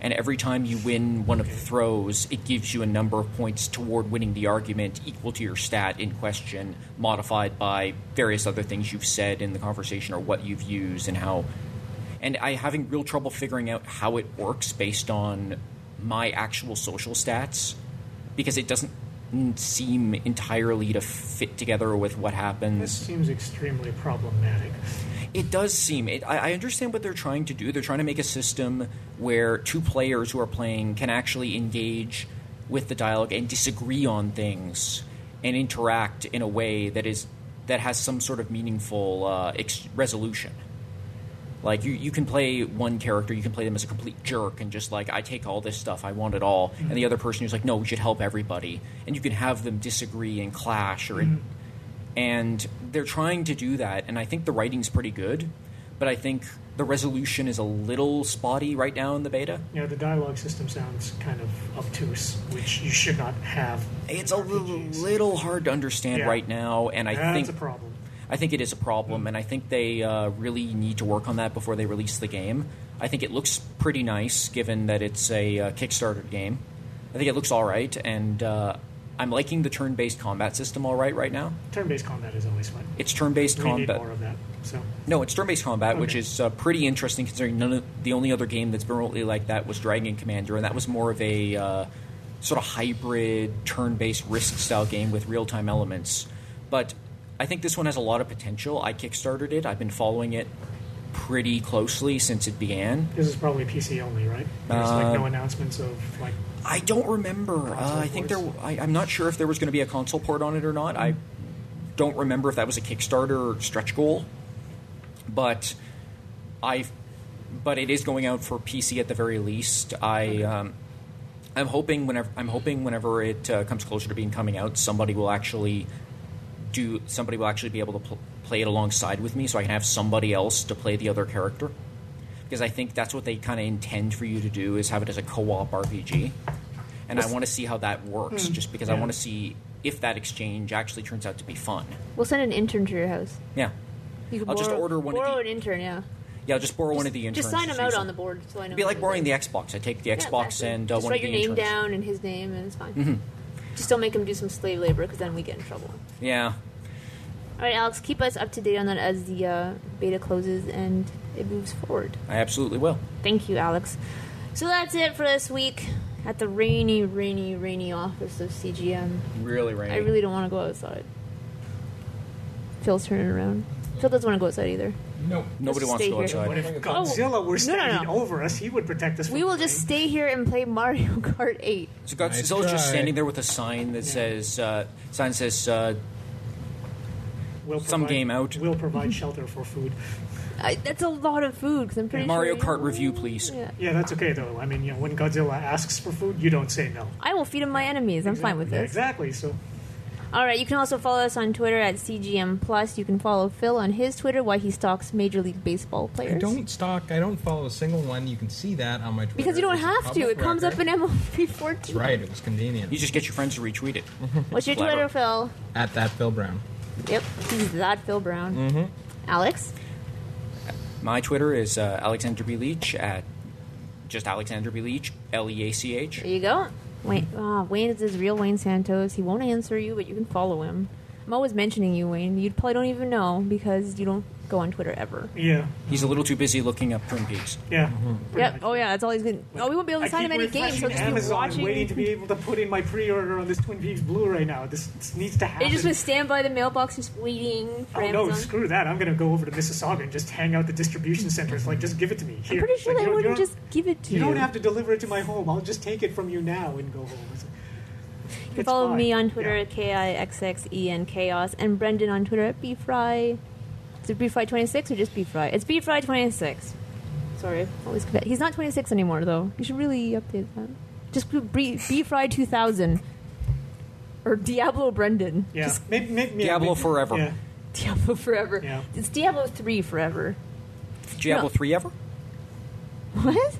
Speaker 2: and every time you win one of the throws, it gives you a number of points toward winning the argument equal to your stat in question, modified by various other things you've said in the conversation or what you've used and how. And I having real trouble figuring out how it works based on my actual social stats because it doesn't seem entirely to fit together with what happens
Speaker 4: this seems extremely problematic.
Speaker 2: it does seem it, I, I understand what they're trying to do they're trying to make a system where two players who are playing can actually engage with the dialogue and disagree on things and interact in a way that is that has some sort of meaningful uh, ex- resolution like you, you can play one character you can play them as a complete jerk and just like i take all this stuff i want it all and the other person who's like no we should help everybody and you can have them disagree and clash or and they're trying to do that and i think the writing's pretty good but i think the resolution is a little spotty right now in the beta
Speaker 4: You know, the dialogue system sounds kind of obtuse, which you should not have. in
Speaker 2: it's a little,
Speaker 4: RPGs.
Speaker 2: little hard to understand
Speaker 4: Yeah.
Speaker 2: right now and i
Speaker 4: That's
Speaker 2: think
Speaker 4: a problem.
Speaker 2: I think it is a problem, and I think they uh, really need to work on that before they release the game. I think it looks pretty nice, given that it's a uh, Kickstarter game. I think it looks all right, and uh, I'm liking the turn-based combat system all right right now.
Speaker 4: Turn-based combat is always fun.
Speaker 2: It's turn-based
Speaker 4: we need
Speaker 2: combat.
Speaker 4: more of that. So
Speaker 2: No, it's turn-based combat, which
Speaker 4: Okay.
Speaker 2: is uh, pretty interesting considering none of the only other game that's been remotely like that was Dragon Commander, and that was more of a uh, sort of hybrid turn-based risk-style game with real-time elements. But I think this one has a lot of potential. I kickstarted it. I've been following it pretty closely since it began.
Speaker 4: this is probably PC only, right? There's
Speaker 2: Uh,
Speaker 4: like no announcements of like.
Speaker 2: I don't remember. Uh, I think there.
Speaker 4: ports?
Speaker 2: I, I'm not sure if there was going to be a console port on it or not. I don't remember if that was a Kickstarter or stretch goal, but I. But it is going out for PC at the very least. I. Um, I'm hoping whenever I'm hoping whenever it uh, comes closer to being coming out, somebody will actually do somebody will actually be able to pl- play it alongside with me, so I can have somebody else to play the other character. Because I think that's what they kind of intend for you to do is have it as a co-op RPG, and I want to see how that works.
Speaker 5: Hmm.
Speaker 2: Just because I
Speaker 4: Yeah.
Speaker 2: want to see if that exchange actually turns out to be fun.
Speaker 5: We'll send an intern to your house.
Speaker 2: Yeah,
Speaker 5: You can
Speaker 2: I'll just
Speaker 5: borrow-
Speaker 2: order one of
Speaker 5: borrow
Speaker 2: the-
Speaker 5: an intern, yeah.
Speaker 2: yeah. I'll just borrow one of the interns.
Speaker 5: Just sign
Speaker 2: to
Speaker 5: him
Speaker 2: do
Speaker 5: out on
Speaker 2: some-
Speaker 5: the board so I know.
Speaker 2: It'd be
Speaker 5: how
Speaker 2: like
Speaker 5: to
Speaker 2: borrowing
Speaker 5: do
Speaker 2: the
Speaker 5: it.
Speaker 2: Xbox. I take the
Speaker 5: Yeah,
Speaker 2: Xbox
Speaker 5: exactly.
Speaker 2: and uh,
Speaker 5: Just
Speaker 2: one
Speaker 5: write
Speaker 2: of the Mm-hmm.
Speaker 5: your name
Speaker 2: interns.
Speaker 5: down and his name, and it's fine. Just don't make him do some slave labor because then we get in trouble.
Speaker 2: Yeah,
Speaker 5: All right, Alex, keep us up to date on that as the uh, beta closes and it moves forward.
Speaker 2: I absolutely will.
Speaker 5: Thank you, Alex. So that's it for this week at the rainy, rainy, rainy office of CGM.
Speaker 2: Really, rainy.
Speaker 5: I really don't want to go outside. Phil's turning around. Phil doesn't want to go outside either.
Speaker 1: Nope.
Speaker 2: Nobody
Speaker 5: Let's
Speaker 2: wants to
Speaker 5: stay
Speaker 2: go
Speaker 5: here.
Speaker 2: outside.
Speaker 4: What if Godzilla were
Speaker 5: Oh, No, no, no.
Speaker 4: standing over us? He would protect us. From
Speaker 5: We will
Speaker 4: the
Speaker 5: just
Speaker 4: rain.
Speaker 5: stay here and play Mario Kart 8.
Speaker 2: So
Speaker 1: Nice
Speaker 2: Godzilla's just
Speaker 1: try.
Speaker 2: standing there with a sign that says uh, sign says uh,
Speaker 4: We'll
Speaker 2: some
Speaker 4: provide-
Speaker 2: game out.
Speaker 4: We'll provide shelter for food.
Speaker 5: I, that's a lot of food because I'm pretty
Speaker 2: Mario
Speaker 5: sure
Speaker 2: Kart review, please.
Speaker 5: Yeah.
Speaker 4: Yeah, that's okay though. I mean, you know, when Godzilla asks for food, you don't say no.
Speaker 5: I will feed him my enemies. I'm fine with
Speaker 4: Yeah,
Speaker 5: this.
Speaker 4: Exactly. So
Speaker 5: All right, you can also follow us on Twitter at CGM Plus. You can follow Phil on his Twitter while he stalks Major League Baseball
Speaker 1: I
Speaker 5: players.
Speaker 1: don't stalk. I don't follow a single one. You can see that on my Twitter.
Speaker 5: because you don't
Speaker 1: It's a
Speaker 5: have to.
Speaker 1: public
Speaker 5: It comes up in
Speaker 1: record.
Speaker 5: MLB 14.
Speaker 1: Right. It was convenient.
Speaker 2: You just get your friends to retweet it.
Speaker 5: What's your
Speaker 2: Clever.
Speaker 5: Twitter, Phil?
Speaker 1: At that Phil Brown.
Speaker 5: Yep, he's that Phil Brown. Mm-hmm. Alex,
Speaker 2: My Twitter is uh, Alexander B Leach at just Alexander B Leach L E A C H.
Speaker 5: there you go. Wayne, ah, Wayne is his real Wayne Santos. He won't answer you, but you can follow him. I'm always mentioning you, Wayne. You probably don't even know because you don't go on Twitter ever.
Speaker 4: yeah,
Speaker 2: He's a little too busy looking up Twin Peaks.
Speaker 4: yeah.
Speaker 2: Mm-hmm.
Speaker 5: Yep. Oh yeah, that's all he's gonna. Oh, we won't be able to sign him any games. He'll just be
Speaker 4: Amazon
Speaker 5: watching.
Speaker 4: waiting to be able to put in my pre-order on this Twin Peaks Blu-ray now. This, this needs to happen.
Speaker 5: They just gonna stand by the mailbox, just waiting for
Speaker 4: Oh
Speaker 5: Amazon.
Speaker 4: no! Screw that! I'm gonna go over to Mississauga and just hang out the distribution centers. Like, just give it to me.
Speaker 5: I'm
Speaker 4: Here.
Speaker 5: pretty sure
Speaker 4: Like,
Speaker 5: they
Speaker 4: you don't-
Speaker 5: wouldn't
Speaker 4: you
Speaker 5: just give it to you.
Speaker 4: don't- You don't have to deliver it to my home. I'll just take it from you now and go home. It's-
Speaker 5: You can
Speaker 4: it's
Speaker 5: follow
Speaker 4: fine.
Speaker 5: me on Twitter
Speaker 4: Yeah.
Speaker 5: at k i x x e n chaos and Brendan on Twitter at bfry. Is it bfry twenty six or just bfry? It's bfry twenty six. Sorry, always confess. He's not twenty six anymore though. You should really update that. Just put B- bfry two thousand or Diablo Brendan.
Speaker 4: Yeah.
Speaker 5: Just
Speaker 4: Maybe, maybe, yeah,
Speaker 2: Diablo
Speaker 4: maybe-
Speaker 2: forever.
Speaker 4: Yeah.
Speaker 5: Diablo forever.
Speaker 4: Yeah.
Speaker 5: It's Diablo three forever.
Speaker 2: Diablo
Speaker 5: No.
Speaker 2: three ever?
Speaker 5: What?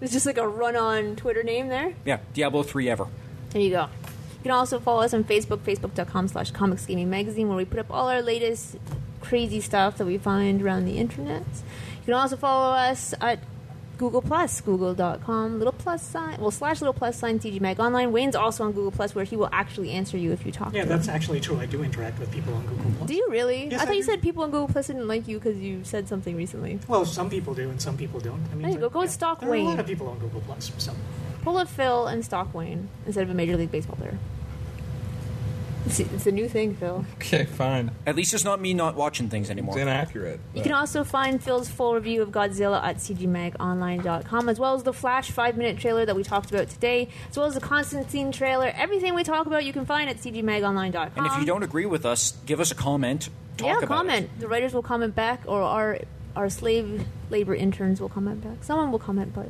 Speaker 5: It's just like a run on Twitter name there.
Speaker 2: Yeah, Diablo three ever.
Speaker 5: There you go. You can also follow us on Facebook, facebook.com slash comics gaming magazine, where we put up all our latest crazy stuff that we find around the internet. You can also follow us at Google Plus, Google.com, little plus sign well slash little plus sign CG Mag Online. Wayne's also on Google Plus where he will actually answer you if you talk
Speaker 4: Yeah,
Speaker 5: to
Speaker 4: that's
Speaker 5: him.
Speaker 4: actually true. I do interact with people on Google Plus.
Speaker 5: Do you really?
Speaker 4: Yes,
Speaker 5: I
Speaker 4: I
Speaker 5: thought you
Speaker 4: do.
Speaker 5: said people on Google Plus didn't like you because you said something recently.
Speaker 4: Well, some people do and some people don't. I mean,
Speaker 5: There you go. Go and stalk
Speaker 4: there are a
Speaker 5: Wayne.
Speaker 4: lot of people on Google Plus. So
Speaker 5: Pull up Phil and stalk Wayne instead of a major league baseball player. It's, it's a new thing, Phil.
Speaker 1: Okay, fine.
Speaker 2: At least it's not me not watching things anymore.
Speaker 1: It's inaccurate.
Speaker 5: You can also find Phil's full review of Godzilla at cgmagonline.com, as well as the Flash five minute trailer that we talked about today, as well as the Constantine trailer. Everything we talk about, you can find at cgmagonline.com.
Speaker 2: and if you don't agree with us, give us a comment. Talk
Speaker 5: Um, yeah,
Speaker 2: about it.
Speaker 5: comment. The writers will comment back, or our our slave labor interns will comment back. Someone will comment back.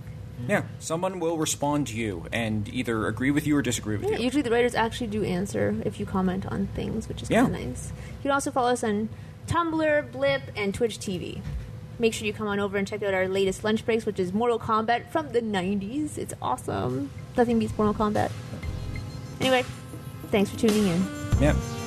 Speaker 2: Yeah, someone will respond to you and either agree with you or disagree with you.
Speaker 5: Usually the writers actually do answer if you comment on things, which is
Speaker 2: Yeah.
Speaker 5: kind of nice. You can also follow us on Tumblr, Blip, and Twitch TV. Make sure you come on over and check out our latest lunch breaks, which is Mortal Kombat from the 90s. It's awesome. Nothing beats Mortal Kombat. Anyway, thanks for tuning in.
Speaker 2: Yeah.